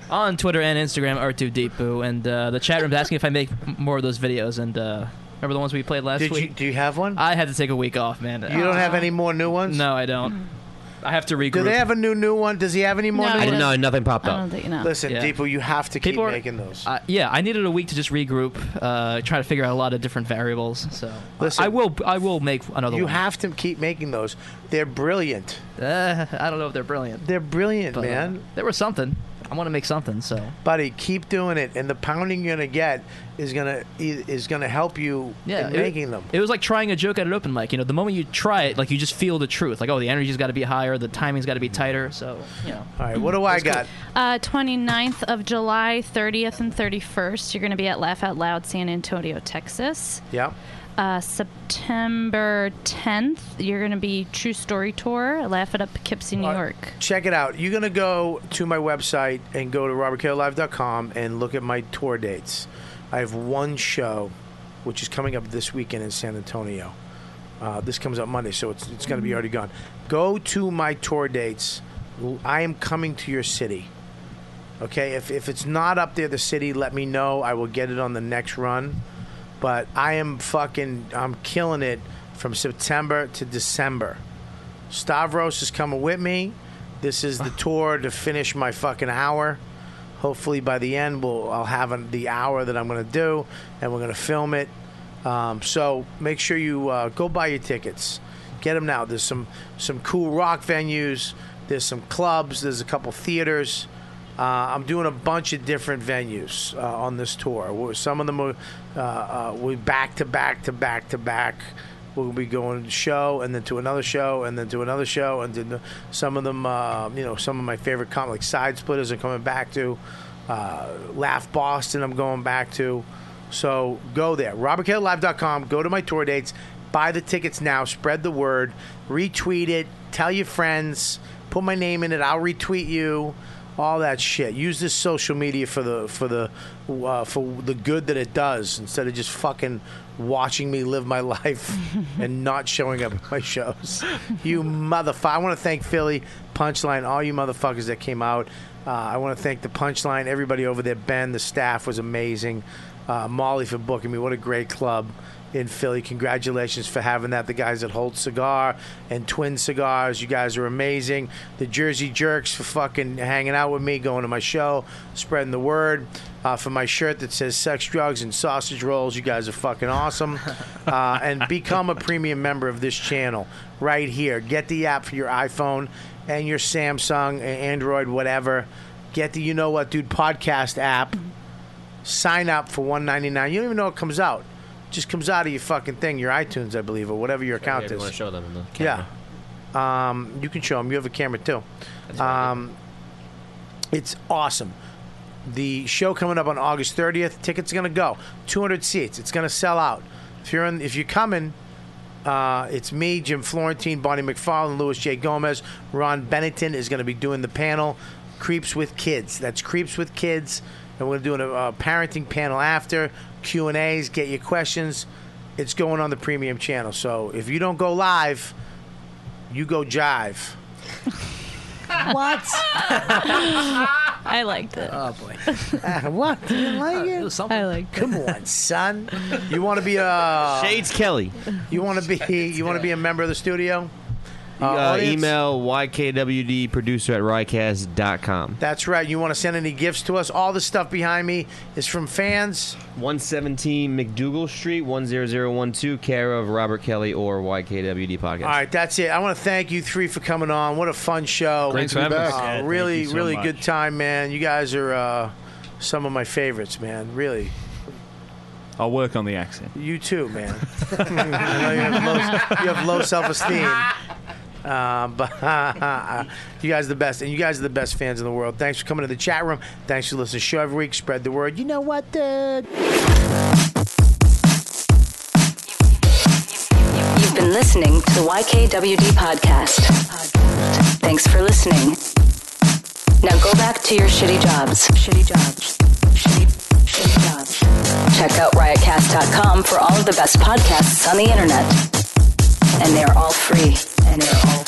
Speaker 17: on Twitter and Instagram, R2 Deep Boo, and uh, the chat room's asking if I make m- more of those videos. And uh, remember the ones we played last
Speaker 6: Did you-
Speaker 17: week?
Speaker 11: Uh,
Speaker 6: do you have one?
Speaker 17: I had to take a week off, man.
Speaker 6: You don't have any more new ones?
Speaker 17: No, I don't. I have to regroup.
Speaker 6: Do they have a new new one? Does he have any more?
Speaker 10: Oh,
Speaker 17: No,
Speaker 6: new
Speaker 17: I
Speaker 6: ones?
Speaker 17: don't- no, nothing popped I up. don't think- no.
Speaker 6: Listen,
Speaker 17: Yeah.
Speaker 6: people, you have to keep
Speaker 17: People are-
Speaker 6: making those.
Speaker 17: Uh, yeah, I needed a week to just regroup, uh, try to figure out a lot of different variables. So I will, I will make another.
Speaker 6: You
Speaker 17: one.
Speaker 6: have to keep making those. They're brilliant.
Speaker 17: Uh, I don't know if they're brilliant.
Speaker 6: They're brilliant,
Speaker 17: But, uh,
Speaker 6: man.
Speaker 17: there was something. I want to make something. So,
Speaker 6: buddy, keep doing it, and the pounding you're gonna get is gonna is gonna help you
Speaker 17: Yeah,
Speaker 6: in
Speaker 17: it-
Speaker 6: making them.
Speaker 17: It was like trying a joke at an open mic. You know, the moment you try it, like you just feel the truth. Like, oh, the energy's got to be higher, the timing's got to be tighter. So, you know.
Speaker 6: All right, what do I got?
Speaker 10: Uh, 29th of July, 30th, and 31st, you're going to be at Laugh Out Loud San Antonio, Texas.
Speaker 6: Yeah.
Speaker 10: Uh, September 10th, you're going to be True Story Tour, Laugh It Up Poughkeepsie, New York.
Speaker 6: Uh, Check it out. You're going to go to my website and go to robertkellylive.com and look at my tour dates. I have one show, which is coming up this weekend in San Antonio. Uh, this comes up Monday, so it's, it's going
Speaker 10: Mm-hmm.
Speaker 6: to be already gone. Go to my tour dates. L- I am coming to your city. Okay, if, if it's not up there, the city, let me know. I will get it on the next run. But I am fucking, I'm killing it from September to December. Stavros is coming with me. This is the tour to finish my fucking hour. Hopefully by the end, we'll I'll have an, the hour that I'm going to do, and we're going to film it. Um, so make sure you uh, go buy your tickets. Get them now. There's some some cool rock venues. There's some clubs. There's a couple theaters. Uh, I'm doing a bunch of different venues uh, on this tour. We're- Some of them are uh, uh, we back to back to back to back. We'll be going to show and then to another show and then to another show and then to- some of them, uh, you know, some of my favorite comic like side splitters are coming back to. Uh, Laugh Boston, I'm going back to. So go there, robertkellylive.com. Go to my tour dates. Buy the tickets now. Spread the word. Retweet it. Tell your friends. Put my name in it. I'll retweet you. All that shit. Use this social media for the for the uh, for the good that it does, instead of just fucking watching me live my life and not showing up at my shows. You motherfucker. I want to thank Philly Punchline, all you motherfuckers that came out. Uh, I want to thank the Punchline, everybody over there. Ben, the staff was amazing uh, Molly for booking me. What a great club in Philly. Congratulations for having that. The guys at Holt Cigar and Twin Cigars, you guys are amazing. The Jersey Jerks for fucking hanging out with me, going to my show, spreading the word. Uh, for my shirt that says sex, drugs, and sausage rolls, you guys are fucking awesome. Uh, and become a premium member of this channel right here. Get the app for your iPhone and your Samsung, Android, whatever. Get the You Know What Dude podcast app sign up for 199 you don't even know it comes out it just comes out of your fucking thing your itunes i believe or whatever your account
Speaker 7: want to
Speaker 6: is
Speaker 7: show them in the
Speaker 6: yeah um, you can show them you have a camera too um, it's awesome the show coming up on august 30th tickets are going to go 200 seats it's going to sell out if you're in if you're coming uh, it's me, Jim Florentine, Bonnie McFarlane, Louis J. Gomez. Ron Bennington is going to be doing the panel, Creeps with Kids. That's Creeps with Kids, and we're doing a, a parenting panel after Q and A's. Get your questions. It's going on the premium channel. So if you don't go live, you go jive.
Speaker 10: What? I liked it.
Speaker 17: Oh boy.
Speaker 6: what? You didn't like it?
Speaker 10: I liked it.
Speaker 6: Come on, son. You want to be a
Speaker 7: Shades Kelly.
Speaker 6: You want to be you want to be a member of the studio?
Speaker 7: Uh,
Speaker 6: audience?
Speaker 7: email ykwdproducer at rycast.com.
Speaker 6: That's right. You want to send any gifts to us? All the stuff behind me is from fans.
Speaker 7: 117 McDougal Street, 10012, care of Robert Kelly or YKWD Podcast.
Speaker 6: All right, that's it. I want to thank you three for coming on. What a fun show! Uh,
Speaker 7: Great to be back. Yeah, thank
Speaker 6: really,
Speaker 7: you so
Speaker 6: really
Speaker 7: much.
Speaker 6: good time, man. You guys are uh, some of my favorites, man. Really.
Speaker 11: I'll work on the accent.
Speaker 6: You too, man. I know you have low, you have low self-esteem. Uh, but you guys are the best, and you guys are the best fans in the world. Thanks for coming to the chat room. Thanks for listening to the show every week. Spread the word. You know what, dude?
Speaker 19: You've been listening to the YKWD podcast. Thanks for listening. Now go back to your shitty jobs. Shitty jobs. Shitty, shitty jobs. Check out riotcast.com for all of the best podcasts on the internet. And they are all free. And they are all